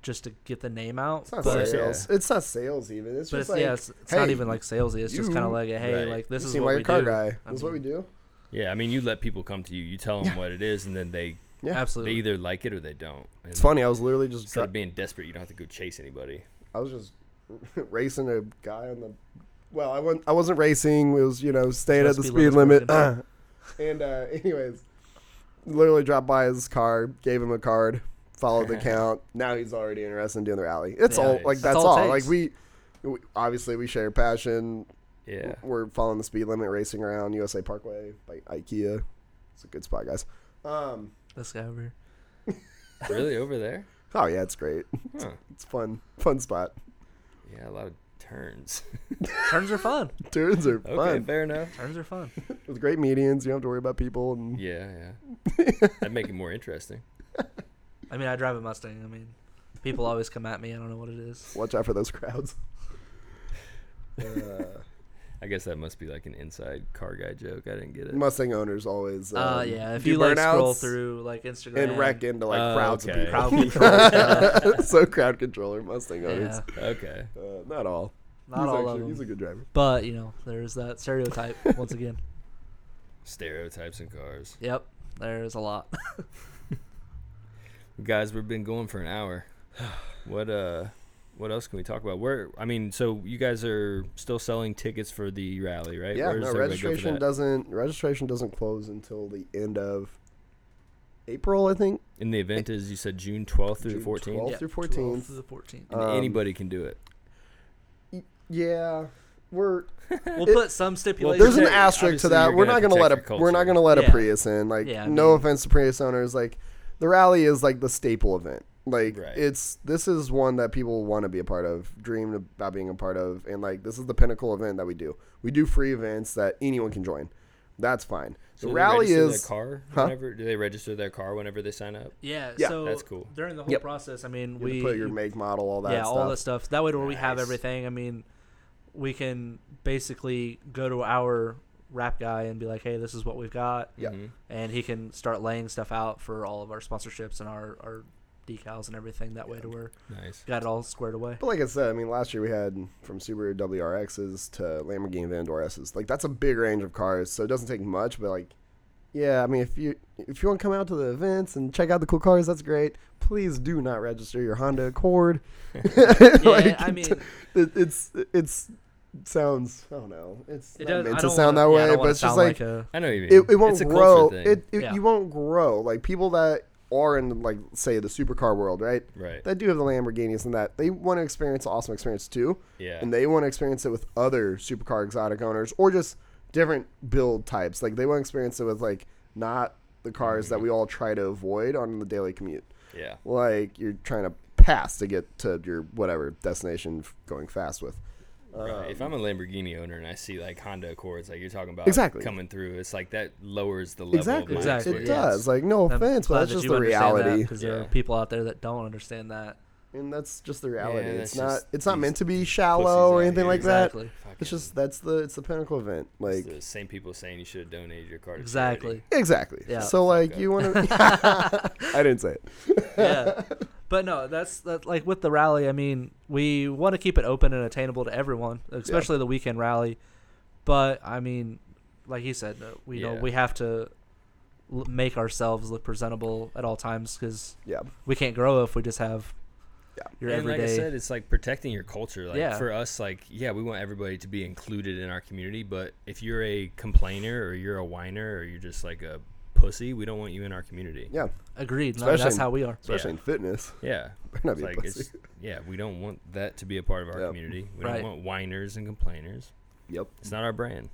Speaker 7: just to get the name out.
Speaker 6: It's not
Speaker 7: but
Speaker 6: sales. It's not sales even. It's
Speaker 7: but it's,
Speaker 6: just like
Speaker 7: yeah, it's, it's
Speaker 6: hey,
Speaker 7: not even like salesy. It's just kind
Speaker 6: you-
Speaker 7: of like, hey,
Speaker 5: Right.
Speaker 7: like this
Speaker 6: you
Speaker 7: is
Speaker 6: seem
Speaker 7: what
Speaker 6: like
Speaker 7: we
Speaker 6: a car
Speaker 7: do.
Speaker 6: guy.
Speaker 7: I
Speaker 6: That's what we
Speaker 7: mean,
Speaker 6: do.
Speaker 5: Yeah, I mean, you let people come to you. You tell them what it is, and then they
Speaker 6: Yeah.
Speaker 5: they
Speaker 7: Absolutely.
Speaker 5: either like it or they don't. And
Speaker 6: It's funny. I was literally just
Speaker 5: Instead
Speaker 6: dri-
Speaker 5: of being desperate, you don't have to go chase anybody.
Speaker 6: I was just racing a guy on the. Well, I wasn't. I wasn't racing. It was you know staying
Speaker 7: Let's
Speaker 6: at the
Speaker 7: be
Speaker 6: speed
Speaker 7: limits
Speaker 6: limit.
Speaker 7: broken.
Speaker 6: and uh, anyways, literally dropped by his car, gave him a card, followed the count. Now he's already interested in doing the rally. It's all
Speaker 5: Nice.
Speaker 6: like that's,
Speaker 7: That's all
Speaker 6: all.
Speaker 7: it
Speaker 6: Like
Speaker 7: takes.
Speaker 6: we, we obviously we share passion.
Speaker 5: Yeah.
Speaker 6: We're following the speed limit, racing around USA Parkway, like IKEA. It's a good spot, guys. Um.
Speaker 7: This guy over here.
Speaker 5: really over there?
Speaker 6: Oh yeah, it's great.
Speaker 5: Huh.
Speaker 6: It's fun. Fun spot.
Speaker 5: Yeah, a lot of turns.
Speaker 7: Turns are fun.
Speaker 6: Turns are
Speaker 5: okay,
Speaker 6: fun.
Speaker 5: fair enough.
Speaker 7: Turns are fun.
Speaker 6: With great medians, you don't have to worry about people. And
Speaker 5: Yeah, yeah. That'd make it more interesting.
Speaker 7: I mean, I drive a Mustang. I mean, people always come at me. I don't know what it is.
Speaker 6: Watch out for those crowds.
Speaker 5: I guess that must be like an inside car guy joke. I didn't get it.
Speaker 6: Mustang owners always. Um,
Speaker 7: Uh, yeah. If
Speaker 6: do
Speaker 7: you like scroll
Speaker 6: burnouts
Speaker 7: through like Instagram
Speaker 6: and wreck into like
Speaker 5: Oh,
Speaker 6: crowds
Speaker 5: okay.
Speaker 7: crowd
Speaker 6: of
Speaker 7: control, yeah,
Speaker 6: people. so crowd controller Mustang owners.
Speaker 7: yeah,
Speaker 5: Okay.
Speaker 6: Uh, not all.
Speaker 7: not
Speaker 6: he's
Speaker 7: all
Speaker 6: actually,
Speaker 7: of them.
Speaker 6: He's a good driver.
Speaker 7: But you know, there's that stereotype once again.
Speaker 5: Stereotypes in cars.
Speaker 7: Yep, there's a lot.
Speaker 5: Guys, we've been going for an hour. What uh what else can we talk about? Where I mean, so you guys are still selling tickets for the rally, right?
Speaker 6: Yeah,
Speaker 5: Where does
Speaker 6: no
Speaker 5: everybody go for
Speaker 6: registration
Speaker 5: that?
Speaker 6: doesn't registration doesn't close until the end of April, I think.
Speaker 5: And the event is you said June twelfth through
Speaker 6: June
Speaker 5: the fourteenth.
Speaker 6: Yeah, through 14th.
Speaker 7: through the 14th.
Speaker 5: Uh,
Speaker 6: Um,
Speaker 5: Anybody can do it.
Speaker 6: Yeah, we're
Speaker 7: We'll
Speaker 6: it-
Speaker 7: put some stipulations.
Speaker 6: there's an
Speaker 5: protect-
Speaker 6: asterisk to
Speaker 5: obviously
Speaker 6: that.
Speaker 5: you're
Speaker 6: We're
Speaker 5: gonna
Speaker 6: not gonna let a
Speaker 5: protect your
Speaker 6: we're not
Speaker 5: culture.
Speaker 6: gonna let a
Speaker 7: Yeah.
Speaker 6: Prius in. Like,
Speaker 7: Yeah, I
Speaker 6: no
Speaker 7: mean-
Speaker 6: offense to Prius owners, like the rally is like the staple event. Like,
Speaker 5: Right.
Speaker 6: it's this is one that people want to be a part of, dream about being a part of, and like this is the pinnacle event that we do. We do free events that anyone can join. That's fine. The
Speaker 5: So do they
Speaker 6: rally
Speaker 5: register
Speaker 6: is
Speaker 5: their car
Speaker 6: Huh?
Speaker 5: whenever do they register their car whenever they sign up?
Speaker 7: yeah,
Speaker 6: Yeah.
Speaker 7: so
Speaker 5: That's cool.
Speaker 7: During the whole
Speaker 6: Yep.
Speaker 7: process, I mean,
Speaker 6: you have to
Speaker 7: we
Speaker 6: put your make model, all that.
Speaker 7: yeah,
Speaker 6: stuff.
Speaker 7: all that stuff. That way, where we have
Speaker 5: Nice.
Speaker 7: everything. I mean, we can basically go to our rap guy and be like, "Hey, this is what we've got."
Speaker 6: Yeah.
Speaker 5: Mm-hmm.
Speaker 7: and he can start laying stuff out for all of our sponsorships and our our decals and everything. That way, to where
Speaker 5: Nice.
Speaker 7: we got it all squared away.
Speaker 6: But like I said, I mean, last year we had from Subaru WRXs to Lamborghini Aventador S's. Like that's a big range of cars, so it doesn't take much. But like, yeah, I mean, if you if you want to come out to the events and check out the cool cars, that's great. Please do not register your Honda Accord.
Speaker 7: Yeah, I mean,
Speaker 6: it, it's it's sounds. I don't know. It's
Speaker 7: it
Speaker 6: not
Speaker 7: does.
Speaker 6: meant
Speaker 7: I
Speaker 6: to
Speaker 7: don't
Speaker 6: sound
Speaker 7: wanna-
Speaker 6: that
Speaker 7: yeah, I
Speaker 6: way,
Speaker 7: don't
Speaker 6: but
Speaker 7: wanna
Speaker 6: it's just
Speaker 7: sound
Speaker 6: like,
Speaker 7: a-
Speaker 5: I know what you mean.
Speaker 6: it, it won't
Speaker 5: it's a culture
Speaker 6: grow.
Speaker 5: thing.
Speaker 6: It, it
Speaker 7: Yeah.
Speaker 6: you won't grow. Like people that are in like say the supercar world, right?
Speaker 5: Right.
Speaker 6: That do have the Lamborghinis and that they want to experience an awesome experience too.
Speaker 5: Yeah.
Speaker 6: And they want to experience it with other supercar exotic owners or just different build types. Like they want to experience it with like not the cars
Speaker 5: Mm-hmm.
Speaker 6: that we all try to avoid on the daily commute.
Speaker 5: yeah.
Speaker 6: Like you're trying to pass to get to your whatever destination f- going fast with. Um,
Speaker 5: Right. If I'm a Lamborghini owner and I see like Honda Accords, like you're talking about,
Speaker 6: Exactly.
Speaker 5: coming through, it's like that lowers the level. Of
Speaker 6: Exactly.
Speaker 5: my
Speaker 7: Exactly.
Speaker 6: It
Speaker 5: experience.
Speaker 7: Yeah.
Speaker 6: does. Like no
Speaker 7: I'm
Speaker 6: offense,
Speaker 7: glad
Speaker 6: but that's
Speaker 7: that
Speaker 6: just
Speaker 7: you
Speaker 6: the
Speaker 7: understand that,
Speaker 6: reality.
Speaker 7: 'cause there
Speaker 5: Yeah.
Speaker 7: are people out there that don't understand that.
Speaker 6: and that's just the reality.
Speaker 5: that's
Speaker 6: it's not
Speaker 5: just
Speaker 6: it's not
Speaker 5: these
Speaker 6: meant to be
Speaker 5: pussies
Speaker 6: shallow
Speaker 5: out
Speaker 6: or anything
Speaker 5: here.
Speaker 6: like
Speaker 7: Exactly.
Speaker 6: that.
Speaker 5: Fucking-
Speaker 6: It's just that's the it's the pinnacle event. Like
Speaker 5: the same people saying you should have donated your car. To
Speaker 7: Exactly.
Speaker 5: charity.
Speaker 6: exactly.
Speaker 7: Yeah.
Speaker 6: So like you want to I didn't say it.
Speaker 7: yeah. But no, that's that, like with the rally. I mean, we want to keep it open and attainable to everyone, especially the weekend rally. But I mean, like he said, uh, we know
Speaker 5: Yeah.
Speaker 7: we have to l- make ourselves look presentable at all times because
Speaker 6: Yeah.
Speaker 7: we can't grow if we just have
Speaker 6: Yeah.
Speaker 7: your
Speaker 5: and like I
Speaker 7: everyday.
Speaker 5: said, it's like protecting your culture. Like
Speaker 7: Yeah.
Speaker 5: for us, like yeah, we want everybody to be included in our community. But if you're a complainer or you're a whiner or you're just like a pussy, we don't want you in our community.
Speaker 6: Yeah,
Speaker 7: Agreed. No,
Speaker 6: Especially
Speaker 7: that's
Speaker 6: in-
Speaker 7: how we are.
Speaker 6: especially in fitness.
Speaker 5: Yeah.
Speaker 6: Better not
Speaker 5: It's
Speaker 6: be a
Speaker 5: like,
Speaker 6: pussy.
Speaker 5: it's- yeah, we don't want that to be a part of our
Speaker 6: Yep.
Speaker 5: community. We
Speaker 7: Right.
Speaker 5: don't want whiners and complainers.
Speaker 6: Yep.
Speaker 5: It's not our brand.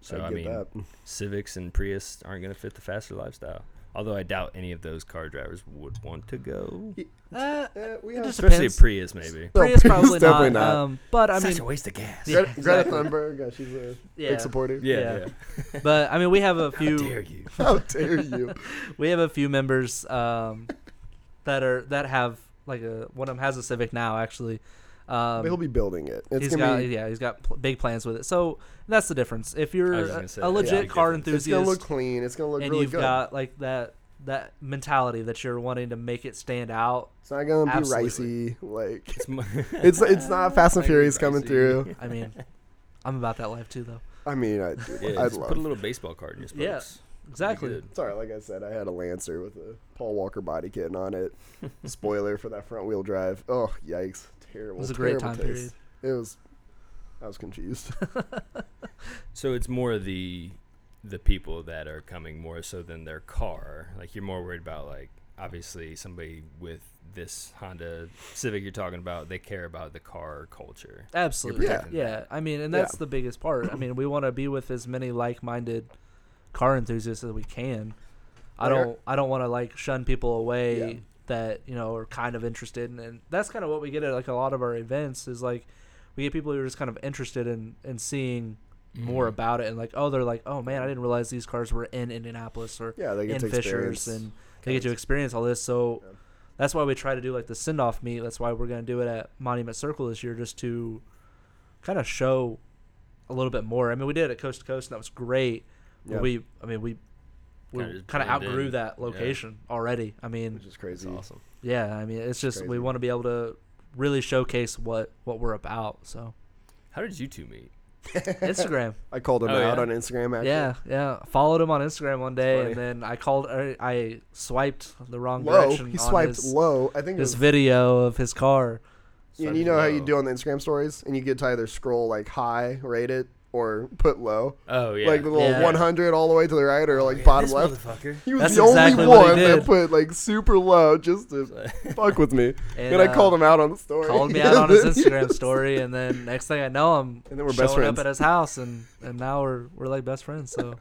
Speaker 5: So I,
Speaker 6: I get
Speaker 5: mean,
Speaker 6: that.
Speaker 7: uh,
Speaker 5: Civics and Prius aren't going to fit the faster lifestyle. Although I doubt any of those car drivers would want to go,
Speaker 7: Uh,
Speaker 6: Eh, we
Speaker 7: it
Speaker 6: have
Speaker 7: just
Speaker 5: especially a
Speaker 7: depends.
Speaker 5: Prius, maybe.
Speaker 6: No,
Speaker 7: Prius
Speaker 6: Prius
Speaker 7: probably
Speaker 6: definitely
Speaker 7: not.
Speaker 6: not.
Speaker 7: Um, but I
Speaker 5: Such a
Speaker 7: mean,
Speaker 5: waste of gas.
Speaker 7: Yeah,
Speaker 6: Gre- Greta
Speaker 7: exactly.
Speaker 6: Thunberg. uh, she's a
Speaker 7: Yeah.
Speaker 6: big supporter.
Speaker 5: yeah,
Speaker 7: yeah.
Speaker 5: yeah.
Speaker 7: but I mean, we have a few.
Speaker 5: Dare you?
Speaker 6: How dare you?
Speaker 7: we have a few members um, that are that have like a one of them has a Civic now actually. Um,
Speaker 6: He'll be building it. It's
Speaker 7: he's
Speaker 6: gonna
Speaker 7: got
Speaker 6: be.
Speaker 7: yeah, he's got pl- big plans with it. So that's the difference. If you're
Speaker 5: I was just
Speaker 7: a,
Speaker 5: gonna say
Speaker 7: a
Speaker 5: that.
Speaker 7: legit
Speaker 5: Yeah.
Speaker 7: car
Speaker 5: It's
Speaker 6: It's gonna
Speaker 7: enthusiast
Speaker 6: look clean. It's gonna look
Speaker 7: and
Speaker 6: really
Speaker 7: you've
Speaker 6: good.
Speaker 7: got like that that mentality that you're wanting to make it stand out,
Speaker 6: it's not gonna be
Speaker 7: Absolutely.
Speaker 6: ricey. Like
Speaker 5: It's mo-
Speaker 6: it's it's not Fast and
Speaker 5: Might be
Speaker 6: Furious coming
Speaker 5: ricey.
Speaker 6: through.
Speaker 7: I mean, I'm about that life too though.
Speaker 6: I mean, I do.
Speaker 5: Yeah,
Speaker 6: I'd
Speaker 5: just
Speaker 6: love.
Speaker 5: put a little baseball card in your spokes.
Speaker 7: Yeah, exactly.
Speaker 5: Good.
Speaker 6: Sorry, like I said, I had a Lancer with a Paul Walker body kit on it. Spoiler for that front wheel drive. Oh, yikes! Terrible.
Speaker 7: It was a great
Speaker 6: terrible
Speaker 7: time
Speaker 6: taste. It was. I was confused.
Speaker 5: So it's more the the people that are coming more so than their car. Like you're more worried about like obviously somebody with this Honda Civic you're talking about, they care about the car culture.
Speaker 7: Absolutely. Yeah.
Speaker 5: protecting
Speaker 7: yeah. I mean, and that's
Speaker 6: Yeah.
Speaker 7: the biggest part. I mean, we want to be with as many like-minded car enthusiasts as we can. I
Speaker 6: Like our-
Speaker 7: don't I don't want to like shun people away
Speaker 6: Yeah.
Speaker 7: that, you know, are kind of interested in, and that's kind of what we get at like a lot of our events is like we get people who are just kind of interested in in seeing more about it and like oh they're like oh man I didn't realize these cars were in Indianapolis or
Speaker 6: Yeah, they
Speaker 7: in
Speaker 6: get to
Speaker 7: Fishers
Speaker 6: experience
Speaker 7: and they get to experience all this so that's why we try to do like the send off meet. That's why we're gonna do it at Monument Circle this year, just to kind of show a little bit more. I mean, we did it at Coast to Coast, and that was great. But
Speaker 6: Yeah.
Speaker 7: We, I mean, we
Speaker 5: Kinda
Speaker 7: we
Speaker 5: just
Speaker 7: kind of
Speaker 5: blend
Speaker 7: outgrew
Speaker 5: in.
Speaker 7: that
Speaker 5: Yeah.
Speaker 7: location already. I mean,
Speaker 6: which is crazy.
Speaker 5: Awesome.
Speaker 7: yeah, I mean, it's just we
Speaker 6: crazy.
Speaker 7: want to be able to really showcase what what we're about. So
Speaker 5: How did you two meet?
Speaker 7: Instagram,
Speaker 6: I called him
Speaker 5: Oh,
Speaker 6: out
Speaker 5: yeah?
Speaker 6: on Instagram. Actually.
Speaker 7: yeah, yeah. Followed him on Instagram one day,
Speaker 6: funny.
Speaker 7: and then I called, I, I swiped the wrong
Speaker 6: low.
Speaker 7: direction.
Speaker 6: He
Speaker 7: on
Speaker 6: swiped
Speaker 7: his-
Speaker 6: low. I think it
Speaker 7: His
Speaker 6: was,
Speaker 7: video of his car.
Speaker 6: and you know how you
Speaker 5: low.
Speaker 6: do on the Instagram stories, and you get to either scroll like high, rate it, or put low,
Speaker 5: Oh yeah. Oh,
Speaker 6: like the little
Speaker 7: Yeah.
Speaker 6: 100 all the way to the right, or like bottom left.
Speaker 5: motherfucker.
Speaker 6: He was
Speaker 7: That's
Speaker 6: the only
Speaker 7: exactly what he
Speaker 6: one that
Speaker 7: did.
Speaker 6: put like super low just to fuck with me.
Speaker 7: And,
Speaker 6: And, I
Speaker 7: uh,
Speaker 6: called him out on the story.
Speaker 7: called me out on his
Speaker 6: And then-
Speaker 7: Instagram story, and then next thing I know, I'm
Speaker 6: And then we're
Speaker 7: showing
Speaker 6: best
Speaker 7: up
Speaker 6: friends.
Speaker 7: at his house, and and now we're we're like best friends. So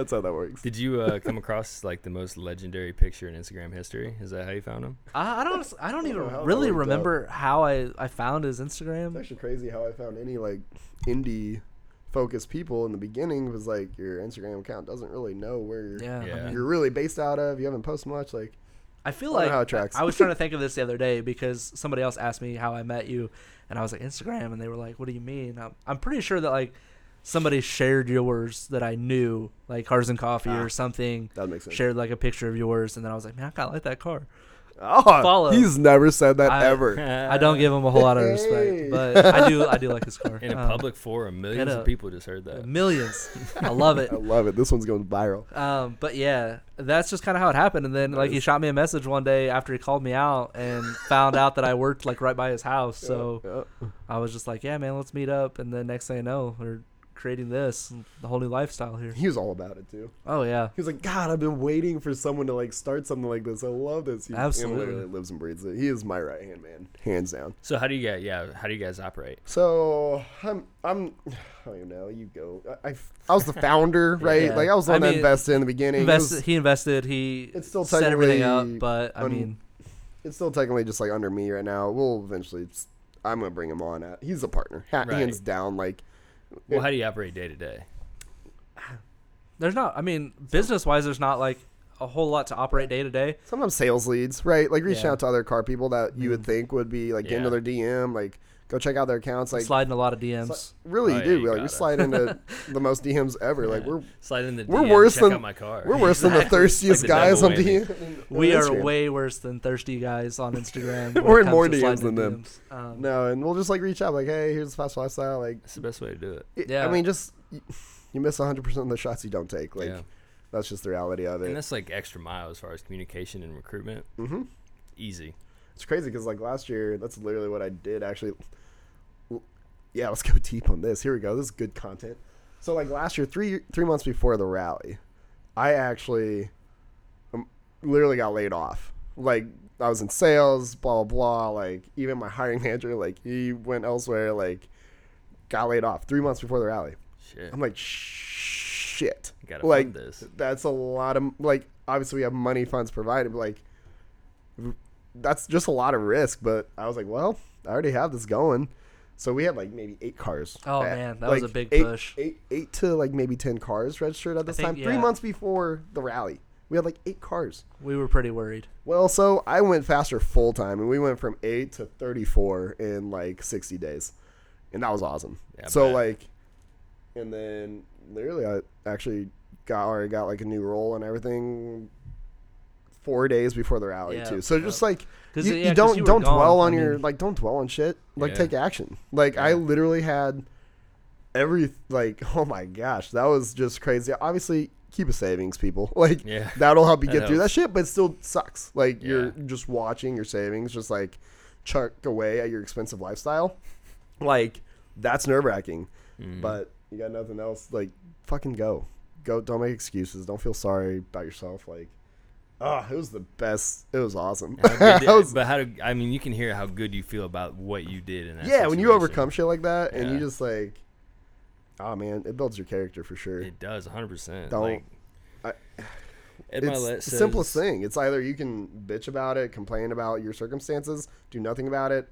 Speaker 6: That's how that works.
Speaker 5: Did you uh, come across like the most legendary picture in Instagram history? Is that how you found him?
Speaker 7: I, I don't I don't even
Speaker 6: know how that
Speaker 7: really
Speaker 6: worked out.
Speaker 7: remember how I I found his
Speaker 6: It's
Speaker 7: Instagram.
Speaker 6: actually crazy how I found any like indie focused people in the beginning was like your Instagram account doesn't really know where
Speaker 7: Yeah, I,
Speaker 5: Yeah.
Speaker 7: mean,
Speaker 6: you're really based out of. You haven't posted much. Like
Speaker 7: I feel
Speaker 6: I don't know
Speaker 7: like
Speaker 6: how it tracks.
Speaker 7: I was trying to think of this the other day because somebody else asked me how I met you, and I was like Instagram, and they were like, "What do you mean?" I'm, I'm pretty sure that like somebody shared yours that I knew, like Cars and Coffee or something.
Speaker 6: Ah, that makes sense.
Speaker 7: Shared like a picture of yours, and then I was like, "Man, I kind of like that car."
Speaker 6: oh,
Speaker 7: follow.
Speaker 6: he's never said that
Speaker 7: I-
Speaker 6: ever.
Speaker 7: I don't give him a whole lot of
Speaker 6: Hey.
Speaker 7: respect, but I do. I do like his car.
Speaker 5: In a
Speaker 7: Um,
Speaker 5: public forum, millions
Speaker 7: a-
Speaker 5: of people just heard that.
Speaker 7: millions. I love it.
Speaker 6: I love it. This one's going viral.
Speaker 7: Um, but yeah, that's just kind of how it happened. And then like he shot me a message one day after he called me out and found out that I worked like right by his house. So
Speaker 6: Yeah.
Speaker 7: I was just like, yeah, man, let's meet up. And then next thing I know, we're creating this the whole new lifestyle here.
Speaker 6: He was all about it too.
Speaker 7: Oh yeah,
Speaker 6: He was like, God, I've been waiting for someone to like start something like this. I love this. He,
Speaker 7: Absolutely.
Speaker 6: He literally lives and breathes it. He is my right hand man, hands down.
Speaker 5: So how do you guys? Yeah, how do you guys operate?
Speaker 6: So I'm, I'm, I don't even know. You go. I, I, I was the founder, right?
Speaker 7: Yeah.
Speaker 6: Like I was the one
Speaker 7: I
Speaker 6: that
Speaker 7: mean,
Speaker 6: invested in the beginning. It was-
Speaker 7: invested. he invested. He
Speaker 6: It's still
Speaker 7: set everything up.
Speaker 6: technically
Speaker 7: But I
Speaker 6: un-
Speaker 7: mean,
Speaker 6: it's still technically just like under me right now. We'll eventually. s- I'm gonna bring him on. At, he's a partner, ha-
Speaker 5: Right.
Speaker 6: hands down. Like
Speaker 5: Well, how do you operate day to day?
Speaker 7: there's not. I mean, business wise, there's not like a whole lot to operate day to day.
Speaker 6: sometimes sales leads, right? Like reaching
Speaker 7: Yeah.
Speaker 6: out to other car people that you would think would be like get
Speaker 5: Yeah.
Speaker 6: into their DM, like go check out their accounts, like.
Speaker 7: Sliding a lot of DMs.
Speaker 6: Really,
Speaker 5: Oh,
Speaker 6: you
Speaker 5: yeah,
Speaker 6: do.
Speaker 5: you
Speaker 6: like we
Speaker 5: gotta.
Speaker 6: slide into the most DMs ever. Like we're
Speaker 5: Slide in the
Speaker 6: we're
Speaker 5: DM,
Speaker 6: worse
Speaker 5: check
Speaker 6: than
Speaker 5: out my car.
Speaker 6: we're worse than the thirstiest
Speaker 5: Like the
Speaker 6: guys on
Speaker 5: double whammy.
Speaker 6: DM.
Speaker 7: We are
Speaker 6: Instagram.
Speaker 7: way worse than thirsty guys on Instagram. when it
Speaker 6: We're in
Speaker 7: comes
Speaker 6: more
Speaker 7: to
Speaker 6: DMs
Speaker 7: sliding
Speaker 6: than
Speaker 7: in
Speaker 6: them.
Speaker 7: DMs. Um,
Speaker 6: No, and we'll just like reach out, like, hey, here's the fast lifestyle. Like,
Speaker 5: That's the best way to do it.
Speaker 6: it-
Speaker 7: Yeah.
Speaker 6: I mean, just you, you miss 100 percent of the shots you don't take. Like,
Speaker 5: Yeah.
Speaker 6: that's just the reality of
Speaker 5: And
Speaker 6: it.
Speaker 5: that's like extra mile as far as communication and recruitment. Mm-hmm. Easy.
Speaker 6: It's crazy because like last year, that's literally what I did. Actually, Well, yeah, let's go deep on this. Here we go. This is good content. So like last year, three three months before the rally, I actually um, literally got laid off. Like I was in sales, blah blah blah. Like even my hiring manager, like he went elsewhere, like got laid off three months before the rally.
Speaker 5: Shit.
Speaker 6: I'm like, shit.
Speaker 5: Gotta
Speaker 6: like
Speaker 5: fund this.
Speaker 6: that's a lot of like. Obviously, we have money funds provided, but like that's just a lot of risk. But I was like, well, I already have this going. So we had like maybe eight cars.
Speaker 7: Oh,
Speaker 6: at-
Speaker 7: man, that was a big
Speaker 6: eight-
Speaker 7: push.
Speaker 6: Eight, eight to like maybe ten cars registered at this
Speaker 7: think,
Speaker 6: time. Three
Speaker 7: yeah.
Speaker 6: months before the rally, we had like eight cars.
Speaker 7: We were pretty worried.
Speaker 6: Well, so I went faster full time, and we went from eight to thirty-four in like sixty days, and that was awesome.
Speaker 5: Yeah, I
Speaker 6: so
Speaker 5: bet.
Speaker 6: like, and then literally, I actually got already got like a new role and everything. Four days before the rally
Speaker 7: Yeah, uh,
Speaker 6: too. So just like
Speaker 7: 'Cause,
Speaker 6: you,
Speaker 7: yeah,
Speaker 6: you
Speaker 7: 'cause
Speaker 6: don't
Speaker 7: you were
Speaker 6: don't
Speaker 7: gone,
Speaker 6: dwell on
Speaker 7: I
Speaker 6: your
Speaker 7: mean-
Speaker 6: like don't dwell on shit. Like
Speaker 5: Yeah.
Speaker 6: take action. Like I literally had every like oh my gosh that was just crazy. Obviously keep a savings, people. Like
Speaker 5: Yeah.
Speaker 6: that'll help you
Speaker 5: That
Speaker 6: get through that
Speaker 5: helps.
Speaker 6: shit, but it still sucks. Like you're
Speaker 5: Yeah.
Speaker 6: just watching your savings just like chuck away at your expensive lifestyle. Like that's nerve wracking.
Speaker 5: Mm.
Speaker 6: But you got nothing else. Like fucking go, go. Don't make excuses. Don't feel sorry about yourself. Like. Oh, it was the best. It was awesome.
Speaker 5: How good
Speaker 6: I was-
Speaker 5: did- but how do I mean? You can hear how good you feel about what you did in that.
Speaker 6: yeah, when you
Speaker 5: situation.
Speaker 6: overcome shit like that and you
Speaker 5: Yeah.
Speaker 6: just like, oh man, it builds your character for sure.
Speaker 5: it does 100. percent
Speaker 6: Don't-
Speaker 5: Like,
Speaker 6: I-
Speaker 5: Ed
Speaker 6: it's
Speaker 5: Milet
Speaker 6: the
Speaker 5: says-
Speaker 6: simplest thing. It's either you can bitch about it, complain about your circumstances, do nothing about it,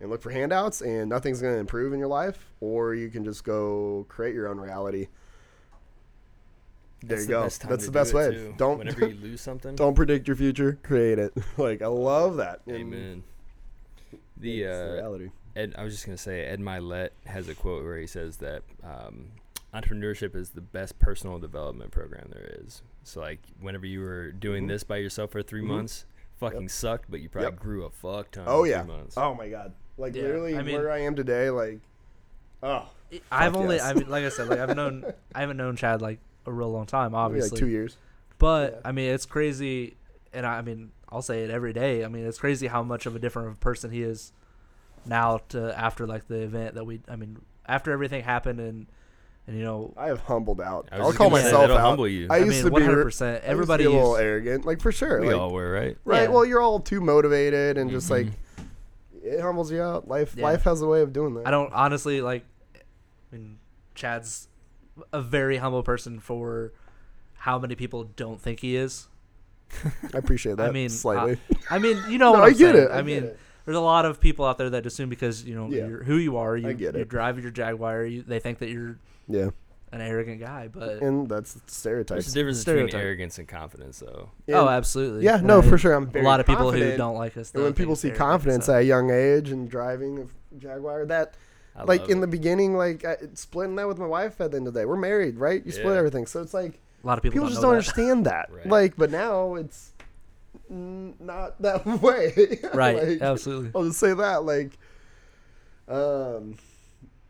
Speaker 6: and look for handouts, and nothing's going to improve in your life, or you can just go create your own reality. There
Speaker 5: That's
Speaker 6: you go.
Speaker 5: best time
Speaker 6: That's
Speaker 5: to
Speaker 6: the best
Speaker 5: do
Speaker 6: way.
Speaker 5: it, too.
Speaker 6: Don't
Speaker 5: whenever you lose something.
Speaker 6: don't predict your future. Create it. Like I love that. And
Speaker 5: Amen. The
Speaker 6: it's the
Speaker 5: uh,
Speaker 6: reality.
Speaker 5: Ed, I was just gonna say Ed Milet has a quote where he says that um, entrepreneurship is the best personal development program there is. So like whenever you were doing this by yourself for 3 months, fucking sucked, but you probably
Speaker 6: Mm-hmm. Yep.
Speaker 5: grew a fuck ton.
Speaker 6: Oh
Speaker 5: in
Speaker 6: yeah.
Speaker 5: three months.
Speaker 6: Oh my god. Like
Speaker 7: Yeah,
Speaker 6: literally
Speaker 7: I mean-
Speaker 6: where I am today. Like, oh,
Speaker 7: I've only,
Speaker 6: yes.
Speaker 7: I mean, like I said, like I've known, I haven't known Chad like a real long time,
Speaker 6: maybe
Speaker 7: obviously.
Speaker 6: like two years.
Speaker 7: But I mean, it's crazy, and I, I mean, I'll say it every day. I mean, it's crazy how much of a different person he is now to after like the event that we. I mean, after everything happened and and you know,
Speaker 6: I have humbled out.
Speaker 5: I was
Speaker 6: I'll
Speaker 5: just
Speaker 6: call
Speaker 5: gonna say,
Speaker 6: myself
Speaker 5: that'll
Speaker 6: out.
Speaker 5: humble you.
Speaker 6: I,
Speaker 5: I
Speaker 7: I,
Speaker 6: used
Speaker 7: mean,
Speaker 6: to be
Speaker 7: one
Speaker 6: re-
Speaker 7: hundred percent.
Speaker 6: I used to
Speaker 7: Everybody
Speaker 6: be a little
Speaker 7: is-
Speaker 6: arrogant, like for sure.
Speaker 5: we
Speaker 6: like,
Speaker 5: all were right.
Speaker 6: right?
Speaker 7: Yeah. Mm-hmm.
Speaker 6: Well, you're all too motivated and just like it humbles you out. Life,
Speaker 7: Yeah.
Speaker 6: life has a way of doing that.
Speaker 7: I don't honestly like. I mean, Chad's a very humble person for how many people don't think he is.
Speaker 6: I appreciate that.
Speaker 7: I mean,
Speaker 6: slightly.
Speaker 7: I, I mean, you know, what
Speaker 6: No,
Speaker 7: I'm
Speaker 6: I get
Speaker 7: saying.
Speaker 6: it, I
Speaker 7: I,
Speaker 6: get
Speaker 7: mean,
Speaker 6: it.
Speaker 7: there's a lot of people out there that assume because you know
Speaker 6: Yeah.
Speaker 7: you're who you are, you,
Speaker 6: I get
Speaker 7: you
Speaker 6: it.
Speaker 7: drive your Jaguar, you, they think that you're
Speaker 6: yeah,
Speaker 7: an arrogant guy, but
Speaker 6: and that's
Speaker 5: There's a
Speaker 6: stereotypes.
Speaker 5: difference between
Speaker 7: Stereotype.
Speaker 5: arrogance and confidence,
Speaker 7: oh,
Speaker 5: though.
Speaker 6: And-
Speaker 7: absolutely.
Speaker 6: Yeah,
Speaker 7: And
Speaker 6: no,
Speaker 7: I-
Speaker 6: for sure. I'm
Speaker 7: A
Speaker 6: very
Speaker 7: lot of people who
Speaker 6: confident.
Speaker 7: don't like us.
Speaker 6: And when
Speaker 7: don't think
Speaker 6: people
Speaker 7: it's
Speaker 6: see
Speaker 7: arrogant,
Speaker 6: confidence
Speaker 7: so-
Speaker 6: at a young age and driving a Jaguar, that
Speaker 5: I
Speaker 6: like
Speaker 5: love
Speaker 6: in
Speaker 5: it.
Speaker 6: the beginning, like I, splitting that with my wife at the end of the day, we're married, right? You split
Speaker 5: Yeah.
Speaker 6: everything, so it's like
Speaker 7: a lot of people,
Speaker 6: people
Speaker 7: don't
Speaker 6: just
Speaker 7: know
Speaker 6: don't
Speaker 7: that.
Speaker 6: understand that.
Speaker 5: Right.
Speaker 6: Like, but now it's n- not that way.
Speaker 7: right?
Speaker 6: Like,
Speaker 7: absolutely.
Speaker 6: I'll just say that. Like, um,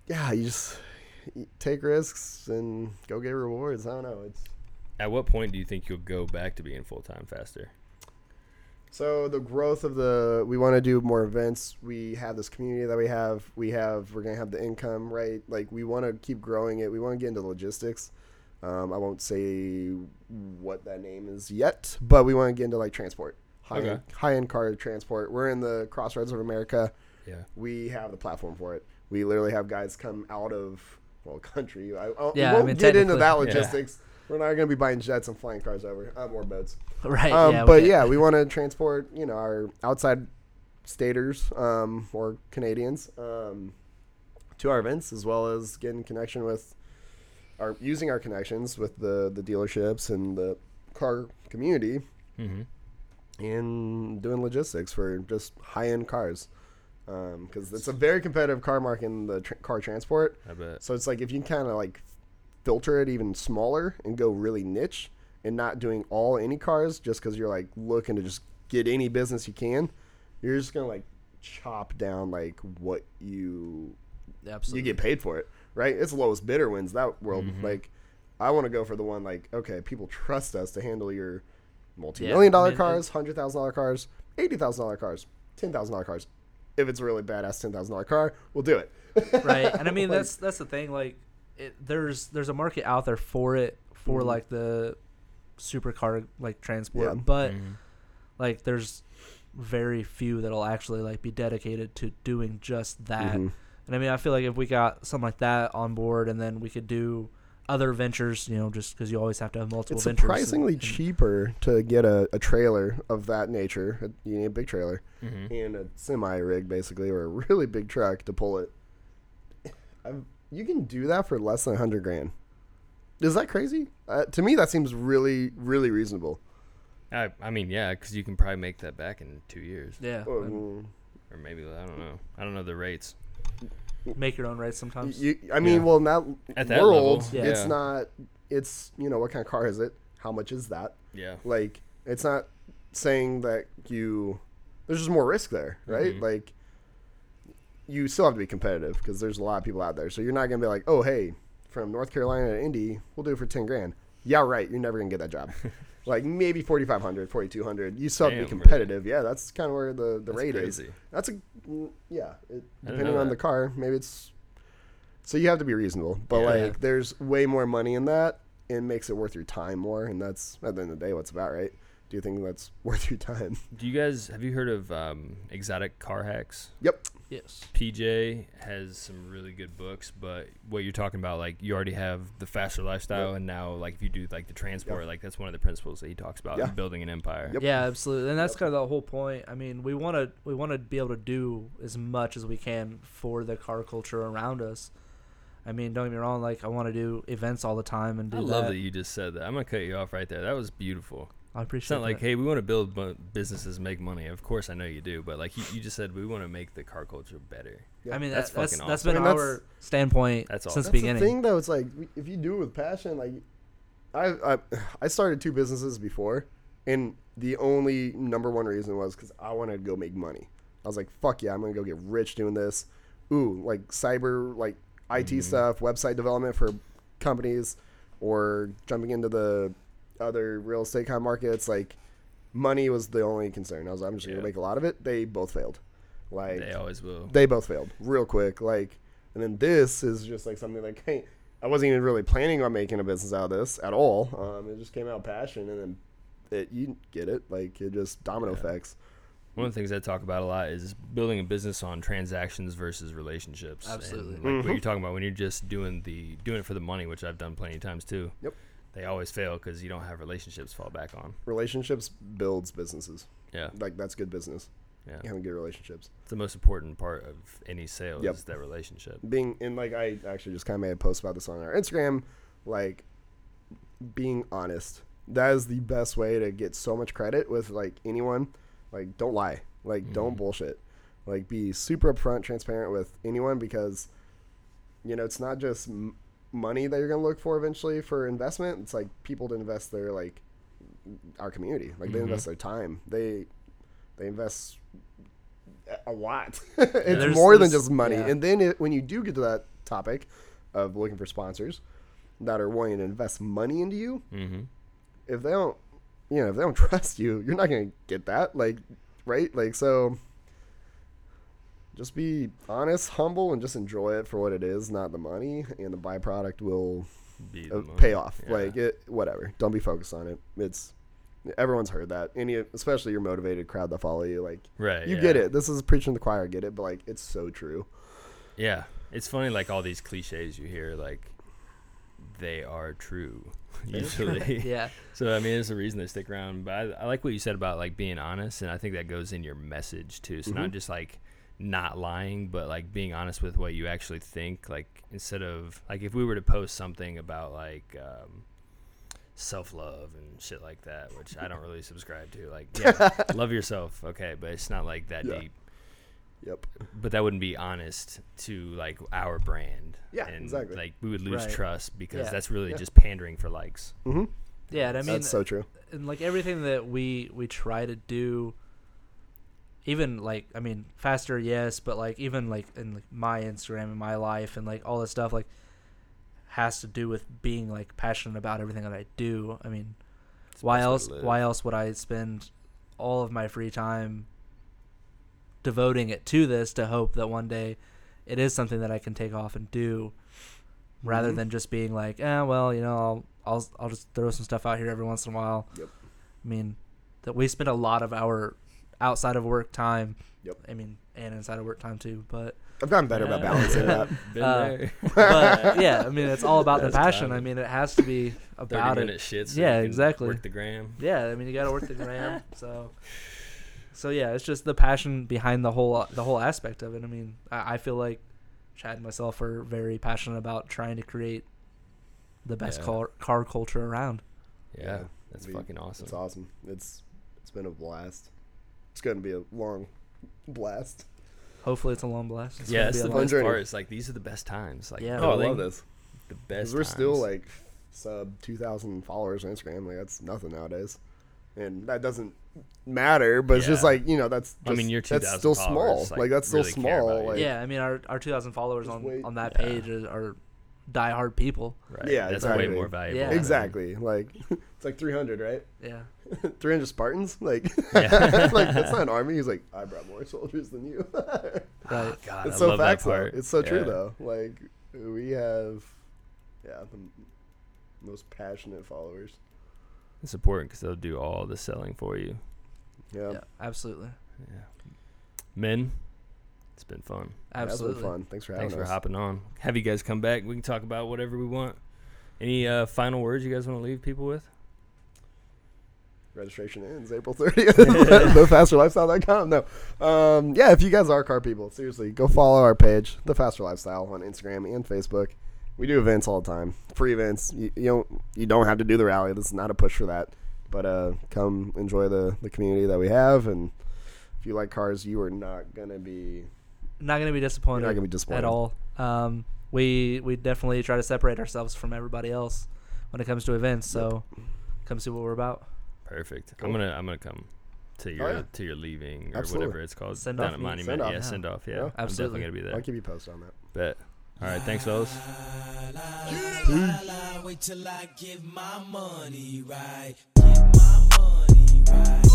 Speaker 6: yeah, you just you take risks and go get rewards. I don't know. It's
Speaker 5: At what point do you think you'll go back to being full time faster?
Speaker 6: so the growth of the. We want to do more events. We have this community that we have. We have. We're gonna have the income right. Like, we want to keep growing it. We want to get into logistics. Um, I won't say what that name is yet, but we want to get into like transport, high
Speaker 5: Okay.
Speaker 6: end, high end car transport. We're in the crossroads of America.
Speaker 5: Yeah.
Speaker 6: we have the platform for it. We literally have guys come out of well country. I, I,
Speaker 7: Yeah, I
Speaker 6: we won't
Speaker 7: mean,
Speaker 6: get into
Speaker 7: technically,
Speaker 6: that
Speaker 5: yeah.
Speaker 6: logistics. We're not going to be buying jets and flying cars over uh, more boats.
Speaker 7: Right.
Speaker 6: Um,
Speaker 7: yeah, we
Speaker 6: but
Speaker 7: get-
Speaker 6: yeah, we want to transport you know our outside staters um, or Canadians um, to our events as well as get in connection with our using our connections with the the dealerships and the car community
Speaker 5: Mhm.
Speaker 7: Mm-hmm.
Speaker 6: in doing logistics for just high end cars because it's a very competitive car market in the tr- car transport.
Speaker 5: I bet.
Speaker 6: So it's like if you can kind of like filter it even smaller and go really niche and not doing all any cars just because you're like looking to just get any business you can, you're just gonna like chop down like what you
Speaker 7: absolutely.
Speaker 6: you get paid for it, right? It's lowest bidder wins that world. Like, I want to go for the one like, okay, people trust us to handle your multi-million
Speaker 7: I
Speaker 6: dollar
Speaker 7: mean,
Speaker 6: cars, hundred thousand dollar cars, eighty thousand dollar cars, ten thousand dollar cars. If it's a really badass ten thousand dollar car, we'll do it.
Speaker 7: right and i mean that's that's the thing like it, there's there's a market out there for it for like the supercar like transport,
Speaker 6: Mm-hmm. Yeah.
Speaker 7: but like there's very few that'll actually like be dedicated to doing just that.
Speaker 6: Mm-hmm.
Speaker 7: And I mean, I feel like if we got something like that on board, and then we could do other ventures, you know, just because you always have to have multiple
Speaker 6: It's
Speaker 7: ventures.
Speaker 6: surprisingly
Speaker 7: and-
Speaker 6: cheaper to get a, a trailer of that nature. a- You need a big trailer
Speaker 5: Mm-hmm.
Speaker 6: and a semi rig, basically, or a really big truck to pull it. I've, you can do that for less than a hundred grand. Is that crazy? Uh, to me, that seems really, really reasonable.
Speaker 5: I, I mean, yeah, because you can probably make that back in two years,
Speaker 7: Yeah,
Speaker 6: Um,
Speaker 5: or maybe I don't know. I don't know the rates.
Speaker 7: make your own rates sometimes.
Speaker 6: You, I mean,
Speaker 5: Yeah.
Speaker 6: well, in that
Speaker 5: At that
Speaker 6: world,
Speaker 5: level,
Speaker 6: it's
Speaker 5: yeah.
Speaker 6: not. It's you know, what kind of car is it? How much is that?
Speaker 5: Yeah,
Speaker 6: Like, it's not saying that you. There's just more risk there, right?
Speaker 5: Mm-hmm.
Speaker 6: Like, you still have to be competitive because there's a lot of people out there. So you're not gonna be like, oh, hey, from North Carolina to Indy, we'll do it for ten grand. Yeah, right. You're never gonna get that job. like maybe 4,500, 4,200. You still have to be
Speaker 5: Damn, really?
Speaker 6: competitive. Yeah, that's kind of where the the rate
Speaker 5: crazy.
Speaker 6: is. That's a mm, yeah. It,
Speaker 5: didn't
Speaker 6: depending
Speaker 5: know
Speaker 6: on
Speaker 5: that.
Speaker 6: the car, maybe it's so you have to be reasonable, but like there's way more money in that. It makes it worth your time more, and that's at the end of the day what's about, right? Do you think that's worth your time?
Speaker 5: Do you guys have you heard of um, exotic car hacks?
Speaker 6: yep.
Speaker 7: Yes.
Speaker 5: PJ has some really good books, but what you're talking about, like you already have the faster lifestyle, and now like if you do like the transport, like that's one of the principles that he talks about in
Speaker 6: Yeah.
Speaker 5: building an empire.
Speaker 6: Yep.
Speaker 7: Yeah, absolutely, and that's kind of the whole point. I mean, we want to we want to be able to do as much as we can for the car culture around us. I mean, don't get me wrong. Like, I want to do events all the time and do
Speaker 5: I love
Speaker 7: that.
Speaker 5: that you just said that. I'm gonna cut you off right there. That was beautiful.
Speaker 7: I
Speaker 5: It's
Speaker 7: appreciate
Speaker 5: not like,
Speaker 7: that.
Speaker 5: hey, we want to build bu- businesses, and make money. Of course, I know you do, but like you, you just said, we want to make the car culture better.
Speaker 7: I mean,
Speaker 5: That's
Speaker 7: that's that's,
Speaker 5: fucking
Speaker 7: that's
Speaker 5: awesome.
Speaker 7: been
Speaker 6: I mean,
Speaker 7: our
Speaker 6: that's-
Speaker 7: standpoint
Speaker 5: That's
Speaker 7: since
Speaker 5: awesome.
Speaker 7: the
Speaker 6: That's the
Speaker 7: beginning.
Speaker 6: thing though. It's like we- if you do it with passion, like I, I I started two businesses before, and the only number one reason was because I wanted to go make money. I was like, fuck yeah, I'm gonna go get rich doing this. Ooh, like cyber, like IT
Speaker 5: Mm-hmm.
Speaker 6: stuff, website development for companies, or jumping into the other real estate kind of markets. Like money was the only concern. I was like, I'm just
Speaker 5: Yeah.
Speaker 6: gonna make a lot of it. They both failed. Like
Speaker 5: They always will.
Speaker 6: they both failed real quick. Like, and then this is just like something like, hey, I wasn't even really planning on making a business out of this at all. Um, it just came out of passion, and then it you get it, like it just domino effects.
Speaker 5: One of the things I talk about a lot is building a business on transactions versus relationships. And,
Speaker 7: Absolutely.
Speaker 5: like what
Speaker 6: Mm-hmm.
Speaker 5: you're talking about when you're just doing the doing it for the money, which I've done plenty of times too.
Speaker 6: Yep.
Speaker 5: They always fail because you don't have relationships to fall back on.
Speaker 6: Relationships builds businesses.
Speaker 5: Yeah.
Speaker 6: Like that's good business.
Speaker 5: Yeah.
Speaker 6: Having good relationships.
Speaker 5: It's the most important part of any sale
Speaker 6: Yep.
Speaker 5: is that relationship.
Speaker 6: being and like I actually just kind of made a post about this on our Instagram, like being honest. That is the best way to get so much credit with like anyone. Like don't lie. Like don't bullshit. Like be super upfront, transparent with anyone because you know it's not just m- money that you're gonna look for eventually for investment. It's like people to invest their like our community. Like they
Speaker 7: Mm-hmm.
Speaker 6: invest their time. They they invest a- a lot. it's
Speaker 7: There's-
Speaker 6: more than
Speaker 7: there's-
Speaker 6: just money.
Speaker 7: yeah.
Speaker 6: And then it, when you do get to that topic of looking for sponsors that are wanting to invest money into you,
Speaker 7: Mm-hmm.
Speaker 5: Mhm.
Speaker 6: if they don't, you know, if they don't trust you, you're not going to get that. Like, right? Like, so just be honest, humble, and just enjoy it for what it is, not the money. And the byproduct will
Speaker 5: Be
Speaker 6: uh,
Speaker 5: the money.
Speaker 6: pay off.
Speaker 5: Yeah.
Speaker 6: Like it, whatever. Don't be focused on it. It's everyone's heard that. Any, especially your motivated crowd that follow you. Like
Speaker 5: Right,
Speaker 6: you get
Speaker 5: yeah.
Speaker 6: it. This is preaching to the choir. I get it, but like it's so true.
Speaker 5: Yeah. It's funny like all these cliches you hear, like they are true. Usually.
Speaker 7: Yeah.
Speaker 5: So I mean, there's a reason they stick around. But I, I like what you said about like being honest, and I think that goes in your message too. So not just like not lying, but like being honest with what you actually think. Like instead of like if we were to post something about like. Um, Self love and shit like that, which I don't really subscribe to. Like, yeah, love yourself, okay, but it's not like that
Speaker 6: Yeah.
Speaker 5: deep.
Speaker 6: Yep.
Speaker 5: But that wouldn't be honest to like our brand.
Speaker 6: Yeah,
Speaker 5: and,
Speaker 6: exactly.
Speaker 5: Like we would lose
Speaker 7: Right.
Speaker 5: trust because
Speaker 7: Yeah.
Speaker 5: that's really just pandering for likes.
Speaker 7: Yeah, and I mean,
Speaker 6: That's so true.
Speaker 5: uh,
Speaker 7: and like everything that we we try to do even like i mean faster yes but like even like in like my instagram and my life and like all this stuff like has to do with being like passionate about everything that i do i mean why
Speaker 5: best way
Speaker 7: else
Speaker 5: to live.
Speaker 7: why else would i spend all of my free time devoting it to this to hope that one day it is something that i can take off and do rather than just being like, eh, well, you know, I'll, I'll I'll just throw some stuff out here every once in a while.
Speaker 6: Yep.
Speaker 7: I mean, that we spend a lot of our outside of work time.
Speaker 6: Yep.
Speaker 7: I mean, and inside of work time too, but
Speaker 6: I've gotten better about balancing that.
Speaker 5: Been
Speaker 7: Uh,
Speaker 5: there.
Speaker 7: but yeah, I mean, it's all about the
Speaker 5: That's
Speaker 7: passion. I
Speaker 5: valid.
Speaker 7: mean, it has to be
Speaker 5: Thirty
Speaker 7: about it.
Speaker 5: minute shit. So
Speaker 7: yeah,
Speaker 5: you can
Speaker 7: exactly.
Speaker 5: Work the gram.
Speaker 7: Yeah, I mean, you got to work the gram. so, so yeah, it's just the passion behind the whole the whole aspect of it. I mean, I, I feel like Chad and myself are very passionate about trying to create the best
Speaker 5: Yeah.
Speaker 7: car car culture around.
Speaker 5: Yeah,
Speaker 6: Yeah,
Speaker 5: that's
Speaker 6: we-
Speaker 5: fucking awesome.
Speaker 6: It's awesome. It's it's been a blast. It's going to be a long blast.
Speaker 7: Hopefully, it's a long blast. It's
Speaker 5: Yeah,
Speaker 7: gonna
Speaker 5: that's
Speaker 7: be a
Speaker 5: the
Speaker 7: long-
Speaker 6: fun
Speaker 5: best
Speaker 6: journey.
Speaker 5: part. It's like these are the best times. Like,
Speaker 7: Yeah.
Speaker 6: Oh, I
Speaker 5: building
Speaker 6: love this.
Speaker 5: The
Speaker 6: 'Cause
Speaker 5: best.
Speaker 6: we're still
Speaker 5: times.
Speaker 6: like sub 2,000 followers on Instagram. Like that's nothing nowadays. And that doesn't matter, but it's just
Speaker 5: Yeah.
Speaker 6: like, you know, that's
Speaker 5: I mean,
Speaker 6: just-
Speaker 5: your
Speaker 6: that's
Speaker 5: 2,000
Speaker 6: still small.
Speaker 5: followers,
Speaker 6: Like,
Speaker 5: like,
Speaker 6: that's still
Speaker 5: really care
Speaker 6: small.
Speaker 5: about you.
Speaker 6: Like,
Speaker 7: yeah, I mean, our our two thousand followers
Speaker 6: Just
Speaker 7: on
Speaker 6: wait.
Speaker 7: on that
Speaker 5: Yeah.
Speaker 7: page are, are diehard people.
Speaker 5: Right.
Speaker 6: Yeah,
Speaker 5: that's
Speaker 6: exactly.
Speaker 5: way more valuable.
Speaker 7: Yeah.
Speaker 5: than-
Speaker 6: Exactly. Like it's like 300, right?
Speaker 7: Yeah.
Speaker 6: 300 Spartans? Like
Speaker 5: Yeah.
Speaker 6: like that's not an army. He's like, I brought more soldiers than you.
Speaker 7: Right.
Speaker 5: God,
Speaker 6: it's
Speaker 5: I
Speaker 6: so
Speaker 5: love that
Speaker 6: facts though.
Speaker 5: part.
Speaker 6: It's so true
Speaker 5: Yeah.
Speaker 6: though. Like we have yeah, the m- most passionate followers.
Speaker 5: It's important because they'll do all the selling for you.
Speaker 6: Yeah.
Speaker 7: Yeah. Absolutely.
Speaker 5: Men, it's been fun.
Speaker 7: Absolutely.
Speaker 6: That's been fun. Thanks for having
Speaker 5: Thanks for
Speaker 6: us.
Speaker 5: hopping on. Have you guys come back. We can talk about whatever we want. Any uh, final words you guys want to leave people with?
Speaker 6: Registration ends April 30th. TheFasterLifestyle.com. No. Um, yeah, if you guys are car people, seriously, go follow our page, The Faster Lifestyle, on Instagram and Facebook. We do events all the time, free events. You, you don't you don't have to do the rally. This is not a push for that. But uh, come enjoy the the community that we have, and if you like cars, you are not gonna be
Speaker 7: not gonna be disappointed.
Speaker 6: You're not gonna be disappointed.
Speaker 7: at all. Um, we we definitely try to separate ourselves from everybody else when it comes to events. So come see what we're about.
Speaker 5: Perfect.
Speaker 6: Cool.
Speaker 5: I'm gonna I'm gonna come to your
Speaker 6: yeah.
Speaker 5: to your leaving or
Speaker 6: Absolutely.
Speaker 5: whatever it's called
Speaker 7: Send
Speaker 5: down
Speaker 7: off
Speaker 5: at
Speaker 7: meet-
Speaker 5: Monument. yeah,
Speaker 6: send off, yeah.
Speaker 5: Oh, send off. Yeah,
Speaker 6: Yeah.
Speaker 7: Absolutely.
Speaker 5: I'm definitely gonna be there.
Speaker 6: I'll keep you posted on that.
Speaker 5: Bet. All right, thanks, fellas.
Speaker 10: La, la, wait till I give my money right. Get my money right.